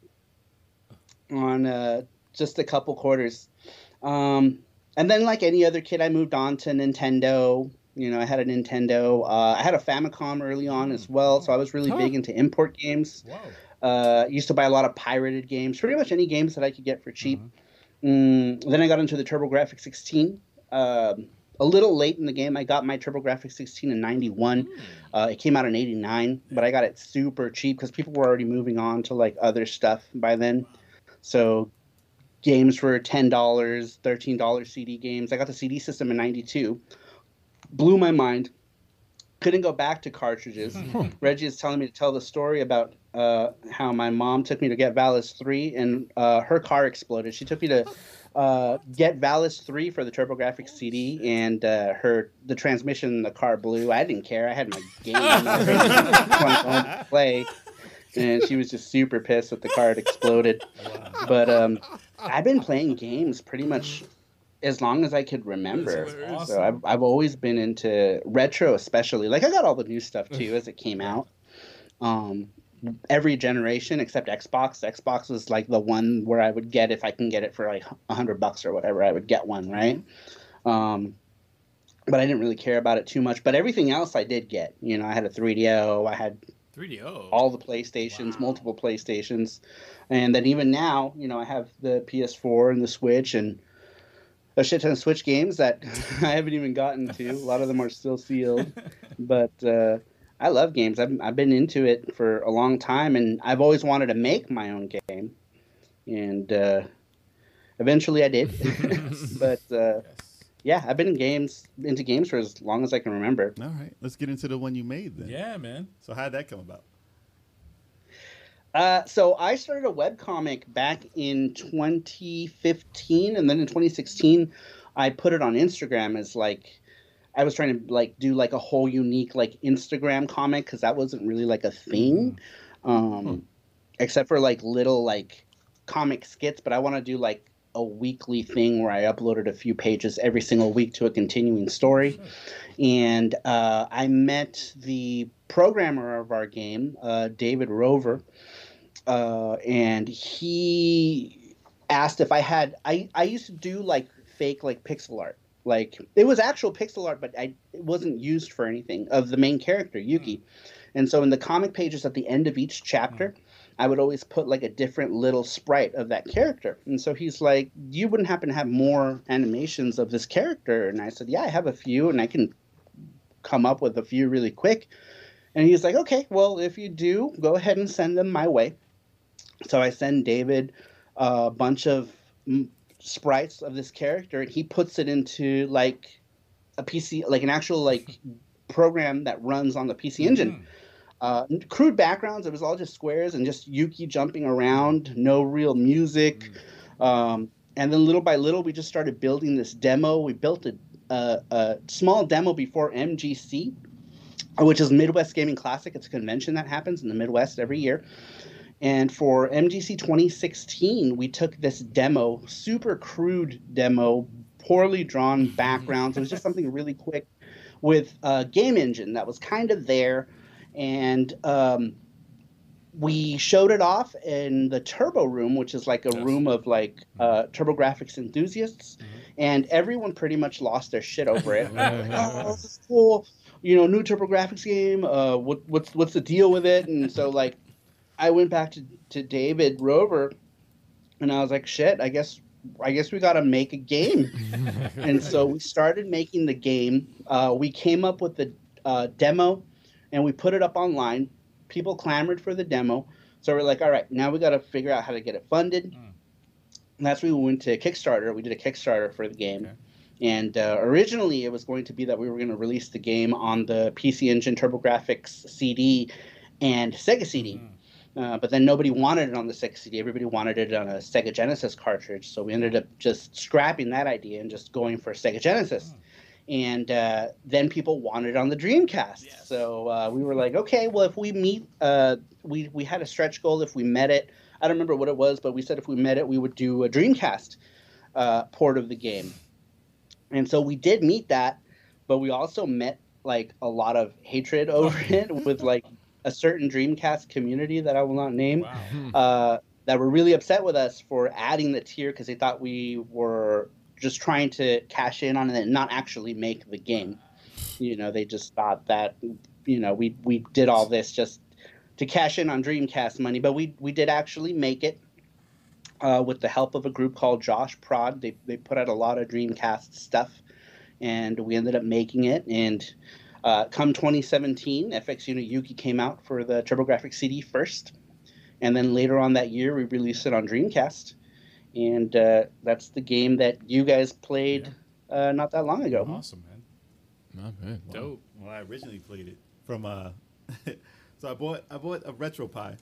Speaker 5: on uh, just a couple quarters. Um, and then, like any other kid, I moved on to Nintendo. You know, I had a Nintendo. Uh, I had a Famicom early on as well, so I was really big into import games. Uh, used to buy a lot of pirated games, pretty much any games that I could get for cheap. Mm, then I got into the TurboGrafx 16. Um, a little late in the game, I got my TurboGrafx 16 in 91. Uh, it came out in 89, but I got it super cheap because people were already moving on to like other stuff by then. So games were $10, $13 CD games. I got the CD system in 92. Blew my mind. Couldn't go back to cartridges. Reggie is telling me to tell the story about uh, how my mom took me to get Valis 3 and uh, her car exploded. She took me to uh, get Valis 3 for the TurboGrafx CD and uh, her the transmission in the car blew. I didn't care. I had my game. on my face. I just wanted to go home to play and she was just super pissed that the car had exploded. But um, I've been playing games pretty much as long as I could remember. So I've, I've always been into retro, especially. Like I got all the new stuff too as it came out. Um, every generation except Xbox. Xbox was like the one where I would get if I can get it for like a hundred bucks or whatever. I would get one, right? Um, but I didn't really care about it too much. But everything else I did get. You know, I had a 3DO. I had
Speaker 3: 3DO.
Speaker 5: all the PlayStations, multiple PlayStations, and then even now, you know, I have the PS4 and the Switch and a shit ton of Switch games that I haven't even gotten to. A lot of them are still sealed, but uh, I love games. I've I've been into it for a long time, and I've always wanted to make my own game, and uh, eventually I did. but uh, yeah, I've been in games into games for as long as I can remember.
Speaker 4: All right, let's get into the one you made then.
Speaker 2: Yeah, man.
Speaker 4: So how'd that come about?
Speaker 5: Uh, so I started a webcomic back in 2015, and then in 2016, I put it on Instagram as like I was trying to like do like a whole unique like Instagram comic because that wasn't really like a thing, um, except for like little like comic skits. But I want to do like a weekly thing where I uploaded a few pages every single week to a continuing story and uh, I met the programmer of our game, uh, David Rover, uh, and he asked if I had. I I used to do like fake like pixel art, like it was actual pixel art, but I it wasn't used for anything of the main character Yuki, and so in the comic pages at the end of each chapter. I would always put like a different little sprite of that character. And so he's like, You wouldn't happen to have more animations of this character? And I said, Yeah, I have a few and I can come up with a few really quick. And he's like, Okay, well, if you do, go ahead and send them my way. So I send David a bunch of mm, sprites of this character and he puts it into like a PC, like an actual like program that runs on the PC engine uh, crude backgrounds. It was all just squares and just Yuki jumping around, no real music. Um, and then little by little, we just started building this demo. We built a, a, a small demo before MGC, which is Midwest Gaming Classic. It's a convention that happens in the Midwest every year. And for MGC 2016, we took this demo, super crude demo, poorly drawn backgrounds. It was just something really quick with a game engine that was kind of there. And um, we showed it off in the Turbo Room, which is like a room of like uh, TurboGrafx enthusiasts. And everyone pretty much lost their shit over it. Like, oh, this is cool. You know, new TurboGrafx game. Uh, what, what's, what's the deal with it? And so, like, I went back to, to David Rover and I was like, shit, I guess I guess we gotta make a game. and so we started making the game. Uh, we came up with the uh, demo and we put it up online. People clamored for the demo. So we're like, all right, now we gotta figure out how to get it funded. And that's when we went to Kickstarter. We did a Kickstarter for the game. And uh, originally, it was going to be that we were going to release the game on the PC Engine TurboGrafx CD and Sega CD. Uh, but then nobody wanted it on the Sega CD. Everybody wanted it on a Sega Genesis cartridge. So we ended up just scrapping that idea and just going for Sega Genesis. And uh, then people wanted it on the Dreamcast. So uh, we were like, okay, well, if we meet, uh, we, we had a stretch goal. If we met it, I don't remember what it was, but we said if we met it, we would do a Dreamcast uh, port of the game. And so we did meet that, but we also met like a lot of hatred over it with like a certain Dreamcast community that I will not name uh, that were really upset with us for adding the tier because they thought we were just trying to cash in on it and not actually make the game. You know, they just thought that you know we we did all this just to cash in on Dreamcast money, but we we did actually make it uh, with the help of a group called Josh Prod. They they put out a lot of Dreamcast stuff, and we ended up making it. And uh, come 2017, FX Unit Yuki came out for the TurboGrafx CD first, and then later on that year we released it on Dreamcast, and uh, that's the game that you guys played uh, not that long ago.
Speaker 2: Awesome, man.
Speaker 6: Not bad. Wow.
Speaker 3: Dope.
Speaker 4: Well, I originally played it from uh, so I bought I bought a RetroPie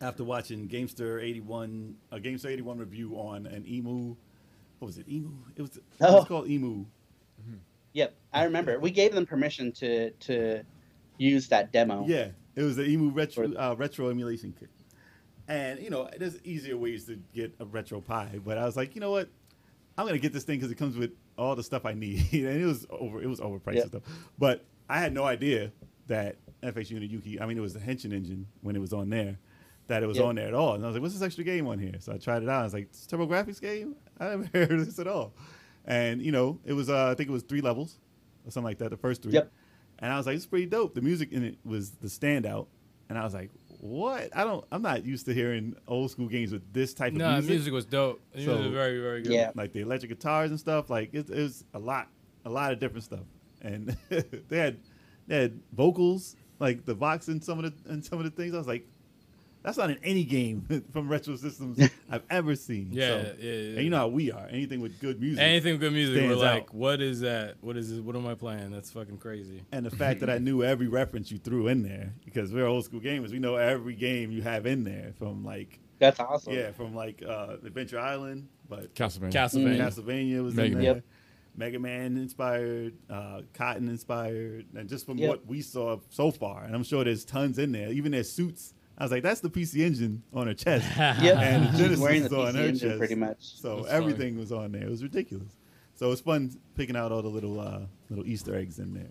Speaker 4: after watching Gamester eighty one a Gamester eighty one review on an emu. What was it? Emu. It was it was
Speaker 5: Oh.
Speaker 4: called emu.
Speaker 5: Yep, I remember. We gave them permission to to use that demo.
Speaker 4: Yeah, it was the emu retro uh, retro emulation kit. And you know, there's easier ways to get a retro pie, but I was like, you know what? I'm gonna get this thing because it comes with all the stuff I need, and it was over. It was overpriced
Speaker 5: Yeah.
Speaker 4: and stuff, but I had no idea that FX Unit Yuki. I mean, it was the Henshin engine when it was on there, that it was
Speaker 5: Yeah.
Speaker 4: on there at all. And I was like, what's this extra game on here? So I tried it out. I was like, it's a TurboGrafx game. I haven't heard of this at all. And you know, it was uh, I think it was three levels or something like that. The first three.
Speaker 5: Yep.
Speaker 4: And I was like, it's pretty dope. The music in it was the standout. And I was like, what? I don't. I'm not used to hearing old school games with this type
Speaker 3: No,
Speaker 4: of
Speaker 3: the
Speaker 4: music.
Speaker 3: music was dope. The music
Speaker 4: So-
Speaker 3: was very, very good.
Speaker 5: Yeah.
Speaker 4: Like the electric guitars and stuff. Like it, it was a lot, a lot of different stuff. And they had they had vocals like the vox in some of the in some of the things. I was like, that's not in any game from retro systems I've ever seen.
Speaker 3: Yeah,
Speaker 4: So-
Speaker 3: yeah, yeah.
Speaker 4: And you know how we are. Anything with good music.
Speaker 3: Anything with good music, we're
Speaker 4: Stands
Speaker 3: like,
Speaker 4: out.
Speaker 3: what is that? What is this? What am I playing? That's fucking crazy.
Speaker 4: and the fact that I knew every reference you threw in there because we're old school gamers. We know every game you have in there from like
Speaker 5: That's awesome.
Speaker 4: yeah, from like uh, Adventure Island, but
Speaker 6: Castlevania.
Speaker 3: Castlevania.
Speaker 4: Castlevania was
Speaker 6: Mega
Speaker 4: in
Speaker 6: Man.
Speaker 4: there.
Speaker 5: Yep.
Speaker 4: Mega Man inspired, uh, Cotton inspired, and just from
Speaker 5: Yep.
Speaker 4: what we saw so far, and I'm sure there's tons in there. Even their suits, I was like, that's the PC Engine on her chest,
Speaker 5: Yep.
Speaker 4: and the Genesis
Speaker 5: Wearing the
Speaker 4: is on
Speaker 5: PC
Speaker 4: her
Speaker 5: engine
Speaker 4: chest.
Speaker 5: pretty much.
Speaker 4: So
Speaker 3: That's
Speaker 4: everything was on there. It was ridiculous. So it's fun picking out all the little uh, little Easter eggs in there.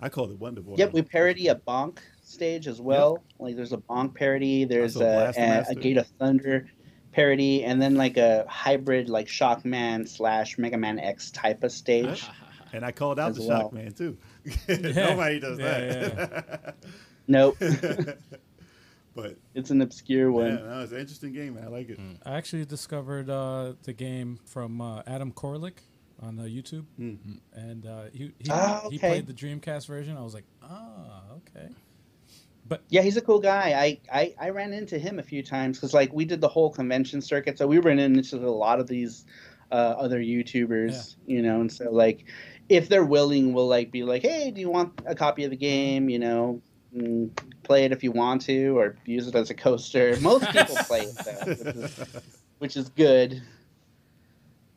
Speaker 4: I called it Wonder Boy.
Speaker 5: Yep, we parody a bonk stage as well. Like there's a bonk parody, there's
Speaker 4: Also
Speaker 5: a, a, a
Speaker 4: Blastomaster.
Speaker 5: Gate of Thunder parody, and then like a hybrid like Shockman slash Mega Man X type of stage.
Speaker 4: and I called out
Speaker 5: As
Speaker 4: the
Speaker 5: well.
Speaker 4: Shockman too. Nobody does
Speaker 2: Yeah,
Speaker 4: that.
Speaker 5: nope,
Speaker 4: but
Speaker 5: it's an obscure
Speaker 4: yeah,
Speaker 5: one.
Speaker 4: no, it's an interesting game. Man. I like it.
Speaker 2: I actually discovered uh, the game from uh, Adam Korlick on uh, YouTube, and uh, he he,
Speaker 5: Ah,
Speaker 2: he
Speaker 5: okay.
Speaker 2: played the Dreamcast version. I was like, ah, okay.
Speaker 5: Yeah, he's a cool guy. I, I, I ran into him a few times because like we did the whole convention circuit, so we ran into a lot of these uh, other YouTubers, you know. And so like, if they're willing, we'll like be like, hey, do you want a copy
Speaker 3: Mm-hmm.
Speaker 5: of the game? You know, mm, play it if you want to, or use it as a coaster. Most people play it though, which is, which is good.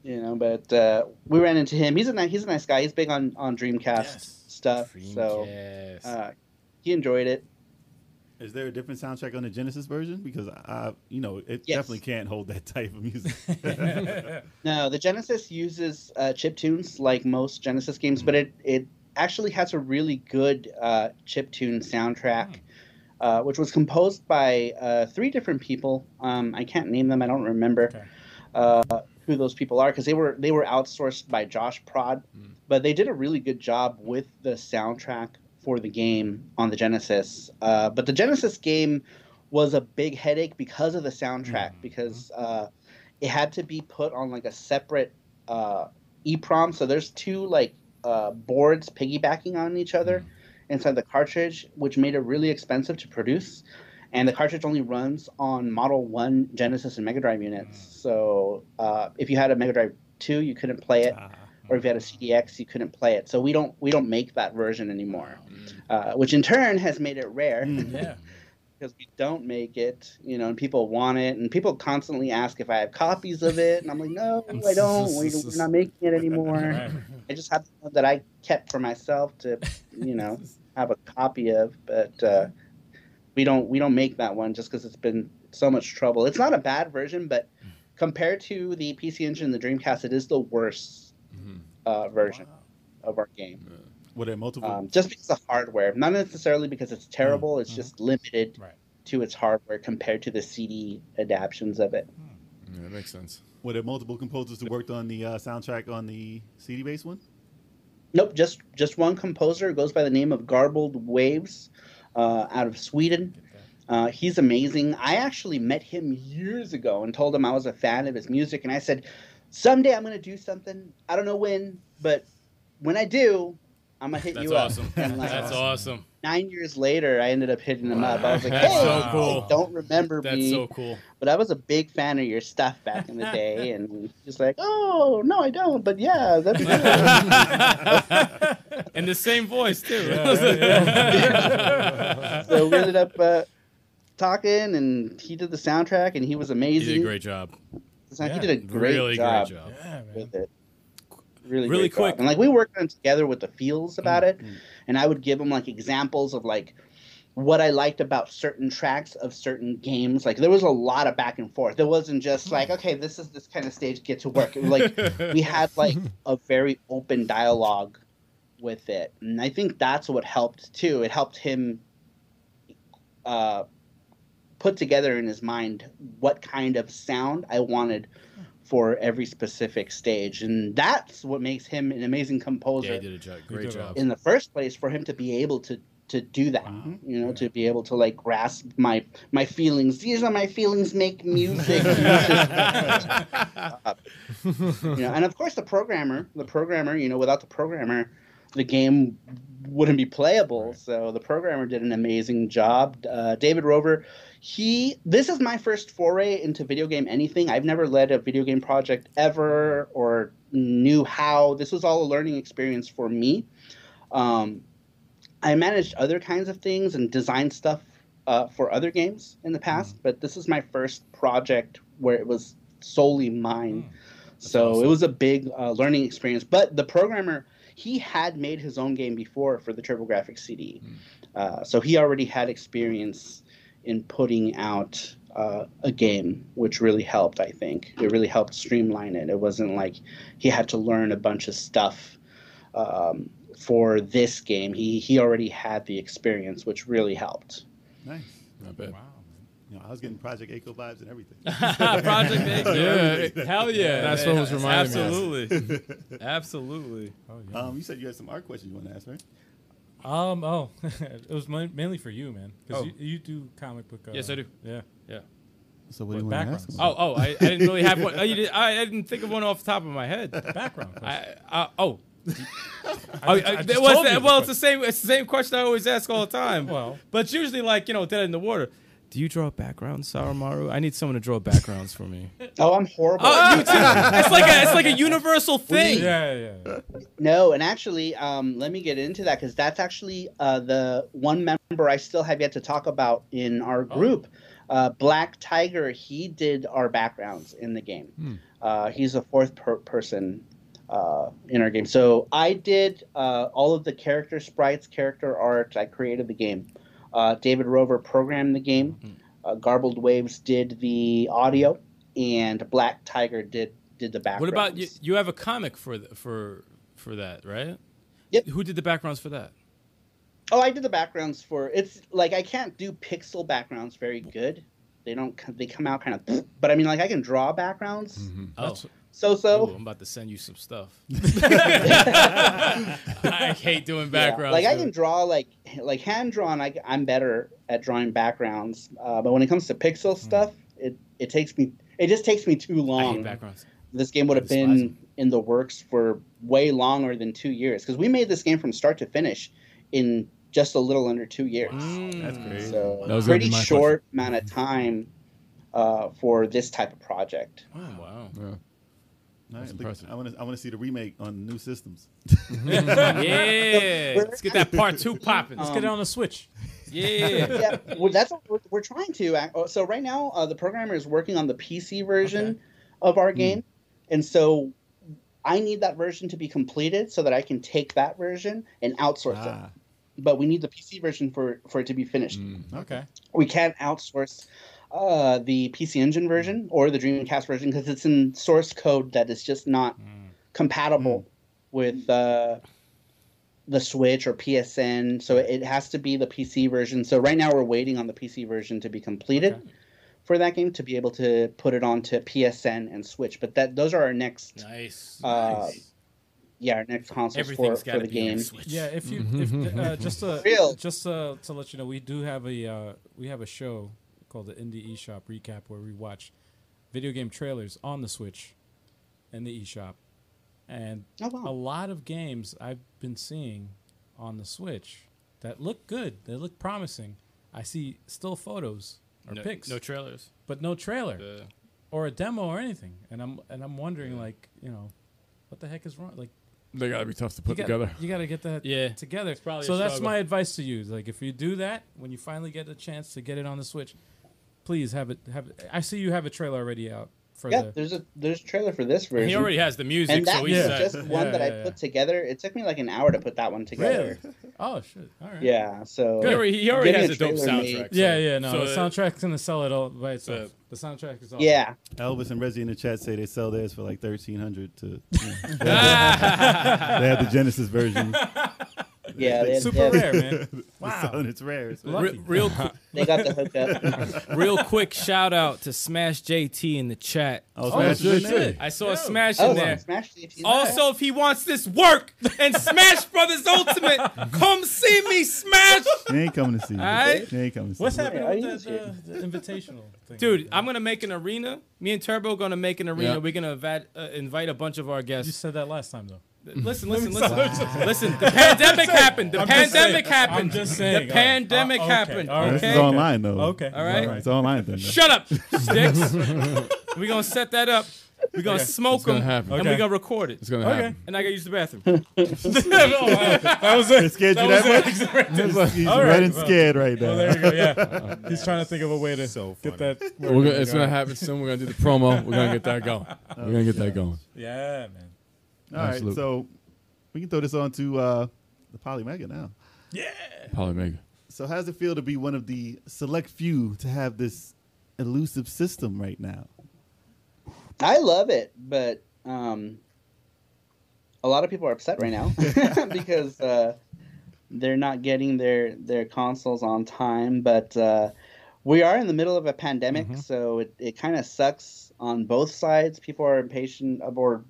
Speaker 5: You know, but uh, we ran into him. He's a ni- he's a nice guy. He's big on on Dreamcast
Speaker 3: Yes.
Speaker 5: stuff, so
Speaker 3: Dreamcast.
Speaker 5: uh, he enjoyed it.
Speaker 4: Is there a different soundtrack on the Genesis version? Because I, you know, it
Speaker 5: Yes.
Speaker 4: definitely can't hold that type of music.
Speaker 5: No, the Genesis uses uh, chip tunes like most Genesis games, but it it actually has a really good uh, chip tune soundtrack, uh, which was composed by uh, three different people. Um, I can't name them; I don't remember
Speaker 2: Okay.
Speaker 5: uh, who those people are because they were they were outsourced by Josh Prod, but they did a really good job with the soundtrack for the game on the Genesis. Uh, but the Genesis game was a big headache because of the soundtrack because. Uh, it had to be put on like a separate uh, EEPROM. So there's two like uh, boards piggybacking on each other inside the cartridge, which made it really expensive to produce. And the cartridge only runs on Model One Genesis and Mega Drive units. So uh, if you had a Mega Drive Two, you couldn't play it, or if you had a CDX, you couldn't play it. So we don't we don't make that version anymore, uh, which in turn has made it rare
Speaker 2: Yeah,
Speaker 5: because we don't make it, you know, and people want it, and people constantly ask if I have copies of it, and I'm like, no, I don't. We, we're not making it anymore.
Speaker 2: right.
Speaker 5: I just have the one that I kept for myself to, you know, have a copy of, but uh, we don't we don't make that one just because it's been so much trouble. It's not a bad version, but compared to the PC Engine and the Dreamcast, it is the worst uh, version of our game.
Speaker 4: Were there multiple?
Speaker 3: Mm-hmm.
Speaker 5: um, just because of hardware, not necessarily because it's terrible. It's just limited
Speaker 2: Right.
Speaker 5: to its hardware compared to the CD adaptions of it.
Speaker 6: Yeah, that makes sense.
Speaker 4: were there multiple composers who worked on the uh, soundtrack on the CD based one?
Speaker 5: Nope, just just one composer who goes by the name of Garbled Waves, uh, out of Sweden. Uh, he's amazing. I actually met him years ago and told him I was a fan of his music, and I said, someday I'm gonna do something. I don't know when, but when I do, I'm gonna hit
Speaker 3: That's
Speaker 5: you
Speaker 3: awesome.
Speaker 5: up. And, like,
Speaker 3: That's awesome.
Speaker 5: Nine years later, I ended up hitting him up. I was like,
Speaker 3: That's
Speaker 5: hey,
Speaker 3: so
Speaker 5: I
Speaker 3: cool.
Speaker 5: don't remember
Speaker 3: That's
Speaker 5: me,
Speaker 3: so cool.
Speaker 5: but I was a big fan of your stuff back in the day, and he's like, oh no, I don't, but yeah, that'd be good.
Speaker 3: And the same voice too.
Speaker 5: so we ended up uh, talking, and he did the soundtrack, and he was
Speaker 3: you
Speaker 5: amazing.
Speaker 3: did a great job.
Speaker 5: So
Speaker 2: Yeah,
Speaker 5: he did a great
Speaker 3: really
Speaker 5: job,
Speaker 3: great job.
Speaker 2: Yeah, man.
Speaker 5: with it. Really,
Speaker 3: Really
Speaker 5: great
Speaker 3: quick.
Speaker 5: job. And like we worked on it together with the feels about it, and I would give him like examples of like what I liked about certain tracks of certain games. Like there was a lot of back and forth. There wasn't just like okay, this is this kind of stage, get to work. It was like we had like a very open dialogue with it, and I think that's what helped too. It helped him. Uh, put together in his mind what kind of sound I wanted for every specific stage. And that's what makes him an amazing
Speaker 3: Yeah,
Speaker 5: composer
Speaker 3: you did a jo- great
Speaker 2: did
Speaker 3: job.
Speaker 5: in the first place for him to be able to to do that. You know, to be able to like grasp my my feelings. These are my feelings make music. you know, and of course the programmer, the programmer, you know, without the programmer, the game wouldn't be playable. So the programmer did an amazing job. Uh, David Rover, he this is my first foray into video game anything. I've never led a video game project ever or knew how. This was all a learning experience for me. Um, I managed other kinds of things and designed stuff uh, for other games in the past, but this is my first project where it was solely mine. So it was a big uh, learning experience. But the programmer, he had made his own game before for the TurboGrafx CD, uh, so he already had experience in putting out. Uh, a game, which really helped, I think. It really helped streamline it. It wasn't like he had to learn a bunch of stuff um, for this game. He he already had the experience, which really helped.
Speaker 4: Nice.
Speaker 6: Not bad.
Speaker 4: You know, I was getting Project Echo vibes and everything.
Speaker 3: Project Big.
Speaker 6: Yeah,
Speaker 3: Hell yeah.
Speaker 6: That's what was reminding me of.
Speaker 3: Absolutely. Absolutely.
Speaker 4: um, you said you had some art questions you want to ask, right?
Speaker 2: Um. Oh, it was mi- mainly for you, man, because
Speaker 3: Oh.
Speaker 2: you, you do comic book. Uh,
Speaker 3: Yes, I do.
Speaker 2: Yeah.
Speaker 3: Yeah.
Speaker 4: So what
Speaker 2: What
Speaker 4: do you want to ask?
Speaker 2: backgrounds?
Speaker 4: them?
Speaker 3: Oh, oh, I, I didn't really have one. Oh, you did, I, I didn't think of one off the top of my head.
Speaker 2: Background. question.
Speaker 3: I, I, oh. Oh,
Speaker 2: just- I
Speaker 3: uh,
Speaker 2: just
Speaker 3: there was
Speaker 2: told
Speaker 3: that-
Speaker 2: you the
Speaker 3: well, it's the same. It's the same question I always ask all the time.
Speaker 2: Well.
Speaker 3: but it's usually like you know, dead in the water. Do you draw backgrounds, Saramaru? I need someone to draw backgrounds for me.
Speaker 5: Oh, I'm horrible.
Speaker 3: oh, you too. It's like a, it's like a universal thing.
Speaker 2: yeah, yeah, yeah.
Speaker 5: No, and actually, um, let me get into that because that's actually uh, the one member I still have yet to talk about in our
Speaker 3: Oh.
Speaker 5: group. Uh, Black Tiger, he did our backgrounds in the game.
Speaker 3: Hmm.
Speaker 5: Uh, he's the fourth per- person uh, in our game. So I did uh, all of the character sprites, character art. I created the game. Uh, David Rover programmed the game.
Speaker 3: Hmm.
Speaker 5: Uh, Garbled Waves did the audio, and Black Tiger did did the backgrounds.
Speaker 3: What about you? You have a comic for th- for for that, right?
Speaker 5: Yep.
Speaker 3: Who did the backgrounds for that?
Speaker 5: Oh, I did the backgrounds for it's like I can't do pixel backgrounds very good. They don't co- they come out kind of but I mean like I can draw backgrounds
Speaker 3: Oh,
Speaker 5: so
Speaker 3: Ooh,
Speaker 5: so.
Speaker 3: I'm about to send you some stuff. I hate doing backgrounds.
Speaker 5: Like I
Speaker 3: dude.
Speaker 5: can draw like like hand drawn I I'm better at drawing backgrounds, uh, but when it comes to pixel stuff, it it takes me it just takes me too
Speaker 3: I
Speaker 5: long.
Speaker 3: hate backgrounds.
Speaker 5: This game would have
Speaker 3: despise
Speaker 5: been in the works for way longer than 2 years cuz we made this game from start to finish in just a little under 2 years.
Speaker 4: That's crazy.
Speaker 5: So
Speaker 6: Mm. That was gonna be
Speaker 5: pretty
Speaker 6: my
Speaker 5: short amount of time uh, for this type of project.
Speaker 3: Oh, Wow.
Speaker 4: Nice. Look,
Speaker 6: impressive.
Speaker 4: I want to I want to see the remake on new systems.
Speaker 3: Yeah. Let's get that part two popping.
Speaker 2: Let's
Speaker 5: Um,
Speaker 2: get it on the Switch.
Speaker 3: Yeah.
Speaker 5: yeah, well, that's what we're, we're trying to. act- oh, So right now, uh, the programmer is working on the PC version of our game,
Speaker 6: Hmm.
Speaker 5: and so I need that version to be completed so that I can take that version and outsource
Speaker 4: Ah.
Speaker 5: it. But we need the PC version for for it to be finished.
Speaker 6: Hmm.
Speaker 2: Okay.
Speaker 5: we can't outsource uh, the PC Engine
Speaker 3: Mm.
Speaker 5: version or the Dreamcast version because it's in
Speaker 3: Mm.
Speaker 5: source code that is just not compatible with uh, the Switch or PSN. So it has to be the PC version. So right now we're waiting on the PC version to be completed for that game to be able to put it onto PSN and Switch. But that those are our next
Speaker 3: Nice.
Speaker 5: Uh, yeah our next consoles for,
Speaker 3: Everything's
Speaker 5: for
Speaker 3: got
Speaker 5: the
Speaker 3: to be on
Speaker 5: game.
Speaker 3: Switch.
Speaker 2: Yeah, if you if, uh, just to,
Speaker 5: Real.
Speaker 2: just uh, to let you know, we do have a uh, we have a show called the Indie eShop Recap where we watch video game trailers on the Switch and the eShop, and
Speaker 5: Oh, wow.
Speaker 2: a lot of games I've been seeing on the Switch that look good, they look promising. I see still photos or
Speaker 3: no,
Speaker 2: pics,
Speaker 3: no trailers.
Speaker 2: but no trailer
Speaker 3: Uh,
Speaker 2: or a demo or anything, and I'm and I'm wondering like you know, what the heck is wrong? Like
Speaker 6: They gotta be tough to
Speaker 2: you
Speaker 6: put
Speaker 2: got-
Speaker 6: together.
Speaker 2: You got to get that
Speaker 3: Yeah.
Speaker 2: together.
Speaker 3: probably
Speaker 2: so
Speaker 3: a
Speaker 2: that's
Speaker 3: struggle.
Speaker 2: my advice to you. is, Like if you do that, when you finally get a chance to get it on the Switch, please have it. Have it. I see you have a trailer already out for
Speaker 5: Yeah,
Speaker 2: the.
Speaker 5: there's a there's a trailer for this version.
Speaker 3: he already has the music,
Speaker 5: and that
Speaker 3: so
Speaker 5: was
Speaker 3: he's
Speaker 2: Yeah.
Speaker 3: set.
Speaker 5: just one
Speaker 2: Yeah,
Speaker 5: that I
Speaker 2: yeah, yeah.
Speaker 5: put together. It took me like an hour to put that one together.
Speaker 2: Oh shit! All right.
Speaker 5: Yeah, so
Speaker 3: He already, he already
Speaker 5: Getting
Speaker 3: has a
Speaker 5: a
Speaker 3: dope
Speaker 5: trailer made-
Speaker 3: soundtrack. so-
Speaker 2: Yeah, yeah, no.
Speaker 3: so,
Speaker 2: the
Speaker 3: uh,
Speaker 2: soundtrack's gonna sell it all by itself.
Speaker 3: so-
Speaker 2: the soundtrack is all.
Speaker 5: yeah,
Speaker 4: Elvis and Rezzy in the chat say they sell theirs for like thirteen hundred to. you know, they, have the, they have the Genesis version.
Speaker 5: yeah, they,
Speaker 2: super
Speaker 5: they,
Speaker 2: rare, man.
Speaker 4: Selling it's rare. It's rare.
Speaker 2: Love-
Speaker 3: Re- real, qu-
Speaker 5: they got the hookup.
Speaker 3: real quick shout out to Smash JT in the chat.
Speaker 4: I was
Speaker 2: Oh,
Speaker 4: mashing
Speaker 2: shit,
Speaker 4: in there.
Speaker 2: shit.
Speaker 3: I saw a Smash in
Speaker 5: oh,
Speaker 3: there.
Speaker 5: Smash the ATV.
Speaker 3: Also, if he wants this work and Smash Brothers Ultimate, come see me smash.
Speaker 4: They ain't coming to see you.
Speaker 3: Alright.
Speaker 4: They ain't coming to see
Speaker 2: What's
Speaker 4: you.
Speaker 2: happening
Speaker 5: Are you
Speaker 2: with that, uh, the invitational thing?
Speaker 3: Dude, I'm gonna make an arena. Me and Turbo gonna make an arena.
Speaker 6: Yeah.
Speaker 3: We're gonna eva- uh, invite a bunch of our
Speaker 2: You
Speaker 3: guests.
Speaker 2: said that last time though.
Speaker 3: Listen, listen, listen, listen. The pandemic happened. The
Speaker 2: just saying.
Speaker 3: pandemic happened.
Speaker 2: I'm just saying.
Speaker 3: The pandemic
Speaker 2: Uh, okay,
Speaker 3: happened.
Speaker 2: all right.
Speaker 4: This
Speaker 3: Okay.
Speaker 4: is online though.
Speaker 2: Okay.
Speaker 3: All right.
Speaker 4: It's online then.
Speaker 3: Shut up, sticks. We're gonna set that up. We're gonna smoke
Speaker 6: It's gonna
Speaker 3: them
Speaker 6: happen.
Speaker 3: and
Speaker 2: Okay.
Speaker 3: we're gonna record it.
Speaker 6: It's gonna
Speaker 2: Okay.
Speaker 6: happen.
Speaker 3: And I gotta use the bathroom.
Speaker 2: That was it.
Speaker 4: It scared you that much? He's
Speaker 2: All
Speaker 4: red
Speaker 2: right,
Speaker 4: and
Speaker 2: well.
Speaker 4: scared right now.
Speaker 2: Oh, there you go. Yeah, he's trying to think of a way to get that.
Speaker 6: We're gonna, it's gonna happen soon. We're gonna do the promo. We're gonna get that
Speaker 2: Oh,
Speaker 6: going. We're gonna get that going.
Speaker 2: Yeah, man.
Speaker 4: All right,
Speaker 6: Absolutely.
Speaker 4: so we can throw this on to uh, the Polymega now.
Speaker 6: Polymega.
Speaker 4: So, how's it feel to be one of the select few to have this elusive system right now?
Speaker 5: I love it, but um, a lot of people are upset right now because uh, they're not getting their their consoles on time. But uh, we are in the middle of a pandemic,
Speaker 2: Mm-hmm.
Speaker 5: so it, it kind of sucks on both sides. People are impatient of- or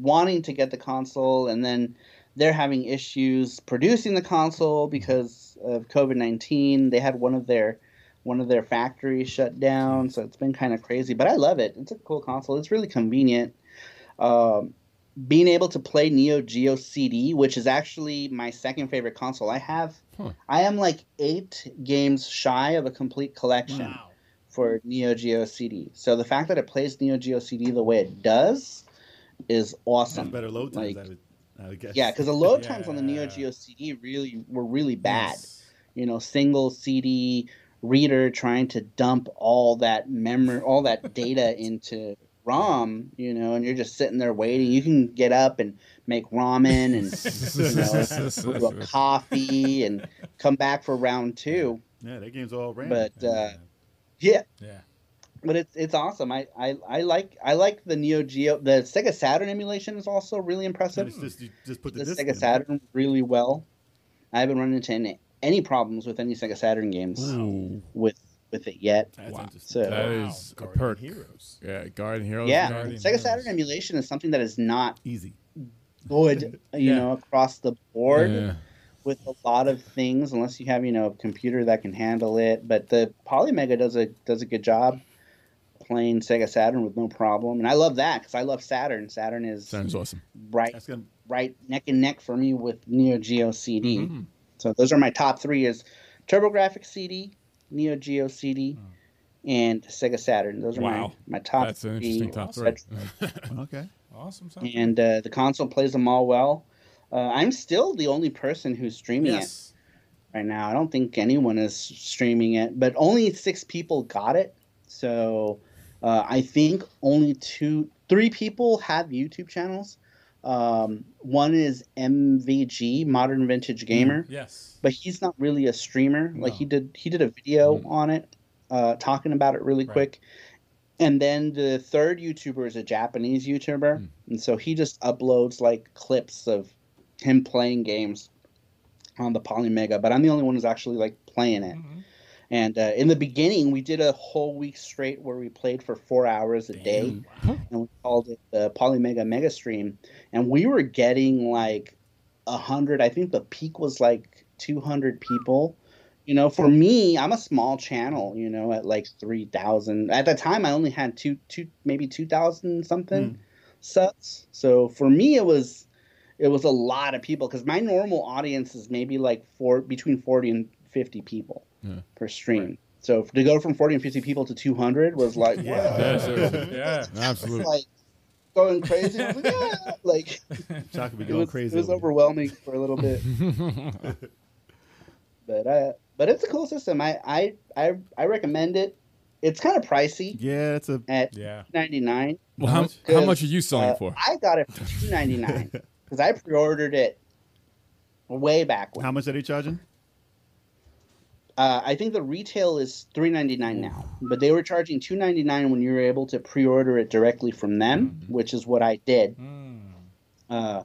Speaker 5: wanting to get the console, and then they're having issues producing the console because of COVID nineteen. They had one of their one of their factories shut down, so it's been kind of crazy. But I love it. It's a cool console. It's really convenient. Um, being able to play Neo Geo CD, which is actually my second favorite console I have.
Speaker 6: Huh.
Speaker 5: I am like eight games shy of a complete collection for Neo Geo CD. So the fact that it plays Neo Geo CD the way it does is awesome.
Speaker 4: Better load times,
Speaker 5: Like-
Speaker 4: I, would, I would guess.
Speaker 5: Yeah, because the load times on the Neo
Speaker 2: Yeah.
Speaker 5: Geo CD really were really bad. You know, single CD reader trying to dump all that memory, all that data into ROM. You know, and you're just sitting there waiting. You can get up and make ramen and you know, brew a coffee and come back for round two.
Speaker 4: yeah, that game's all random.
Speaker 5: But uh, yeah,
Speaker 2: Yeah.
Speaker 5: but it's it's awesome. I, I, I like I like the Neo Geo. The Sega Saturn emulation is also really
Speaker 4: And
Speaker 5: impressive
Speaker 4: it's just, you just put the,
Speaker 5: the
Speaker 4: disc
Speaker 5: Sega
Speaker 4: in.
Speaker 5: Saturn really well. I haven't run into any, any problems with any Sega Saturn games with with it yet.
Speaker 4: That's interesting.
Speaker 5: So
Speaker 6: That is a
Speaker 8: Guardian
Speaker 6: perk.
Speaker 8: Heroes.
Speaker 6: Yeah, Guardian Heroes.
Speaker 5: yeah,
Speaker 6: Guardian
Speaker 5: Sega
Speaker 6: Heroes.
Speaker 5: Saturn emulation is something that is not
Speaker 4: Easy.
Speaker 5: good, you
Speaker 2: Yeah.
Speaker 5: know, across the board
Speaker 6: Yeah.
Speaker 5: with a lot of things, unless you have you know a computer that can handle it. But the Polymega does a does a good job playing Sega Saturn with no problem, and I love that because I love Saturn. Saturn is
Speaker 6: Sounds awesome.
Speaker 5: right
Speaker 4: That's gonna.
Speaker 5: right neck and neck for me with Neo Geo CD.
Speaker 6: Hmm.
Speaker 5: So those are my top three: is TurboGrafx CD, Neo Geo CD, and Sega Saturn. Those are
Speaker 6: Hmm. Wow.
Speaker 5: my, my top
Speaker 6: That's an interesting
Speaker 5: three.
Speaker 6: top three.
Speaker 4: Okay.
Speaker 2: Awesome. Sound.
Speaker 5: And uh, the console plays them all well. Uh, I'm still the only person who's streaming
Speaker 2: Yes.
Speaker 5: it right now. I don't think anyone is streaming it, but only six people got it. So uh, I think only two, three people have YouTube channels. Um, one is MVG, Modern Vintage Gamer
Speaker 2: Yes.
Speaker 5: but he's not really a streamer. Like he did he did a video on it, uh, talking about it really
Speaker 2: Right.
Speaker 5: quick. And then the third YouTuber is a Japanese YouTuber, and so he just uploads like clips of him playing games on the Polymega, but I'm the only one who's actually like playing it.
Speaker 2: Mm-hmm.
Speaker 5: And uh, in the beginning, we did a whole week straight where we played for four hours a day, and we called it the Polymega Mega Stream. And we were getting like a hundred. I think the peak was like 200 people. You know, for me, I'm a small channel. You know, at like 3,000 at the time, I only had two, two, maybe 2,000 something subs. So for me, it was it was a lot of people because my normal audience is maybe like four between 40 and 50 people per stream so f- to go from 40 and 50 people to 200 was like wow
Speaker 6: Yeah, seriously.
Speaker 2: Yeah.
Speaker 6: Absolutely.
Speaker 5: like going crazy I was like, yeah. like
Speaker 4: Shock would be
Speaker 5: it
Speaker 4: going
Speaker 5: was,
Speaker 4: crazy.
Speaker 5: it was
Speaker 4: over
Speaker 5: overwhelming for a little bit but uh but it's a cool system i i i, I recommend it it's kind of pricey
Speaker 4: Yeah, it's a
Speaker 5: at
Speaker 2: Yeah.
Speaker 5: 99
Speaker 6: Well, how, how much are you selling
Speaker 5: uh,
Speaker 6: for?
Speaker 5: I got it for two ninety nine because I pre-ordered it way back when.
Speaker 4: how much are they charging?
Speaker 5: Uh, I think the retail is three ninety nine now, but they were charging two ninety nine when you were able to pre-order it directly from them, which is what I did uh,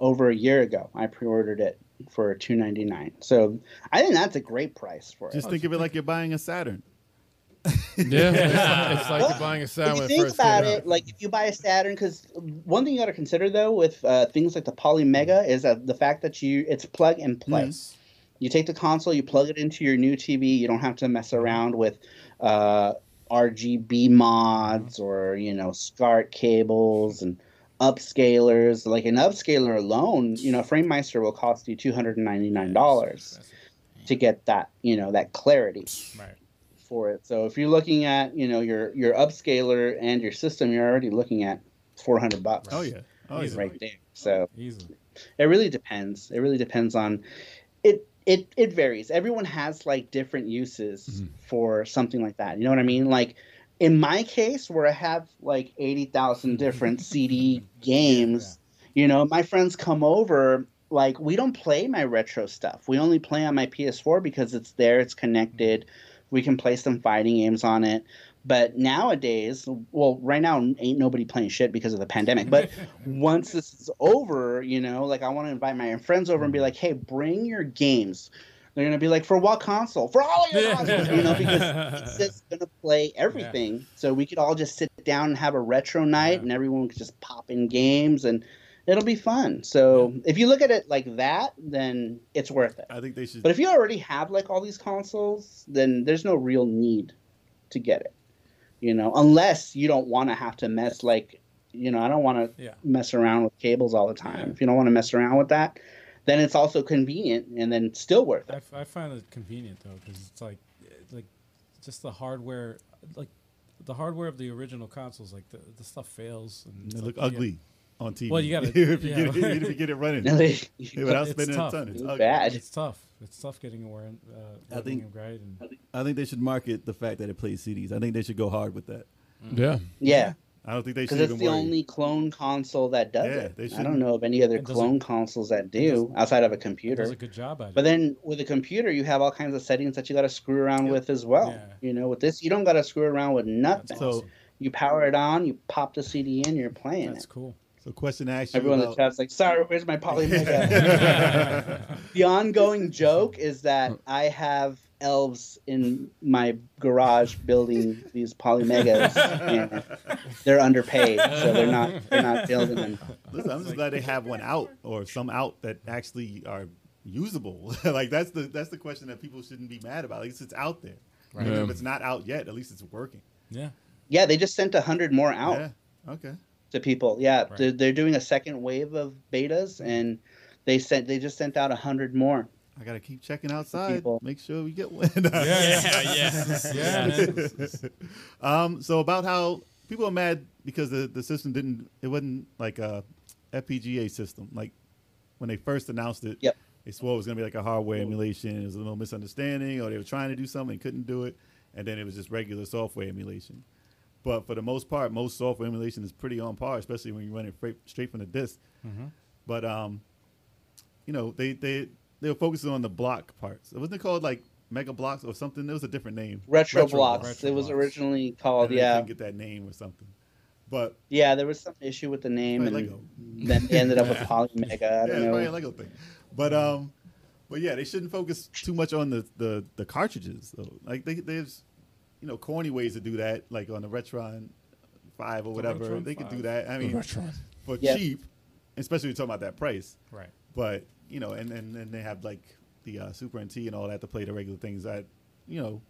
Speaker 5: over a year ago. I pre-ordered it for two ninety nine, so I think that's a great price for it.
Speaker 4: Just think of it like you're buying a Saturn.
Speaker 6: Yeah, it's, it's like you're buying a
Speaker 5: if
Speaker 6: salad
Speaker 5: you
Speaker 6: when
Speaker 5: think
Speaker 6: first
Speaker 5: about
Speaker 6: came out.
Speaker 5: it, like if you buy a Saturn, because one thing you got to consider though with uh, things like the Polymega is that the fact that you it's plug and play. You take the console, you plug it into your new TV. You don't have to mess around with uh, RGB mods or you know SCART cables and upscalers. Like an upscaler alone, you know FrameMeister will cost you two hundred and ninety nine dollars to get that you know that clarity
Speaker 2: Right.
Speaker 5: for it. So if you're looking at you know your your upscaler and your system, you're already looking at 400 bucks.
Speaker 4: Oh yeah. Oh yeah.
Speaker 5: right there. So
Speaker 2: Easily.
Speaker 5: it really depends. It really depends on it. It it varies. Everyone has like different uses for something like that. You know what I mean? Like in my case, where I have like 80,000 different CD games, you know, my friends come over. Like we don't play my retro stuff. We only play on my PS4 because it's there. It's connected. We can play some fighting games on it. But nowadays, well, right now ain't nobody playing shit because of the pandemic. But once this is over, you know, like I want to invite my friends over and be like, hey, bring your games. They're gonna be like, for what console? For all of your consoles, you know, because it's just gonna play everything. So we could all just sit down and have a retro night, and everyone could just pop in games, and it'll be fun. So if you look at it like that, then it's worth it.
Speaker 4: I think they should.
Speaker 5: But if you already have like all these consoles, then there's no real need to get it. You know, unless you don't want to have to mess like, you know, I don't want to
Speaker 2: Yeah.
Speaker 5: mess around with cables all the time. If you don't want to mess around with that, then it's also convenient and then still worth
Speaker 2: I,
Speaker 5: it.
Speaker 2: f- I find it convenient though because it's like it's like just the hardware like the hardware of the original consoles like the, the stuff fails and
Speaker 4: they
Speaker 2: it's
Speaker 4: look
Speaker 2: like, yeah,
Speaker 4: ugly on TV.
Speaker 2: Well, you gotta-
Speaker 4: if, you
Speaker 2: yeah.
Speaker 4: get, it- if you get it running without
Speaker 2: It's
Speaker 4: spending
Speaker 2: tough.
Speaker 4: a ton, it's
Speaker 5: It's
Speaker 4: ugly.
Speaker 5: bad.
Speaker 2: Oh, it's tough it's tough getting aware uh, I
Speaker 4: think-
Speaker 2: think right and
Speaker 4: I think they should market the fact that it plays CDs. I think they should go hard with that.
Speaker 6: Yeah.
Speaker 5: Yeah.
Speaker 4: I don't think they should
Speaker 5: Because it's
Speaker 4: even
Speaker 5: the
Speaker 4: worry.
Speaker 5: only clone console that does
Speaker 4: Yeah,
Speaker 5: it.
Speaker 4: they
Speaker 5: I
Speaker 4: shouldn't-
Speaker 5: don't know of any other
Speaker 2: It doesn't-
Speaker 5: clone consoles that do outside of a computer.
Speaker 2: does a good job at it
Speaker 5: But then with a computer, you have all kinds of settings that you got to screw around with as well.
Speaker 2: Yeah.
Speaker 5: You know, with this, you don't got to screw around with nothing.
Speaker 4: so,
Speaker 5: you power it on, you pop the CD in, you're playing
Speaker 2: that's
Speaker 5: it.
Speaker 2: cool
Speaker 4: so question to ask you
Speaker 5: Everyone in the
Speaker 4: about-
Speaker 5: chat's like, "Sorry, where's my polymega?" the ongoing joke is that I have elves in my garage building these polymegas. and they're underpaid, so they're not they're not building them.
Speaker 4: Listen, I'm just glad they have one out or some out that actually are usable. like that's the that's the question that people shouldn't be mad about. At least it's out there. Right.
Speaker 6: Yeah.
Speaker 4: If it's not out yet, at least it's working.
Speaker 2: yeah
Speaker 5: Yeah, they just sent a hundred more out.
Speaker 4: Yeah. Okay.
Speaker 5: to people. Yeah,
Speaker 2: Right.
Speaker 5: they're, they're doing a second wave of betas, and they sent they just sent out a hundred more.
Speaker 4: I gotta keep checking outside.
Speaker 5: People.
Speaker 4: Make sure we get one.
Speaker 3: Yeah, yeah.
Speaker 2: yeah man.
Speaker 4: um. So about how people are mad because the the system didn't it wasn't like a FPGA system. Like when they first announced it,
Speaker 5: Yep.
Speaker 4: they swore it was gonna be like a hardware emulation. It was a little misunderstanding, or they were trying to do something and couldn't do it, and then it was just regular software emulation. But for the most part, most software emulation is pretty on par, especially when you run it fra- straight from the disk. But um, you know, they they they were focusing on the block parts. It wasn't called like mega blocks or something. It was a different name.
Speaker 5: Retro,
Speaker 4: Blocks.
Speaker 5: blocks.
Speaker 2: Retro
Speaker 5: it was
Speaker 2: Blocks.
Speaker 5: originally
Speaker 4: And
Speaker 5: called.
Speaker 4: they
Speaker 5: Yeah,
Speaker 4: couldn't get that name or something. But
Speaker 5: yeah. There was some issue with the name,
Speaker 4: Probably
Speaker 5: and then they ended up with Polymega. I
Speaker 4: yeah,
Speaker 5: don't
Speaker 4: it's probably a
Speaker 5: know.
Speaker 4: Lego thing. But um, But yeah, they shouldn't focus too much on the the, the cartridges though. Like they, there's, you know, corny ways to do that, like on the Retron Five or whatever.
Speaker 3: Retron
Speaker 4: they could
Speaker 3: 5.
Speaker 4: do that. I mean, for
Speaker 5: Yeah.
Speaker 4: cheap, especially when you're talking about that price.
Speaker 2: Right.
Speaker 4: But you know, and and, and they have like the uh, Super NT and all that to play the regular things. That you know,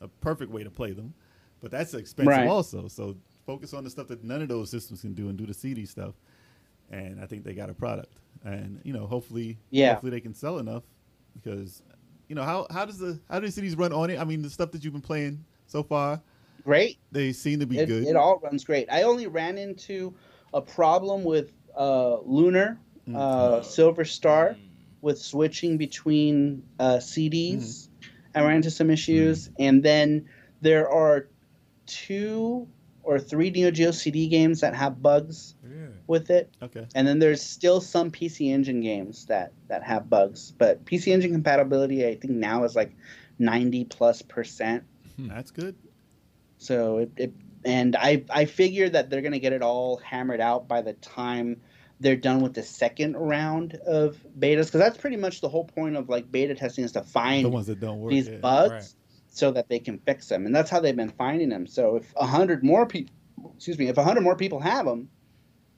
Speaker 4: a perfect way to play them, but that's expensive
Speaker 5: Right.
Speaker 4: also. So focus on the stuff that none of those systems can do and do the CD stuff. And I think they got a product, and you know, hopefully,
Speaker 5: Yeah.
Speaker 4: hopefully they can sell enough because you know how how does the how do the CDs run on it? I mean, the stuff that you've been playing so far,
Speaker 5: Great.
Speaker 4: they seem to be
Speaker 5: it,
Speaker 4: good.
Speaker 5: it all runs great. I only ran into a problem with uh, Lunar,
Speaker 4: Mm.
Speaker 5: uh, Silver Star, with switching between uh, CDs.
Speaker 4: Mm-hmm.
Speaker 5: I ran into some issues,
Speaker 4: Mm.
Speaker 5: and then there are two or three Neo Geo CD games that have bugs with it,
Speaker 4: okay,
Speaker 5: and then there's still some PC Engine games that that have bugs. But PC Engine compatibility, I think now is like ninety plus percent.
Speaker 4: that's good.
Speaker 5: So it, it and I I figure that they're gonna get it all hammered out by the time they're done with the second round of betas because that's pretty much the whole point of like beta testing is to
Speaker 4: The
Speaker 5: find
Speaker 4: ones that don't work.
Speaker 5: these
Speaker 4: yeah.
Speaker 5: bugs
Speaker 2: right.
Speaker 5: so that they can fix them and that's how they've been finding them so if a 100 more people excuse me if a 100 more people have them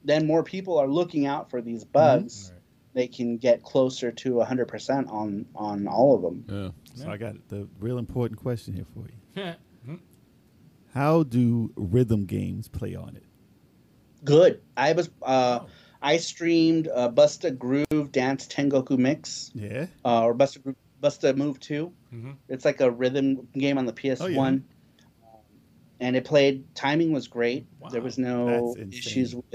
Speaker 5: then more people are looking out for these
Speaker 4: Mm-hmm.
Speaker 5: bugs
Speaker 2: Right.
Speaker 5: they can get closer to 100% on on all of them
Speaker 6: Yeah.
Speaker 4: So I got the real important question here for you.
Speaker 3: yeah.
Speaker 4: How do rhythm games play on it?
Speaker 5: Good. I was uh, I streamed uh, Busta Groove Dance Tengoku Mix
Speaker 4: Yeah.
Speaker 5: uh, or Busta Gro- Busta Move 2
Speaker 2: Mhm.
Speaker 5: It's like a rhythm game on the PS One,
Speaker 4: Mm-hmm. Oh,
Speaker 5: Um,
Speaker 4: yeah.
Speaker 5: and it played. Timing was great. There
Speaker 2: Wow.
Speaker 5: was no
Speaker 4: That's insane.
Speaker 5: issues with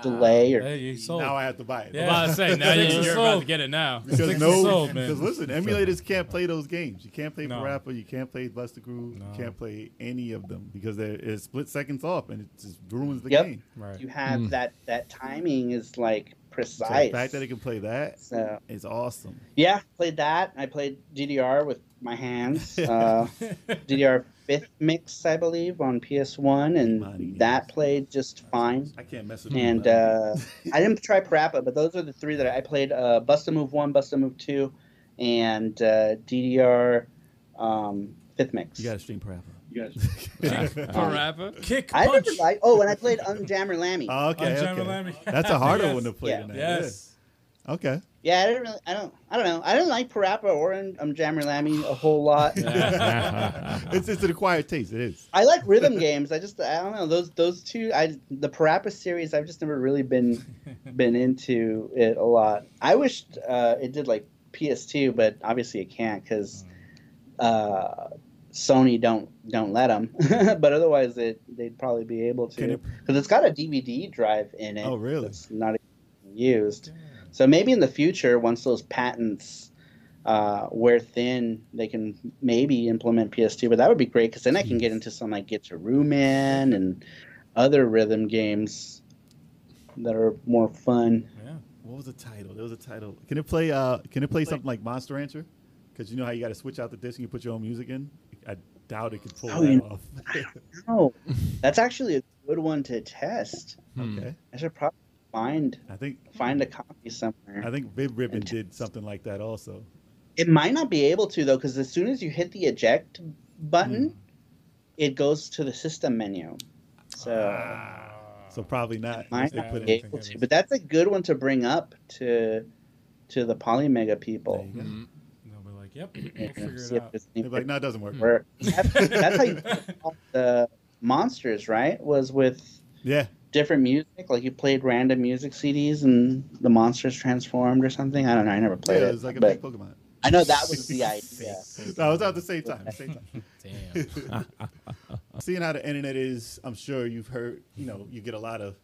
Speaker 5: delay or
Speaker 2: Hey, you
Speaker 3: Oh.
Speaker 2: sold.
Speaker 4: Now I have to buy it.
Speaker 2: Yeah.
Speaker 3: I'm about to say now
Speaker 2: Six
Speaker 3: you,
Speaker 2: is
Speaker 3: you're about
Speaker 2: sold.
Speaker 3: to get it now.
Speaker 4: Because
Speaker 2: Six
Speaker 4: no,
Speaker 2: is sold, man.
Speaker 4: because listen, emulators can't play those games. You can't play
Speaker 2: No.
Speaker 4: Parappa, you can't play Buster Groove,
Speaker 2: No.
Speaker 4: you can't play any of them because they're it's split seconds off and it just ruins the
Speaker 5: Yep.
Speaker 4: game.
Speaker 2: Right.
Speaker 5: you have
Speaker 4: Hmm.
Speaker 5: that that timing is like
Speaker 4: So
Speaker 5: precise.
Speaker 4: the fact that it can play that is
Speaker 5: So-
Speaker 4: awesome.
Speaker 5: Yeah, played that. I played DDR with my hands. Uh, DDR fifth mix, I believe, on PS One,
Speaker 4: Mighty
Speaker 5: and that
Speaker 4: nice.
Speaker 5: played just fine.
Speaker 4: I can't mess with
Speaker 5: And uh, I didn't try Parappa, but those are the three that I, I played: uh, Busta Move One, Busta Move Two, and uh, DDR um, Fifth Mix.
Speaker 4: you gotta stream Parappa.
Speaker 5: uh,
Speaker 3: Parappa.
Speaker 2: Kick
Speaker 5: I
Speaker 2: punch.
Speaker 5: never liked. Oh, and I played Unjammer Lammy.
Speaker 4: Oh,
Speaker 2: on
Speaker 4: okay,
Speaker 2: Jammer
Speaker 4: okay.
Speaker 2: Lammy.
Speaker 4: That's a harder
Speaker 2: Yes.
Speaker 4: one to play
Speaker 5: Yeah.
Speaker 4: than that. yeah.
Speaker 2: Yes.
Speaker 4: Okay.
Speaker 5: yeah, I didn't really. I don't. I don't know. I didn't like Parappa or Un- Unjammer Lammy a whole lot.
Speaker 4: it's it's an acquired taste. It is.
Speaker 5: I like rhythm games. I just I don't know those those two. I the Parappa series. I've just never really been been into it a lot. I wish uh, it did like PS2, but obviously it can't because uh, Sony don't don't let them. but otherwise, it they'd probably be able
Speaker 4: Can
Speaker 5: to
Speaker 4: it-
Speaker 5: because it, has got a DVD drive in it.
Speaker 4: Oh, really?
Speaker 5: That's not used. So maybe in the future, once those patents uh, wear thin, they can maybe implement PS2. But that would be great because then I can get into some like Get Your Room In and other rhythm games that are more fun.
Speaker 2: Yeah.
Speaker 4: What was the title? There was a title. Can it play? Uh, can it play something like Monster Rancher? Because you know how you got to switch out the disc and you put your own music in. I doubt it could pull
Speaker 5: Oh,
Speaker 4: that
Speaker 5: you-
Speaker 4: off.
Speaker 5: Oh, that's actually a good one to test.
Speaker 4: okay.
Speaker 5: I should probably find
Speaker 4: I think
Speaker 5: find a copy somewhere.
Speaker 4: I think Viv Ribbon did something like that also.
Speaker 5: It might not be able to though, because as soon as you hit the eject button,
Speaker 4: Hmm.
Speaker 5: it goes to the system menu. So.
Speaker 4: So probably not.
Speaker 5: might
Speaker 4: Ah, They
Speaker 5: not
Speaker 4: put
Speaker 5: be
Speaker 4: it-
Speaker 5: able to, but that's a good one to bring up to to the polymega people.
Speaker 4: There you go.
Speaker 2: And they'll be like, yep, we'll figure
Speaker 5: See
Speaker 2: it
Speaker 5: if
Speaker 2: out.
Speaker 5: there's
Speaker 4: They'd
Speaker 5: any
Speaker 4: be like, "Hmm." no, it doesn't work.
Speaker 5: where- that's, that's how you solve the monsters, right? Was with
Speaker 4: Yeah.
Speaker 5: different music, like you played random music CDs and the monsters transformed or something. I don't know. I never
Speaker 4: yeah
Speaker 5: played
Speaker 4: it
Speaker 5: it,
Speaker 4: was like a
Speaker 5: but
Speaker 4: fake Pokemon.
Speaker 5: I know that was the idea.
Speaker 4: No, it was at the same time. Same time.
Speaker 3: Damn.
Speaker 4: Seeing how the internet is, I'm sure you've heard. You know, you get a lot of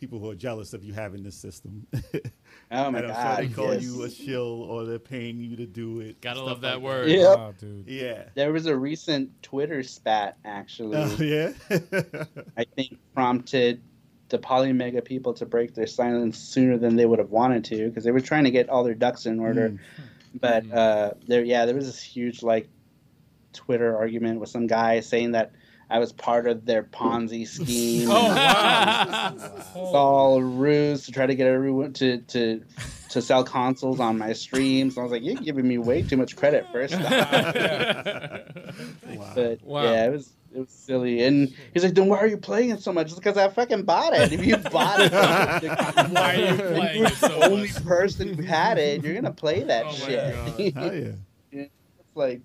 Speaker 4: people who are jealous of you having this system.
Speaker 5: Oh my
Speaker 4: and I'm
Speaker 5: god!
Speaker 4: sure they call
Speaker 5: yes.
Speaker 4: you a shill or they're paying you to do it.
Speaker 3: Gotta
Speaker 4: stuff
Speaker 3: love that
Speaker 4: like
Speaker 3: word.
Speaker 5: Yeah.
Speaker 2: Wow, dude.
Speaker 4: Yeah.
Speaker 5: There was a recent Twitter spat actually.
Speaker 4: Oh, yeah.
Speaker 5: I think prompted the polymega people to break their silence sooner than they would have wanted to because they were trying
Speaker 4: Hmm.
Speaker 3: Hmm.
Speaker 5: to get all their ducks in order. But uh, there, yeah, there was this huge like Twitter argument with some guy saying that I was part of their Ponzi scheme.
Speaker 3: Oh wow!
Speaker 5: It's all a ruse to try to get everyone to to to sell consoles on my streams. I was like, you're giving me way too much credit first. off." But
Speaker 6: Wow.
Speaker 5: yeah, it was it was silly. And he's like, then why are you playing it so much? It's because I fucking bought it. If you bought it,
Speaker 3: Why are you playing it so
Speaker 5: the only
Speaker 3: much?
Speaker 5: person who had it, you're gonna play that
Speaker 3: Oh my
Speaker 5: shit.
Speaker 4: Hell yeah.
Speaker 5: it's like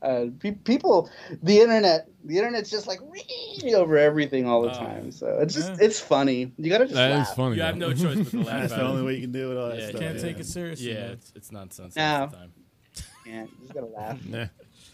Speaker 5: uh, pe- people, the internet, the internet's just like wee over everything all the
Speaker 3: Oh.
Speaker 5: time. So it's just it's funny. You gotta just
Speaker 6: That
Speaker 5: laugh.
Speaker 6: is funny.
Speaker 3: You have
Speaker 6: though.
Speaker 3: no choice but to laugh.
Speaker 4: That's
Speaker 3: about
Speaker 4: the only
Speaker 3: it.
Speaker 4: way you can deal with all that
Speaker 3: Yeah, you
Speaker 4: stuff.
Speaker 2: Can't take
Speaker 4: yeah.
Speaker 2: it seriously.
Speaker 3: Yeah,
Speaker 2: man.
Speaker 3: it's, it's nonsense.
Speaker 5: No.
Speaker 3: Half the time.
Speaker 5: Yeah, you just gotta laugh.
Speaker 6: Nah.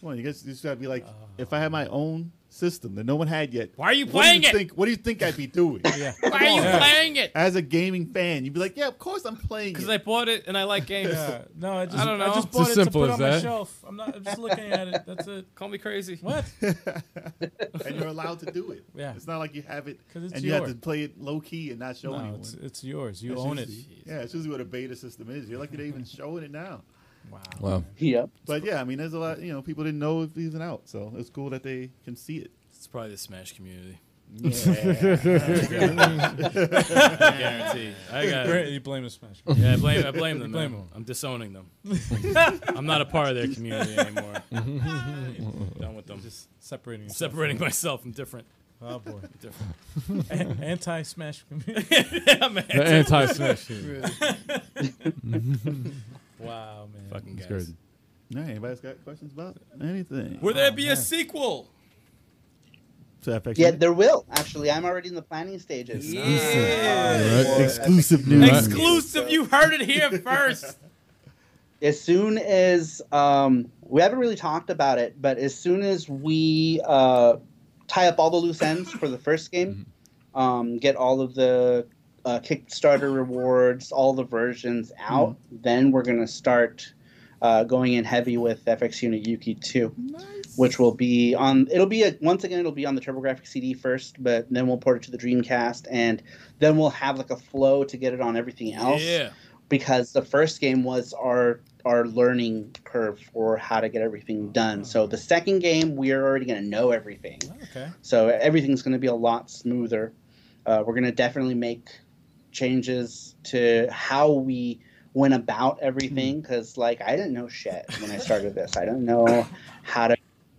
Speaker 4: Come on, you guys, you just gotta be like, if I had my own system that no one had yet,
Speaker 3: Oh. Why are you
Speaker 4: what
Speaker 3: playing
Speaker 4: do you
Speaker 3: it?
Speaker 4: Think, what do you think I'd be doing?
Speaker 3: Why are you
Speaker 2: Yeah.
Speaker 3: playing it?
Speaker 4: As a gaming fan, you'd be like, yeah, of course I'm playing
Speaker 3: Because
Speaker 4: it.
Speaker 3: I bought it and I like games.
Speaker 2: Yeah. No, I just
Speaker 3: I don't know.
Speaker 2: just
Speaker 3: It's
Speaker 2: bought
Speaker 6: as
Speaker 2: it
Speaker 6: simple
Speaker 2: to put
Speaker 6: as
Speaker 2: on my
Speaker 6: that.
Speaker 2: shelf. I'm not. I'm just looking at it. That's it.
Speaker 3: Call me crazy.
Speaker 2: What?
Speaker 4: and you're allowed to do it.
Speaker 2: Yeah.
Speaker 4: It's not like you have it
Speaker 2: 'Cause
Speaker 4: and
Speaker 2: it's
Speaker 4: you have
Speaker 2: yours.
Speaker 4: to play it low key and not show
Speaker 2: No,
Speaker 4: anyone.
Speaker 2: it's it's yours. You
Speaker 4: That's
Speaker 2: own it.
Speaker 4: usually- Yeah, it's usually what a beta system is. You're lucky they're even showing it now.
Speaker 2: Wow.
Speaker 6: Wow.
Speaker 5: Yep.
Speaker 4: But yeah, I mean, there's a lot. You know, people didn't know it was even out, so it's cool that they can see it.
Speaker 3: It's probably the Smash community. I guarantee. I got
Speaker 2: Great. You blame the Smash.
Speaker 3: Yeah, I blame, I blame them.
Speaker 2: blame
Speaker 3: man.
Speaker 2: them.
Speaker 3: I'm disowning them. I'm not a part of their community anymore. Done with them. Just
Speaker 2: Separating. yourself.
Speaker 3: separating myself. I'm different.
Speaker 2: Oh boy.
Speaker 3: Different.
Speaker 2: Anti Smash community.
Speaker 3: yeah, man.
Speaker 6: The anti smash. That's
Speaker 2: Wow, man.
Speaker 3: Fucking guys.
Speaker 6: good.
Speaker 4: All right, anybody's got questions about anything?
Speaker 3: Will there be
Speaker 2: man.
Speaker 3: a sequel?
Speaker 4: So that affects
Speaker 5: Yeah,
Speaker 4: you?
Speaker 5: there will actually. I'm already in the planning stages.
Speaker 4: All right, exclusive news.
Speaker 3: Exclusive. You heard it here first.
Speaker 5: As soon as um, we haven't really talked about it, but as soon as we uh, tie up all the loose ends for the first game, um, get all of the uh, Kickstarter rewards, all the versions out, then we're gonna start uh, going in heavy with FX Unit Yuki Two. which will be on it'll be a, once again it'll be on the turbografx cd first but then we'll port it to the dreamcast and then we'll have like a flow to get it on everything else
Speaker 3: Yeah.
Speaker 5: because the first game was our our learning curve for how to get everything done so the second game we're already going to know everything
Speaker 2: Okay.
Speaker 5: so everything's going to be a lot smoother. Uh, we're going to definitely make changes to how we went about everything because, like, I didn't know shit when I started this. I don't know how to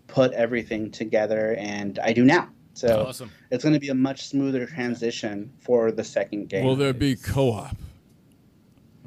Speaker 5: put everything together, and I do now. So
Speaker 3: Awesome.
Speaker 5: it's going to be a much smoother transition for the second game.
Speaker 6: Will there be co op?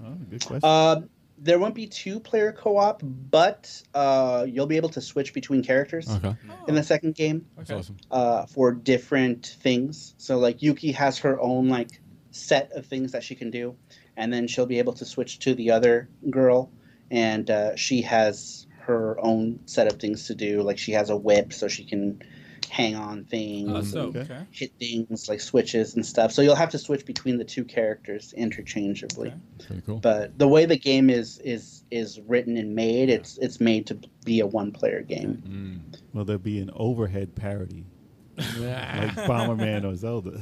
Speaker 4: Oh, good question.
Speaker 5: Uh, there won't be two player co op, but uh, you'll be able to switch between characters
Speaker 6: Okay.
Speaker 5: in the second game.
Speaker 6: That's awesome.
Speaker 5: uh, for different things. So like Yuki has her own like set of things that she can do, and then she'll be able to switch to the other girl, and uh, she has her own set of things to do. Like she has a whip, so she can hang on things,
Speaker 3: Uh, so,
Speaker 4: Okay.
Speaker 2: Okay.
Speaker 5: hit things like switches and stuff. So you'll have to switch between the two characters interchangeably.
Speaker 2: Okay.
Speaker 6: Pretty cool.
Speaker 5: But the way the game is is is written and made, it's it's made to be a one player game.
Speaker 3: Mm-hmm.
Speaker 4: Will there be an overhead parody? like Bomberman or Zelda.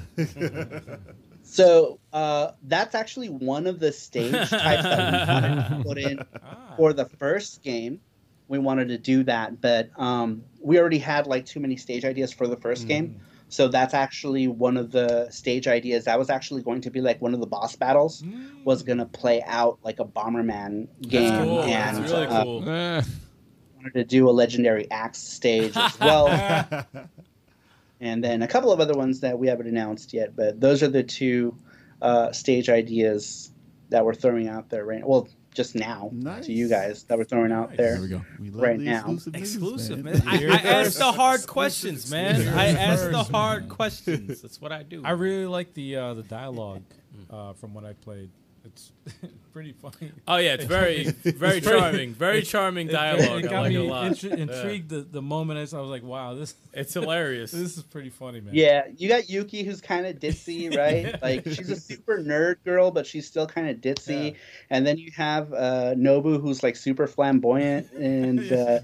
Speaker 5: So uh, that's actually one of the stage types that we put in
Speaker 3: Ah.
Speaker 5: for the first game. We wanted to do that, but um, we already had like too many stage ideas for the first
Speaker 3: Mm.
Speaker 5: game. So that's actually one of the stage ideas. That was actually going to be like one of the boss battles was going to play out like a Bomberman game,
Speaker 3: Mm. that's cool.
Speaker 5: and
Speaker 3: That's really
Speaker 5: uh,
Speaker 3: cool.
Speaker 6: Ah,
Speaker 5: wanted to do a legendary axe stage as well. and then a couple of other ones that we haven't announced yet, but those are the two uh, stage ideas that we're throwing out there right Well, just now
Speaker 4: Nice.
Speaker 5: to you guys that we're throwing out
Speaker 6: there
Speaker 5: there.
Speaker 6: we go.
Speaker 4: We love
Speaker 5: Right
Speaker 4: the
Speaker 5: now.
Speaker 3: Exclusive,
Speaker 4: Exclusive,
Speaker 3: man.
Speaker 4: news,
Speaker 3: I, I ask the hard questions, man. I ask the hard questions. That's what I do.
Speaker 2: I really like the uh, the dialogue uh, from what I played. It's pretty funny.
Speaker 3: Oh yeah, it's very, very charming, very charming dialogue.
Speaker 2: It
Speaker 3: I
Speaker 2: got
Speaker 3: like it a
Speaker 2: me
Speaker 3: lot.
Speaker 2: intri- intrigued the, the moment I saw. I was like, wow, this
Speaker 3: It's hilarious.
Speaker 2: this is pretty funny, man.
Speaker 5: Yeah, you got Yuki who's kind of ditzy, right? Like she's a super nerd girl, but she's still kind of ditzy. And then you have uh, Nobu who's like super flamboyant, and uh,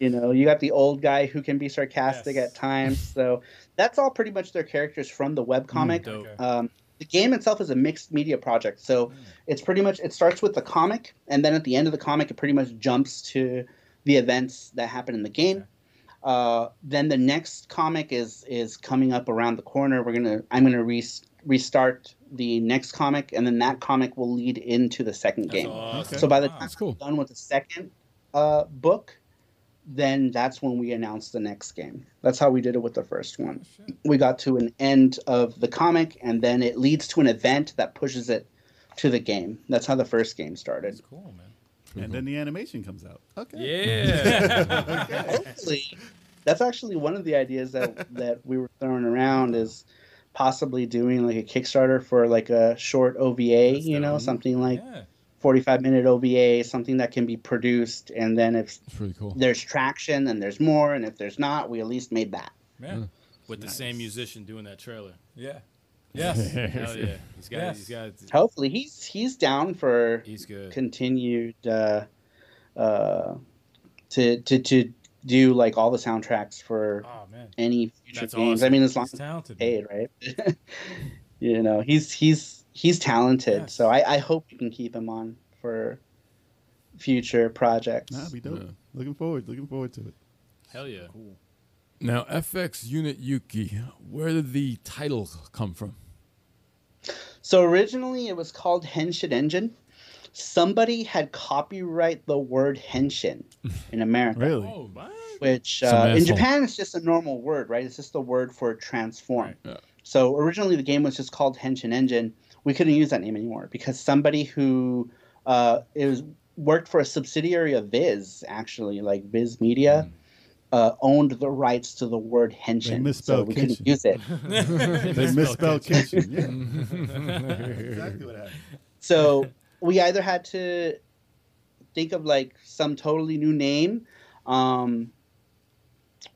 Speaker 5: you know you got the old guy who can be sarcastic
Speaker 2: Yes.
Speaker 5: at times. So that's all pretty much their characters from the webcomic.
Speaker 3: Dope.
Speaker 5: Um, the game itself is a mixed media project, so it's pretty much it starts with the comic, and then at the end of the comic, it pretty much jumps to the events that happen in the game. Uh, then the next comic is is coming up around the corner. We're gonna I'm gonna re- restart the next comic, and then that comic will lead into the second game.
Speaker 3: awesome.
Speaker 5: So by the
Speaker 2: Wow.
Speaker 5: time
Speaker 6: That's cool.
Speaker 5: we're done with the second uh, book, then that's when we announce the next game. That's how we did it with the first one. We got to an end of the comic, and then it leads to an event that pushes it to the game. That's how the first game started.
Speaker 3: cool, man.
Speaker 4: and then the animation comes out. Okay.
Speaker 3: Yeah.
Speaker 5: Hopefully, that's actually one of the ideas that that we were throwing around is possibly doing like a Kickstarter for like a short OVA, you know, something like
Speaker 2: Yeah.
Speaker 5: 45 minute OVA, something that can be produced and then if
Speaker 6: It's pretty cool.
Speaker 5: there's traction and there's more and if there's not, we at least made that.
Speaker 3: Mm.
Speaker 2: Man.
Speaker 3: With the same musician doing that trailer.
Speaker 2: Yeah. Yes.
Speaker 3: Hell yeah. He's got
Speaker 2: Yes.
Speaker 3: he's got
Speaker 5: Hopefully he's he's down for
Speaker 3: he's good.
Speaker 5: continued uh uh to to to do like all the soundtracks for
Speaker 2: oh man.
Speaker 5: any future
Speaker 3: That's
Speaker 5: games.
Speaker 3: awesome.
Speaker 5: I mean as long
Speaker 2: He's talented. man.
Speaker 5: paid, right? you know, he's he's he's talented.
Speaker 2: Yes.
Speaker 5: So I, I hope we can keep him on for future projects.
Speaker 4: Nah, be dope.
Speaker 6: Yeah.
Speaker 4: Looking forward. Looking forward to it.
Speaker 3: Hell yeah.
Speaker 6: Now, FX Unit Yuki, where did the title come from?
Speaker 5: so originally it was called Henshin Engine. Somebody had copyright the word henshin in America,
Speaker 4: Really?
Speaker 3: Oh, what?
Speaker 5: which
Speaker 6: Some
Speaker 5: uh, in
Speaker 6: asshole.
Speaker 5: Japan it's just a normal word, right? It's just the word for transform.
Speaker 6: Yeah.
Speaker 5: So originally the game was just called Henshin Engine. We couldn't use that name anymore because somebody who uh, it was worked for a subsidiary of Viz actually, like Viz
Speaker 6: Mm.
Speaker 5: Media, uh, owned the rights to the word Henshin, so
Speaker 4: misspelled
Speaker 5: we
Speaker 4: Kenshin.
Speaker 5: couldn't use it.
Speaker 4: they misspelled kitchen. Yeah. exactly what happened.
Speaker 5: So we either had to think of like some totally new name, um,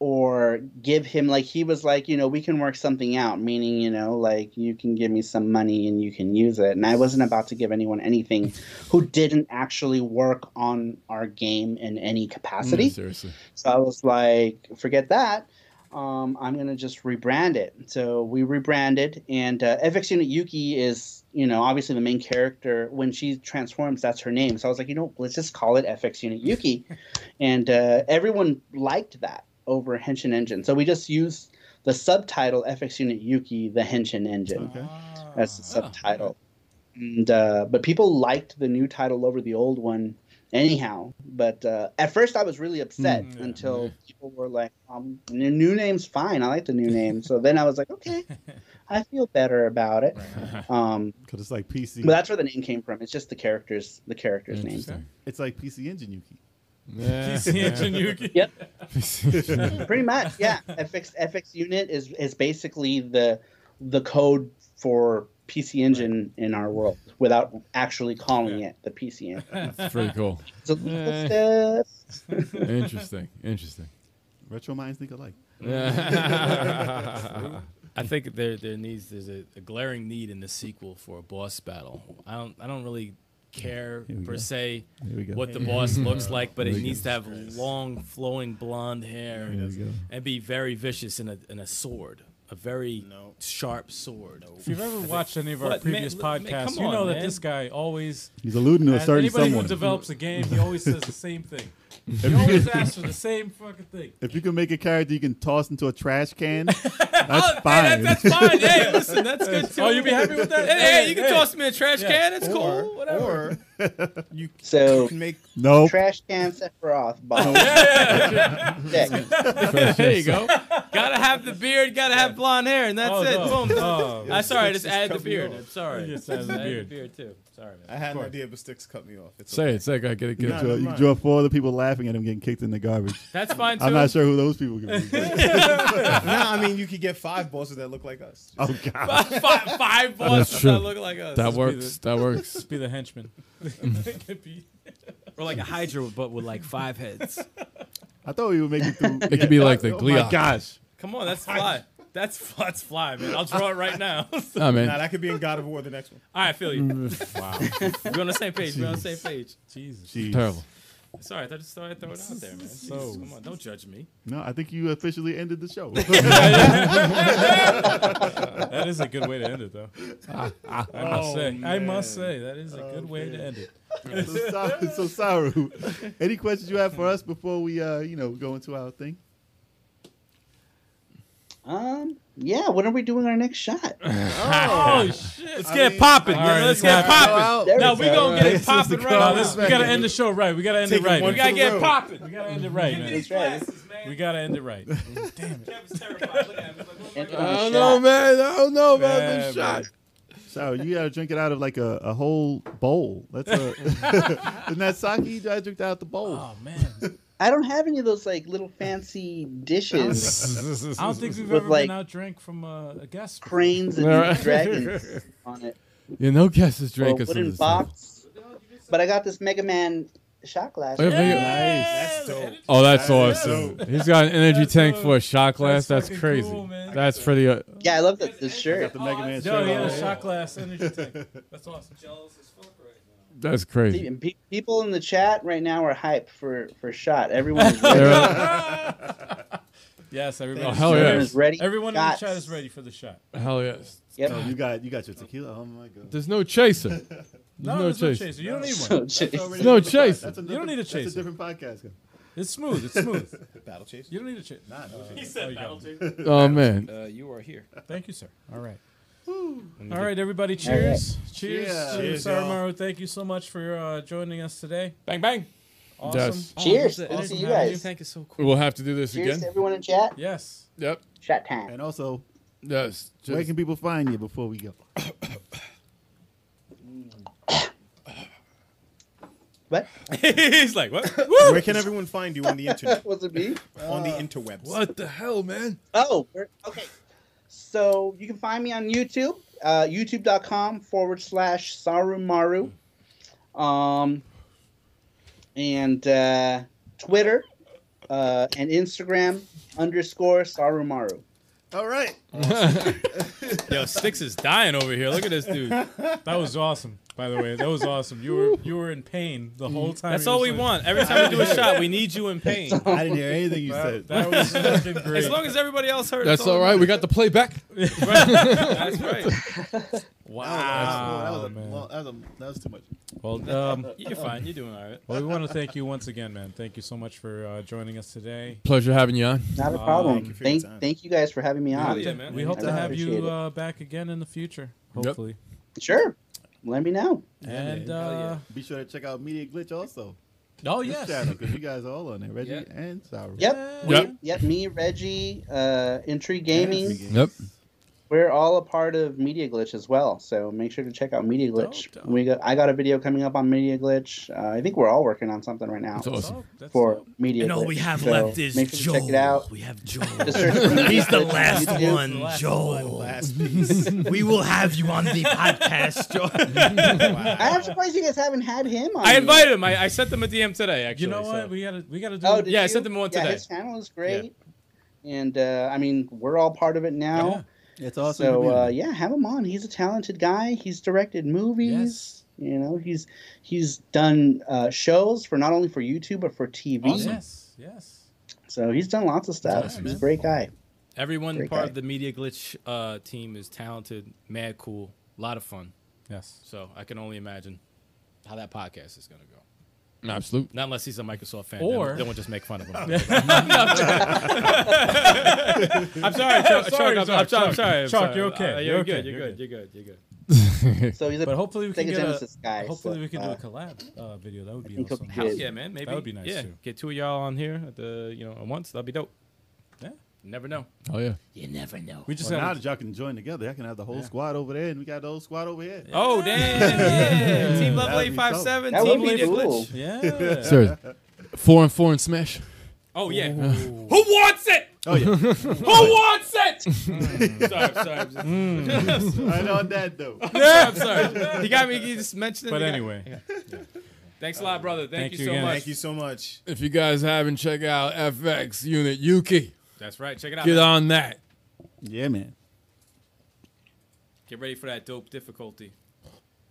Speaker 5: or give him like he was like, you know, we can work something out, meaning you know, like you can give me some money and you can use it. And I wasn't about to give anyone anything who didn't actually work on our game in any capacity.
Speaker 6: Mm, Seriously.
Speaker 5: So I was like, forget that. Um, I'm gonna just rebrand it. So we rebranded, and uh, FX Unit Yuki is, you know, obviously the main character. When she transforms, that's her name. So I was like, you know, let's just call it FX Unit Yuki, and uh, everyone liked that over Henshin Engine. So we just used the subtitle FX Unit Yuki, the Henshin Engine
Speaker 4: Okay.
Speaker 5: as the
Speaker 2: Oh,
Speaker 5: subtitle. And uh, but people liked the new title over the old one, anyhow. But uh, at first, I was really upset until people were like, um, "The new name's fine. I like the new name." so then I was like, "Okay, I feel better about it." Um,
Speaker 4: Because it's like PC.
Speaker 5: but that's where the name came from. It's just the characters, the characters' names.
Speaker 6: Interesting.
Speaker 4: it's like PC Engine Yuki.
Speaker 6: Yeah.
Speaker 2: PC Engine Yuki.
Speaker 5: Yep. Pretty much, yeah. FX FX unit is is basically the the code for PC Engine in our world without actually calling it the PC Engine.
Speaker 6: It's pretty cool.
Speaker 5: It's a little stuff.
Speaker 6: Interesting. Interesting.
Speaker 4: Retro minds think alike.
Speaker 3: I think there there needs there's a, a glaring need in the sequel for a boss battle. I don't I don't really care
Speaker 4: we
Speaker 3: per
Speaker 4: go.
Speaker 3: se
Speaker 4: Here we go.
Speaker 3: what the boss looks like, but it
Speaker 4: we go.
Speaker 3: needs to have long flowing blonde hair
Speaker 4: There we go.
Speaker 3: and be very vicious in a in a sword, a very sharp sword.
Speaker 2: If you've ever watched any of our
Speaker 3: What, man,
Speaker 2: previous
Speaker 3: look, man,
Speaker 2: podcasts,
Speaker 3: come
Speaker 2: you know
Speaker 3: on,
Speaker 2: that
Speaker 3: man.
Speaker 2: this guy always.
Speaker 4: He's alluding to a
Speaker 2: As
Speaker 4: certain
Speaker 2: anybody
Speaker 4: someone.
Speaker 2: who develops a game, he always says the same thing. He always asks for the same fucking thing.
Speaker 4: if you can make a character you can toss into a trash can, that's
Speaker 3: Hey, that,
Speaker 4: fine.
Speaker 3: that's fine. Hey, listen, that's good too.
Speaker 2: Oh, you be happy with that?
Speaker 3: Hey, hey, you can
Speaker 2: Hey,
Speaker 3: toss me in a trash can. It's
Speaker 8: or,
Speaker 3: cool. Whatever.
Speaker 8: Or you
Speaker 5: So
Speaker 8: can make
Speaker 4: nope.
Speaker 5: trash can Sephiroth bottle. Dick.
Speaker 3: there you go. gotta have the beard. Gotta have blonde hair, and that's
Speaker 2: Oh,
Speaker 3: it.
Speaker 2: no.
Speaker 3: Boom.
Speaker 2: Oh,
Speaker 3: I'm sorry. I just
Speaker 8: just
Speaker 3: added the
Speaker 8: cut me
Speaker 3: beard.
Speaker 8: off.
Speaker 3: I'm sorry.
Speaker 2: You just added the
Speaker 3: I added
Speaker 2: beard.
Speaker 3: the beard too. Sorry, man.
Speaker 8: I had an idea, but sticks cut me off. It's
Speaker 6: Say
Speaker 8: okay.
Speaker 6: it. Say it. I gotta get
Speaker 4: You
Speaker 6: it.
Speaker 4: can
Speaker 8: No,
Speaker 4: draw,
Speaker 8: never
Speaker 4: you can
Speaker 8: mind.
Speaker 4: draw four other people laughing at him getting kicked in the garbage.
Speaker 3: That's fine too.
Speaker 4: I'm not sure who those people could be.
Speaker 8: nah, I mean you could get five bosses that look like us.
Speaker 4: oh God!
Speaker 3: five, five bosses
Speaker 6: true.
Speaker 3: that look like us.
Speaker 6: That works. That works.
Speaker 2: Be the henchman. It could be-
Speaker 3: or like a hydra, but with like five heads.
Speaker 4: I thought we would make it through.
Speaker 6: It could be like the
Speaker 4: oh
Speaker 6: Gliok.
Speaker 4: my gosh!
Speaker 3: Come on, that's fly. That's fly, that's fly, man. I'll draw it right now. All
Speaker 6: Nah,
Speaker 8: Nah,
Speaker 6: Oh, man.
Speaker 8: that could be in God of War the next one.
Speaker 3: right, I feel you. Wow. We're on the same page. We're on the same page.
Speaker 2: Jesus.
Speaker 4: Jeez.
Speaker 6: Terrible.
Speaker 3: Sorry, I just thought I'd throw it out there, man.
Speaker 2: So-
Speaker 3: So come on, don't judge me.
Speaker 4: No, I think you officially ended the show.
Speaker 2: That is a good way to end it, though. I
Speaker 6: Oh,
Speaker 2: must say. I must say that is a good way to end it.
Speaker 4: so, sorry, so sorry. Any questions you have for us before we, uh, you know, go into our thing?
Speaker 5: Um, yeah. When are we doing our next shot?
Speaker 3: Oh shit! Let's
Speaker 8: I
Speaker 3: get
Speaker 8: mean-
Speaker 3: popping.
Speaker 2: All right, let's
Speaker 3: Let's get
Speaker 2: go
Speaker 3: popping.
Speaker 5: There
Speaker 3: No,
Speaker 5: we
Speaker 3: we
Speaker 5: go.
Speaker 3: gonna get
Speaker 4: This
Speaker 3: it
Speaker 4: is
Speaker 3: popping
Speaker 4: the
Speaker 3: right
Speaker 4: call.
Speaker 3: now.
Speaker 2: No, this, we
Speaker 4: Back
Speaker 2: gotta
Speaker 4: in.
Speaker 2: end the show right. We gotta end
Speaker 4: Take
Speaker 2: it
Speaker 4: it
Speaker 2: right.
Speaker 4: one
Speaker 2: We
Speaker 3: We
Speaker 2: gotta,
Speaker 3: gotta get
Speaker 4: Road.
Speaker 3: it popping. We
Speaker 2: we
Speaker 3: gotta-
Speaker 2: gotta end it right, man.
Speaker 5: That's right.
Speaker 2: We gotta end it right.
Speaker 3: Kevin's terrified. Look at him. He's like,
Speaker 5: End it
Speaker 6: I
Speaker 5: on a
Speaker 6: don't know,
Speaker 5: shot.
Speaker 6: man. I don't know about
Speaker 2: Man,
Speaker 6: this shot.
Speaker 4: So you gotta drink it out of like a, a whole bowl. That's a isn't that sake? You gotta drink it out the bowl.
Speaker 2: Oh man,
Speaker 5: I don't have any of those like little fancy dishes,
Speaker 2: I don't think we've
Speaker 5: With,
Speaker 2: ever
Speaker 5: like-
Speaker 2: been out drank from uh, a guest.
Speaker 5: cranes and dragons on it,
Speaker 6: Yeah, no guesses,
Speaker 5: or a
Speaker 6: drink us
Speaker 5: wooden box. But I got this Mega Man shot glass.
Speaker 8: That's dope.
Speaker 6: Oh, that's
Speaker 4: That's
Speaker 6: awesome. He's got an energy
Speaker 2: That's
Speaker 6: tank
Speaker 2: so-
Speaker 6: for a shot glass.
Speaker 2: that's fucking
Speaker 6: That's, crazy.
Speaker 2: cool, man.
Speaker 6: that's pretty. Uh,
Speaker 5: Yeah, I love that this shirt.
Speaker 4: The Mega Man
Speaker 2: No,
Speaker 4: shirt
Speaker 2: he had
Speaker 4: on.
Speaker 2: a shot glass energy tank. That's awesome.
Speaker 6: that's crazy.
Speaker 5: And pe- people in the chat right now are hype for for shot. Everyone is ready.
Speaker 6: They're, uh,
Speaker 2: Yes, everybody.
Speaker 6: Oh, hell
Speaker 5: Everyone
Speaker 6: yeah.
Speaker 5: is ready.
Speaker 2: Everyone
Speaker 5: Shots.
Speaker 2: in the chat is ready for the shot.
Speaker 6: Hell yes.
Speaker 5: Yep.
Speaker 4: Oh, you got you got your tequila. Oh my god.
Speaker 6: There's no chaser. There's
Speaker 2: No,
Speaker 6: no,
Speaker 2: there's no
Speaker 6: chaser.
Speaker 2: chaser. You don't need
Speaker 5: So,
Speaker 2: one.
Speaker 5: Chase,
Speaker 4: Already
Speaker 6: No
Speaker 4: a different
Speaker 6: chase.
Speaker 4: pod- that's
Speaker 2: You don't need a
Speaker 4: different-
Speaker 2: chase.
Speaker 4: That's a different podcast.
Speaker 2: It's smooth. It's smooth.
Speaker 8: Battle Chase.
Speaker 2: You don't need a chaser.
Speaker 3: He said battle
Speaker 6: Oh man.
Speaker 3: Uh, you are here.
Speaker 2: Thank you, sir. All right. All right, everybody. Cheers. Cheers. Cheers,
Speaker 4: Cheers.
Speaker 2: cheers
Speaker 4: Cheers,
Speaker 2: Saramaru. Thank you so much for uh, joining us today.
Speaker 3: Bang bang.
Speaker 2: Awesome.
Speaker 6: Yes.
Speaker 5: Cheers. I'll see you guys.
Speaker 3: Tank is so cool.
Speaker 6: We'll have to do this
Speaker 5: Cheers
Speaker 6: again.
Speaker 5: to everyone in chat.
Speaker 2: Yes.
Speaker 6: Yep.
Speaker 5: Chat time.
Speaker 4: And also,
Speaker 6: Yes.
Speaker 4: where
Speaker 6: Just-
Speaker 4: can people find you before we go?
Speaker 5: What?
Speaker 3: He's like, what?
Speaker 8: Where can everyone find you on the internet?
Speaker 5: Was it me?
Speaker 8: on the interwebs.
Speaker 6: What the hell, man?
Speaker 5: Oh, we're- okay. So you can find me on YouTube, uh, youtube.com forward slash Sarumaru.
Speaker 8: Hmm.
Speaker 5: Um, and uh, Twitter uh, and Instagram underscore Sarumaru.
Speaker 4: All right.
Speaker 3: Yo, Sticks is dying over here. Look at this dude.
Speaker 2: That was awesome. By the way, that was awesome. You were you were in pain the whole time.
Speaker 3: That's
Speaker 2: you
Speaker 3: all
Speaker 2: was
Speaker 3: we
Speaker 2: like-
Speaker 3: want. Every time we do a shot, we need you in pain.
Speaker 4: I didn't hear anything you
Speaker 2: That,
Speaker 4: said.
Speaker 2: that was fucking great.
Speaker 3: As long as everybody else heard.
Speaker 6: That's
Speaker 3: it's
Speaker 6: all right. We got the playback.
Speaker 3: That's right.
Speaker 2: wow,
Speaker 4: that was,
Speaker 2: Ah, man.
Speaker 4: well, that, was a, that was too much.
Speaker 2: Well, um,
Speaker 3: You're fine. You're doing all right.
Speaker 2: well, we want to thank you once again, man. Thank you so much for uh, joining us today.
Speaker 6: Pleasure having you on.
Speaker 5: Not a
Speaker 2: Uh,
Speaker 5: problem.
Speaker 8: thank you for your
Speaker 5: thank,
Speaker 8: time.
Speaker 5: thank you guys for having me on.
Speaker 3: yeah, man.
Speaker 2: We hope to
Speaker 5: I
Speaker 2: have
Speaker 5: appreciate
Speaker 2: you
Speaker 5: it.
Speaker 2: uh, back again in the future,
Speaker 6: Yep.
Speaker 2: hopefully.
Speaker 5: Sure. Let me know.
Speaker 2: And
Speaker 4: man.
Speaker 2: uh,
Speaker 4: Be sure to check out Media Glitch also.
Speaker 2: oh
Speaker 4: This
Speaker 2: yes,
Speaker 4: channel, because you guys are all on there, Reggie
Speaker 3: Yeah.
Speaker 4: and Cyrus.
Speaker 5: Yep. we-
Speaker 6: Yep.
Speaker 5: Yep. Me, Reggie, uh, Intrigue Gaming.
Speaker 6: Yep.
Speaker 5: We're all a part of Media Glitch as well, so make sure to check out Media Glitch.
Speaker 2: Dope, dope.
Speaker 5: We got I got a video coming up on Media Glitch. Uh, I think we're all working on something right now
Speaker 6: That's awesome.
Speaker 2: Oh, that's
Speaker 5: for
Speaker 2: dope.
Speaker 5: Media
Speaker 9: And all
Speaker 5: Glitch.
Speaker 9: we have
Speaker 5: so
Speaker 9: left is
Speaker 5: make sure to
Speaker 9: Joel.
Speaker 5: Check it out.
Speaker 9: We have Joel.
Speaker 5: Just search for Media
Speaker 9: He's the
Speaker 5: Glitch on
Speaker 9: last
Speaker 5: YouTube.
Speaker 9: one, Joel.
Speaker 8: Last piece.
Speaker 9: We will have you on the podcast, Joel.
Speaker 5: I am surprised you guys haven't had him on.
Speaker 3: I
Speaker 5: yet.
Speaker 3: invited him. I, I sent them a DM today. Actually,
Speaker 2: You know
Speaker 3: so-
Speaker 2: what? We gotta we gotta do.
Speaker 5: Oh, did
Speaker 3: Yeah, I
Speaker 5: you?
Speaker 3: sent him one
Speaker 5: yeah,
Speaker 3: today.
Speaker 5: His channel is great, and uh, I mean we're all part of it now.
Speaker 4: It's awesome. to be
Speaker 5: So
Speaker 4: there.
Speaker 5: uh, yeah, have him on. He's a talented guy. He's directed movies.
Speaker 2: Yes.
Speaker 5: You know, he's he's done uh, shows for not only for YouTube but for TV.
Speaker 2: Yes, yes.
Speaker 5: So he's done lots of stuff.
Speaker 2: Awesome,
Speaker 5: he's a
Speaker 2: man.
Speaker 5: great guy.
Speaker 3: Everyone
Speaker 5: Great
Speaker 3: part
Speaker 5: guy.
Speaker 3: of the Media Glitch uh, team is talented, mad cool, a lot of fun.
Speaker 2: Yes.
Speaker 3: So I can only imagine how that podcast is going to go.
Speaker 6: Absolute.
Speaker 3: Not unless he's a Microsoft fan.
Speaker 2: Or-
Speaker 3: Or then we'll just make fun of him. I'm sorry, Chuck. Chuck,
Speaker 2: Sorry, Chuck,
Speaker 3: I'm, I'm sorry. I'm
Speaker 2: Chuck.
Speaker 3: sorry. I'm
Speaker 2: Chuck,
Speaker 3: sorry.
Speaker 2: you're okay.
Speaker 3: Uh,
Speaker 2: You're
Speaker 3: you're,
Speaker 2: okay.
Speaker 3: good. You're
Speaker 2: You're
Speaker 3: good. You're good. You're good.
Speaker 5: So he's a
Speaker 2: But hopefully we can
Speaker 5: Sega
Speaker 2: get a,
Speaker 5: Genesis guy.
Speaker 2: hopefully
Speaker 5: so,
Speaker 2: we can do
Speaker 5: uh,
Speaker 2: a collab uh, video. That would be
Speaker 5: think he'll
Speaker 2: awesome.
Speaker 5: be
Speaker 3: Hell
Speaker 5: good.
Speaker 3: yeah, man. Maybe
Speaker 2: would be nice,
Speaker 3: Yeah,
Speaker 2: too.
Speaker 3: get two of y'all on here at the you know at once. That'd be dope.
Speaker 2: Yeah.
Speaker 3: Never know.
Speaker 6: Oh yeah.
Speaker 9: You never know.
Speaker 2: We just
Speaker 4: Well, now
Speaker 2: gotta
Speaker 4: that y'all can join together, I can have the whole squad over there, and we got the whole squad over here.
Speaker 3: Oh damn! Yeah. Team Level
Speaker 4: That'd
Speaker 3: Eight
Speaker 4: be
Speaker 3: Five
Speaker 4: dope.
Speaker 3: Seven.
Speaker 5: That would
Speaker 3: Team
Speaker 5: be
Speaker 3: Media
Speaker 5: cool.
Speaker 3: Glitch.
Speaker 2: yeah.
Speaker 6: Sir, four and four and smash.
Speaker 3: Oh yeah. Who wants it?
Speaker 4: Oh yeah.
Speaker 3: Who wants it? sorry, sorry. I'm, just,
Speaker 4: I know that though.
Speaker 3: I'm sorry. He got me. He just mentioned it.
Speaker 2: But
Speaker 3: He got-
Speaker 2: anyway,
Speaker 3: thanks a lot, brother.
Speaker 2: Thank
Speaker 3: Thank, you,
Speaker 2: you
Speaker 3: so
Speaker 2: again.
Speaker 3: much.
Speaker 8: Thank you so much.
Speaker 6: If you guys haven't checked out FX Unit Yuki,
Speaker 3: That's right. Check it out.
Speaker 6: get
Speaker 3: man.
Speaker 6: on that.
Speaker 4: Yeah, man.
Speaker 3: Get ready for that dope difficulty.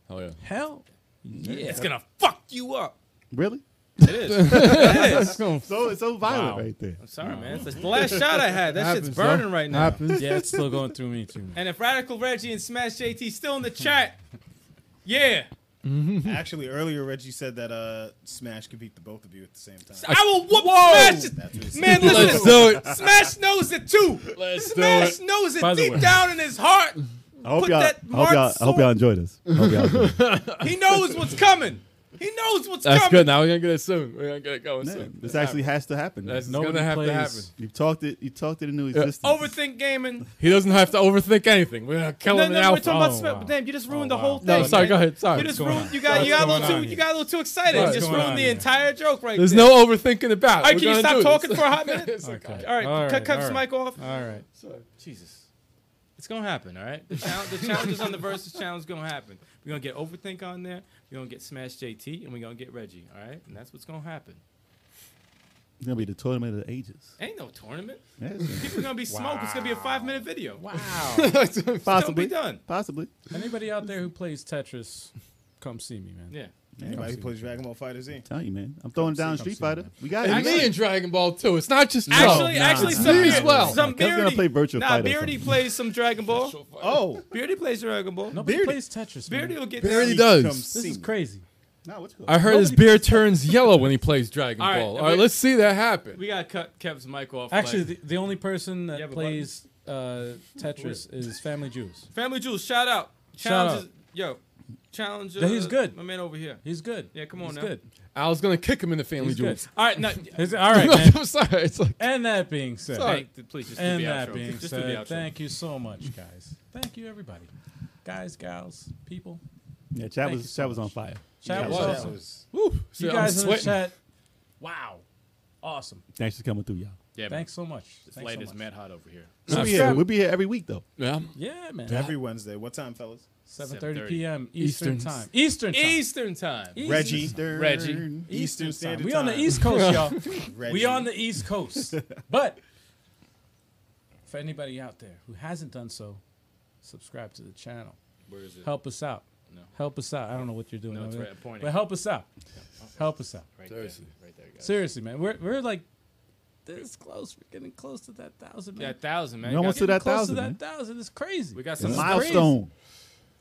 Speaker 6: Oh yeah.
Speaker 2: hell.
Speaker 3: Yeah. It's gonna fuck you up.
Speaker 4: Really?
Speaker 3: It is. it is. I'm
Speaker 4: So it's so violent
Speaker 2: Wow.
Speaker 4: right there.
Speaker 3: sorry, man. It's the last shot I had. That
Speaker 6: Happens,
Speaker 3: shit's burning
Speaker 6: though.
Speaker 3: right now.
Speaker 6: Happens.
Speaker 2: Yeah, it's still going through me too. man.
Speaker 3: And if Radical Reggie and Smash JT still in the chat, yeah,
Speaker 8: Actually, earlier Reggie said that uh, Smash could beat the both of you at the same time.
Speaker 3: I will whoop Smash.
Speaker 8: That's what he said.
Speaker 3: Man, listen.
Speaker 6: Let's do it.
Speaker 3: Smash knows it too. Smash knows it
Speaker 2: By the
Speaker 3: deep
Speaker 2: way.
Speaker 3: down in his heart.
Speaker 4: I hope
Speaker 3: Put
Speaker 4: y'all, I
Speaker 3: that
Speaker 4: hope y'all, I hope y'all
Speaker 3: Mark
Speaker 4: enjoy this. I hope y'all enjoy this.
Speaker 3: He knows what's coming. He knows what's
Speaker 6: That's
Speaker 3: coming.
Speaker 6: good. Now we're gonna get it soon. We're gonna get it going
Speaker 4: Yeah,
Speaker 6: soon.
Speaker 4: this actually has to happen.
Speaker 6: That's
Speaker 2: Nobody
Speaker 6: gonna have
Speaker 2: plays-
Speaker 6: to happen.
Speaker 4: you talked it. You talked it into existence.
Speaker 3: Overthink gaming.
Speaker 6: He doesn't have to overthink anything. We're gonna kill
Speaker 3: No,
Speaker 6: him
Speaker 3: no,
Speaker 6: in
Speaker 3: we're
Speaker 6: alpha.
Speaker 3: talking about
Speaker 2: Oh,
Speaker 3: Smash.
Speaker 2: wow.
Speaker 3: Damn, you just ruined
Speaker 2: Oh,
Speaker 3: the whole
Speaker 2: wow.
Speaker 3: thing.
Speaker 6: No, sorry.
Speaker 3: man.
Speaker 6: Go ahead. Sorry.
Speaker 3: You just
Speaker 2: going
Speaker 3: ruined.
Speaker 2: on?
Speaker 3: You got.
Speaker 2: What's
Speaker 3: You got a
Speaker 2: going
Speaker 3: little
Speaker 2: on
Speaker 3: too. You
Speaker 2: here?
Speaker 3: got a little too excited.
Speaker 6: What's
Speaker 3: You just
Speaker 2: going
Speaker 3: ruined
Speaker 2: on
Speaker 3: the
Speaker 2: here?
Speaker 3: entire joke right
Speaker 6: There's
Speaker 3: there.
Speaker 6: no overthinking about.
Speaker 3: All right, can you stop talking for a
Speaker 6: a
Speaker 3: hot minute?
Speaker 2: Okay.
Speaker 3: All right,
Speaker 2: All
Speaker 3: cut,
Speaker 2: right,
Speaker 3: cut
Speaker 2: all
Speaker 3: this
Speaker 2: right.
Speaker 3: mic off.
Speaker 2: All right.
Speaker 3: Jesus. It's gonna happen, all right. The, chal- the challenges on the versus challenge gonna happen. We're gonna get overthink on there. We're gonna get smash JT, and we're gonna get Reggie, all right. And that's what's gonna happen.
Speaker 4: It's gonna be the tournament of the ages.
Speaker 3: Ain't no tournament.
Speaker 4: Yeah, it's gonna-
Speaker 3: People gonna be smoked. It's gonna be a five minute video. Wow.
Speaker 4: possibly
Speaker 3: done.
Speaker 4: Possibly.
Speaker 2: Anybody out there who plays Tetris, come see me, man.
Speaker 3: Yeah.
Speaker 8: Anybody who plays Dragon Ball Fighter Z.
Speaker 4: Tell you, man. I'm throwing down
Speaker 2: see-
Speaker 4: Street
Speaker 2: come see
Speaker 4: Fighter. We got
Speaker 6: And
Speaker 4: it.
Speaker 6: me and Dragon Ball too. It's not just
Speaker 3: Actually,
Speaker 6: Joe.
Speaker 3: actually,
Speaker 6: It's
Speaker 3: some
Speaker 6: me as
Speaker 3: Beardy-
Speaker 6: well.
Speaker 3: Some
Speaker 4: Kev's gonna
Speaker 3: Beardy-
Speaker 4: play Virtua
Speaker 3: Nah,
Speaker 4: Fighter or
Speaker 3: Beardy
Speaker 4: something.
Speaker 3: plays some Dragon Ball.
Speaker 8: Oh,
Speaker 3: Beardy plays Dragon Ball.
Speaker 2: Nobody
Speaker 8: Beardy.
Speaker 2: plays Tetris. Man.
Speaker 3: Beardy will get
Speaker 6: Beardy
Speaker 3: down.
Speaker 6: does.
Speaker 8: come
Speaker 6: This
Speaker 2: This
Speaker 8: see
Speaker 2: is
Speaker 8: me.
Speaker 2: crazy.
Speaker 4: Nah, what's cool?
Speaker 6: I heard his beard turns yellow when he plays Dragon
Speaker 3: All right,
Speaker 6: Ball.
Speaker 3: and
Speaker 6: All right,
Speaker 3: we-
Speaker 6: let's see that happen.
Speaker 3: We gotta cut Kev's mic off.
Speaker 2: Actually,
Speaker 3: like-
Speaker 2: the, the only person that
Speaker 3: You have a
Speaker 2: plays uh, Tetris is Family Jews.
Speaker 3: Family Jewels, shout out.
Speaker 2: Shout
Speaker 3: Challenges, yo, challenge. Uh,
Speaker 2: Yeah, he's good.
Speaker 3: My man over here.
Speaker 2: He's good.
Speaker 3: Yeah, come on
Speaker 2: He's
Speaker 3: now.
Speaker 2: good.
Speaker 6: Al's gonna kick him in the family
Speaker 2: He's good.
Speaker 6: jewels.
Speaker 3: All right, now,
Speaker 2: He's- all right, man.
Speaker 6: I'm sorry. It's like
Speaker 2: And that being said,
Speaker 6: Sorry.
Speaker 3: thank, please just do
Speaker 2: and
Speaker 3: the
Speaker 2: that
Speaker 3: outro.
Speaker 2: being
Speaker 3: just do
Speaker 2: said,
Speaker 3: the outro.
Speaker 2: thank you so much, guys. Thank you, everybody. Guys, gals, people.
Speaker 4: Yeah, chat
Speaker 2: Thank you
Speaker 4: was
Speaker 2: so
Speaker 4: chat was
Speaker 2: much.
Speaker 4: on fire.
Speaker 2: Chat
Speaker 8: that
Speaker 2: was
Speaker 8: was-
Speaker 2: awesome.
Speaker 8: that was-
Speaker 6: woo.
Speaker 2: You
Speaker 6: See,
Speaker 2: guys
Speaker 6: I'm
Speaker 2: in the
Speaker 6: sweating.
Speaker 2: chat. Wow. Awesome.
Speaker 4: Thanks for coming through, y'all.
Speaker 3: Yeah,
Speaker 2: Thanks so much.
Speaker 3: Man. This
Speaker 2: Thanks
Speaker 3: light
Speaker 2: so
Speaker 3: is
Speaker 2: much.
Speaker 3: mad hot over here.
Speaker 4: We'll be, here.
Speaker 2: subscribe.
Speaker 4: we'll be here every week though.
Speaker 6: Yeah.
Speaker 2: Yeah, man.
Speaker 8: every Wednesday. What time, fellas?
Speaker 2: 7.30
Speaker 3: 7:30.
Speaker 2: p.m. Eastern,
Speaker 6: Eastern.
Speaker 2: time. Eastern time.
Speaker 3: Eastern time.
Speaker 2: Easy.
Speaker 8: Reggie.
Speaker 3: Reggie.
Speaker 8: Eastern Standard
Speaker 2: We on the
Speaker 8: Time.
Speaker 2: East Coast, y'all.
Speaker 8: Reggie.
Speaker 2: We on the East Coast. But for anybody out there who hasn't done so, subscribe to the channel.
Speaker 3: Where is it?
Speaker 2: Help us out.
Speaker 3: No.
Speaker 2: Help us out. I don't know what you're doing.
Speaker 3: No, it's
Speaker 2: over
Speaker 3: right-
Speaker 2: there,
Speaker 3: pointing.
Speaker 2: But help us out. Help us out.
Speaker 3: Right there. Right there, guys.
Speaker 2: Seriously, man. We're, we're like this close. We're getting close to that thousand,
Speaker 3: Yeah,
Speaker 2: man.
Speaker 3: thousand man.
Speaker 4: No
Speaker 3: Got-
Speaker 4: one's to that
Speaker 2: close
Speaker 4: thousand.
Speaker 2: to that
Speaker 4: man.
Speaker 2: thousand. It's crazy.
Speaker 3: We got
Speaker 4: It's a
Speaker 3: some
Speaker 4: milestone.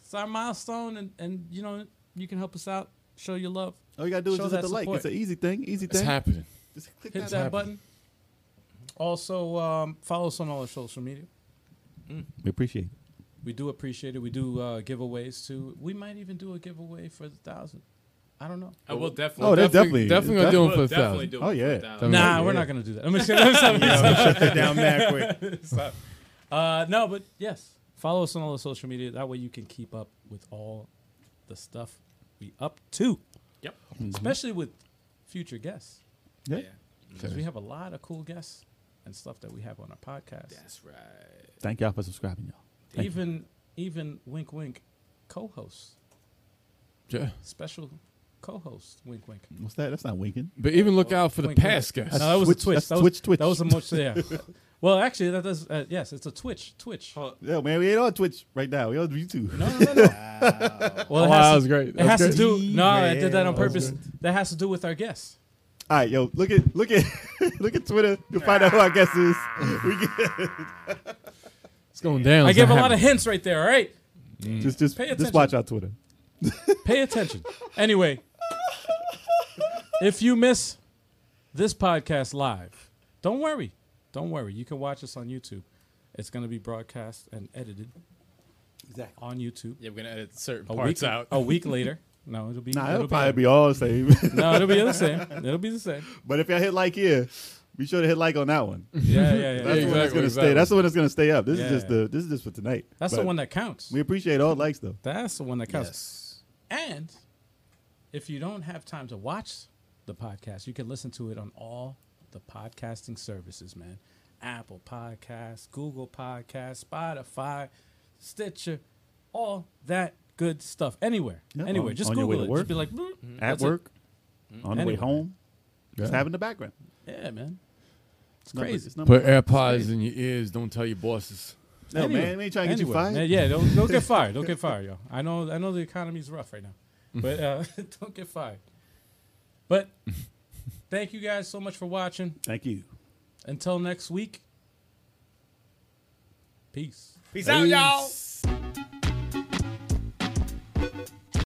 Speaker 2: it's our milestone, and, and you know, you can help us out. Show your love.
Speaker 4: All you gotta do is
Speaker 2: Show
Speaker 4: just
Speaker 2: that
Speaker 4: hit the like.
Speaker 2: support.
Speaker 4: It's an easy thing. Easy
Speaker 6: It's
Speaker 4: thing.
Speaker 6: happening.
Speaker 4: Just click
Speaker 2: Hit
Speaker 4: that.
Speaker 2: that button. Also, um, follow us on all our social media.
Speaker 4: We appreciate it.
Speaker 2: We do appreciate it. We do uh, giveaways too. We might even do a giveaway for the thousand. I don't know.
Speaker 3: I will definitely.
Speaker 4: Oh, they're
Speaker 6: Definitely,
Speaker 4: definitely
Speaker 6: definitely gonna do
Speaker 3: we'll
Speaker 6: him for a
Speaker 3: definitely
Speaker 6: thousand.
Speaker 3: do it
Speaker 4: Oh, yeah.
Speaker 3: for a thousand.
Speaker 6: Nah.
Speaker 2: Nah,
Speaker 6: yeah.
Speaker 2: we're not gonna do that. I'm just kidding. I'm sorry.
Speaker 8: Sit down mad quick.
Speaker 2: Uh, no, but yes, follow us on all the social media. That way you can keep up with all the stuff we up to, Mm-hmm.
Speaker 3: Yep.
Speaker 2: especially with future guests.
Speaker 4: Yeah.
Speaker 3: Yeah.
Speaker 2: Because we have a lot of cool guests and stuff that we have on our podcast.
Speaker 3: That's right.
Speaker 4: Thank y'all for subscribing, y'all. Thank you.
Speaker 2: even even wink wink co-host
Speaker 6: Yeah.
Speaker 2: special co-host wink wink.
Speaker 4: What's that? That's not winking.
Speaker 6: But even look out for the
Speaker 2: Wink, wink.
Speaker 6: past guests.
Speaker 2: No, that was
Speaker 4: Twitch-
Speaker 2: a Twitch.
Speaker 4: that's
Speaker 2: That was,
Speaker 4: Twitch, Twitch.
Speaker 2: That was a much. Yeah. well, actually, that does. Uh, yes, it's a Twitch. Twitch.
Speaker 3: Oh,
Speaker 4: Yeah, man, we ain't on Twitch right now. We on YouTube.
Speaker 2: No, no, no, no. Well, it has
Speaker 6: Oh, that
Speaker 2: to-
Speaker 6: was great.
Speaker 2: It
Speaker 6: That was
Speaker 2: has
Speaker 6: great.
Speaker 2: to do. No, I did that on
Speaker 6: That was
Speaker 2: purpose. That has to do with our guests.
Speaker 4: All right, yo, look at look at look at Twitter. You'll find out who our guest is. We get,
Speaker 6: It's going down.
Speaker 2: I
Speaker 6: It's
Speaker 2: gave a
Speaker 6: not
Speaker 2: lot of
Speaker 6: happening.
Speaker 2: hints right there. All right,
Speaker 4: just just
Speaker 2: Pay
Speaker 4: just watch our Twitter.
Speaker 2: pay attention. Anyway, if you miss this podcast live, don't worry. Don't worry. You can watch us on YouTube. It's going to be broadcast and edited
Speaker 4: Exactly.
Speaker 2: on YouTube
Speaker 3: yeah, we're gonna edit certain
Speaker 2: a
Speaker 3: parts
Speaker 2: week
Speaker 3: out.
Speaker 2: a week later. No, it'll be.
Speaker 4: Nah,
Speaker 2: it'll
Speaker 4: it'll probably be all the same.
Speaker 2: No, it'll be the same. It'll be the same.
Speaker 4: but if y'all hit like here, be sure to hit like on that one. That's
Speaker 2: Yeah, yeah, yeah.
Speaker 6: Yeah,
Speaker 4: the one that's
Speaker 6: exactly,
Speaker 4: gonna
Speaker 6: exactly.
Speaker 4: stay. That's the one that's gonna stay up. This
Speaker 2: Yeah.
Speaker 4: is just the this is just for tonight.
Speaker 2: That's the
Speaker 4: But
Speaker 2: one that counts.
Speaker 4: we appreciate all likes though.
Speaker 2: That's the one that counts.
Speaker 8: Yes.
Speaker 2: And if you don't have time to watch the podcast, you can listen to it on all the podcasting services, man. Apple Podcasts, Google Podcasts, Spotify, Stitcher, all that good stuff. Anywhere.
Speaker 4: Yeah,
Speaker 2: anywhere.
Speaker 4: on-
Speaker 2: Just
Speaker 4: on your way
Speaker 2: Google
Speaker 4: to
Speaker 2: it.
Speaker 4: work.
Speaker 2: Just be like, "Bloop."
Speaker 4: At
Speaker 2: That's it. Mm-hmm.
Speaker 4: work, on the way
Speaker 2: Anywhere.
Speaker 4: home, just have it in the background.
Speaker 2: yeah, man. It's
Speaker 4: Number-
Speaker 2: crazy.
Speaker 4: it's number
Speaker 6: Put
Speaker 4: one.
Speaker 6: AirPods in your ears. Don't tell your bosses.
Speaker 4: No
Speaker 2: Anywhere.
Speaker 4: man, we ain't trying to get you
Speaker 2: Anywhere.
Speaker 4: fired.
Speaker 2: Yeah, yeah, don't, don't get fired. Don't get fired, yo. I know, I know the economy's rough right now, but uh, don't get fired. But thank you guys so much for watching.
Speaker 4: Thank you.
Speaker 2: Until next week, peace.
Speaker 3: Peace out, y'all.
Speaker 6: Peace.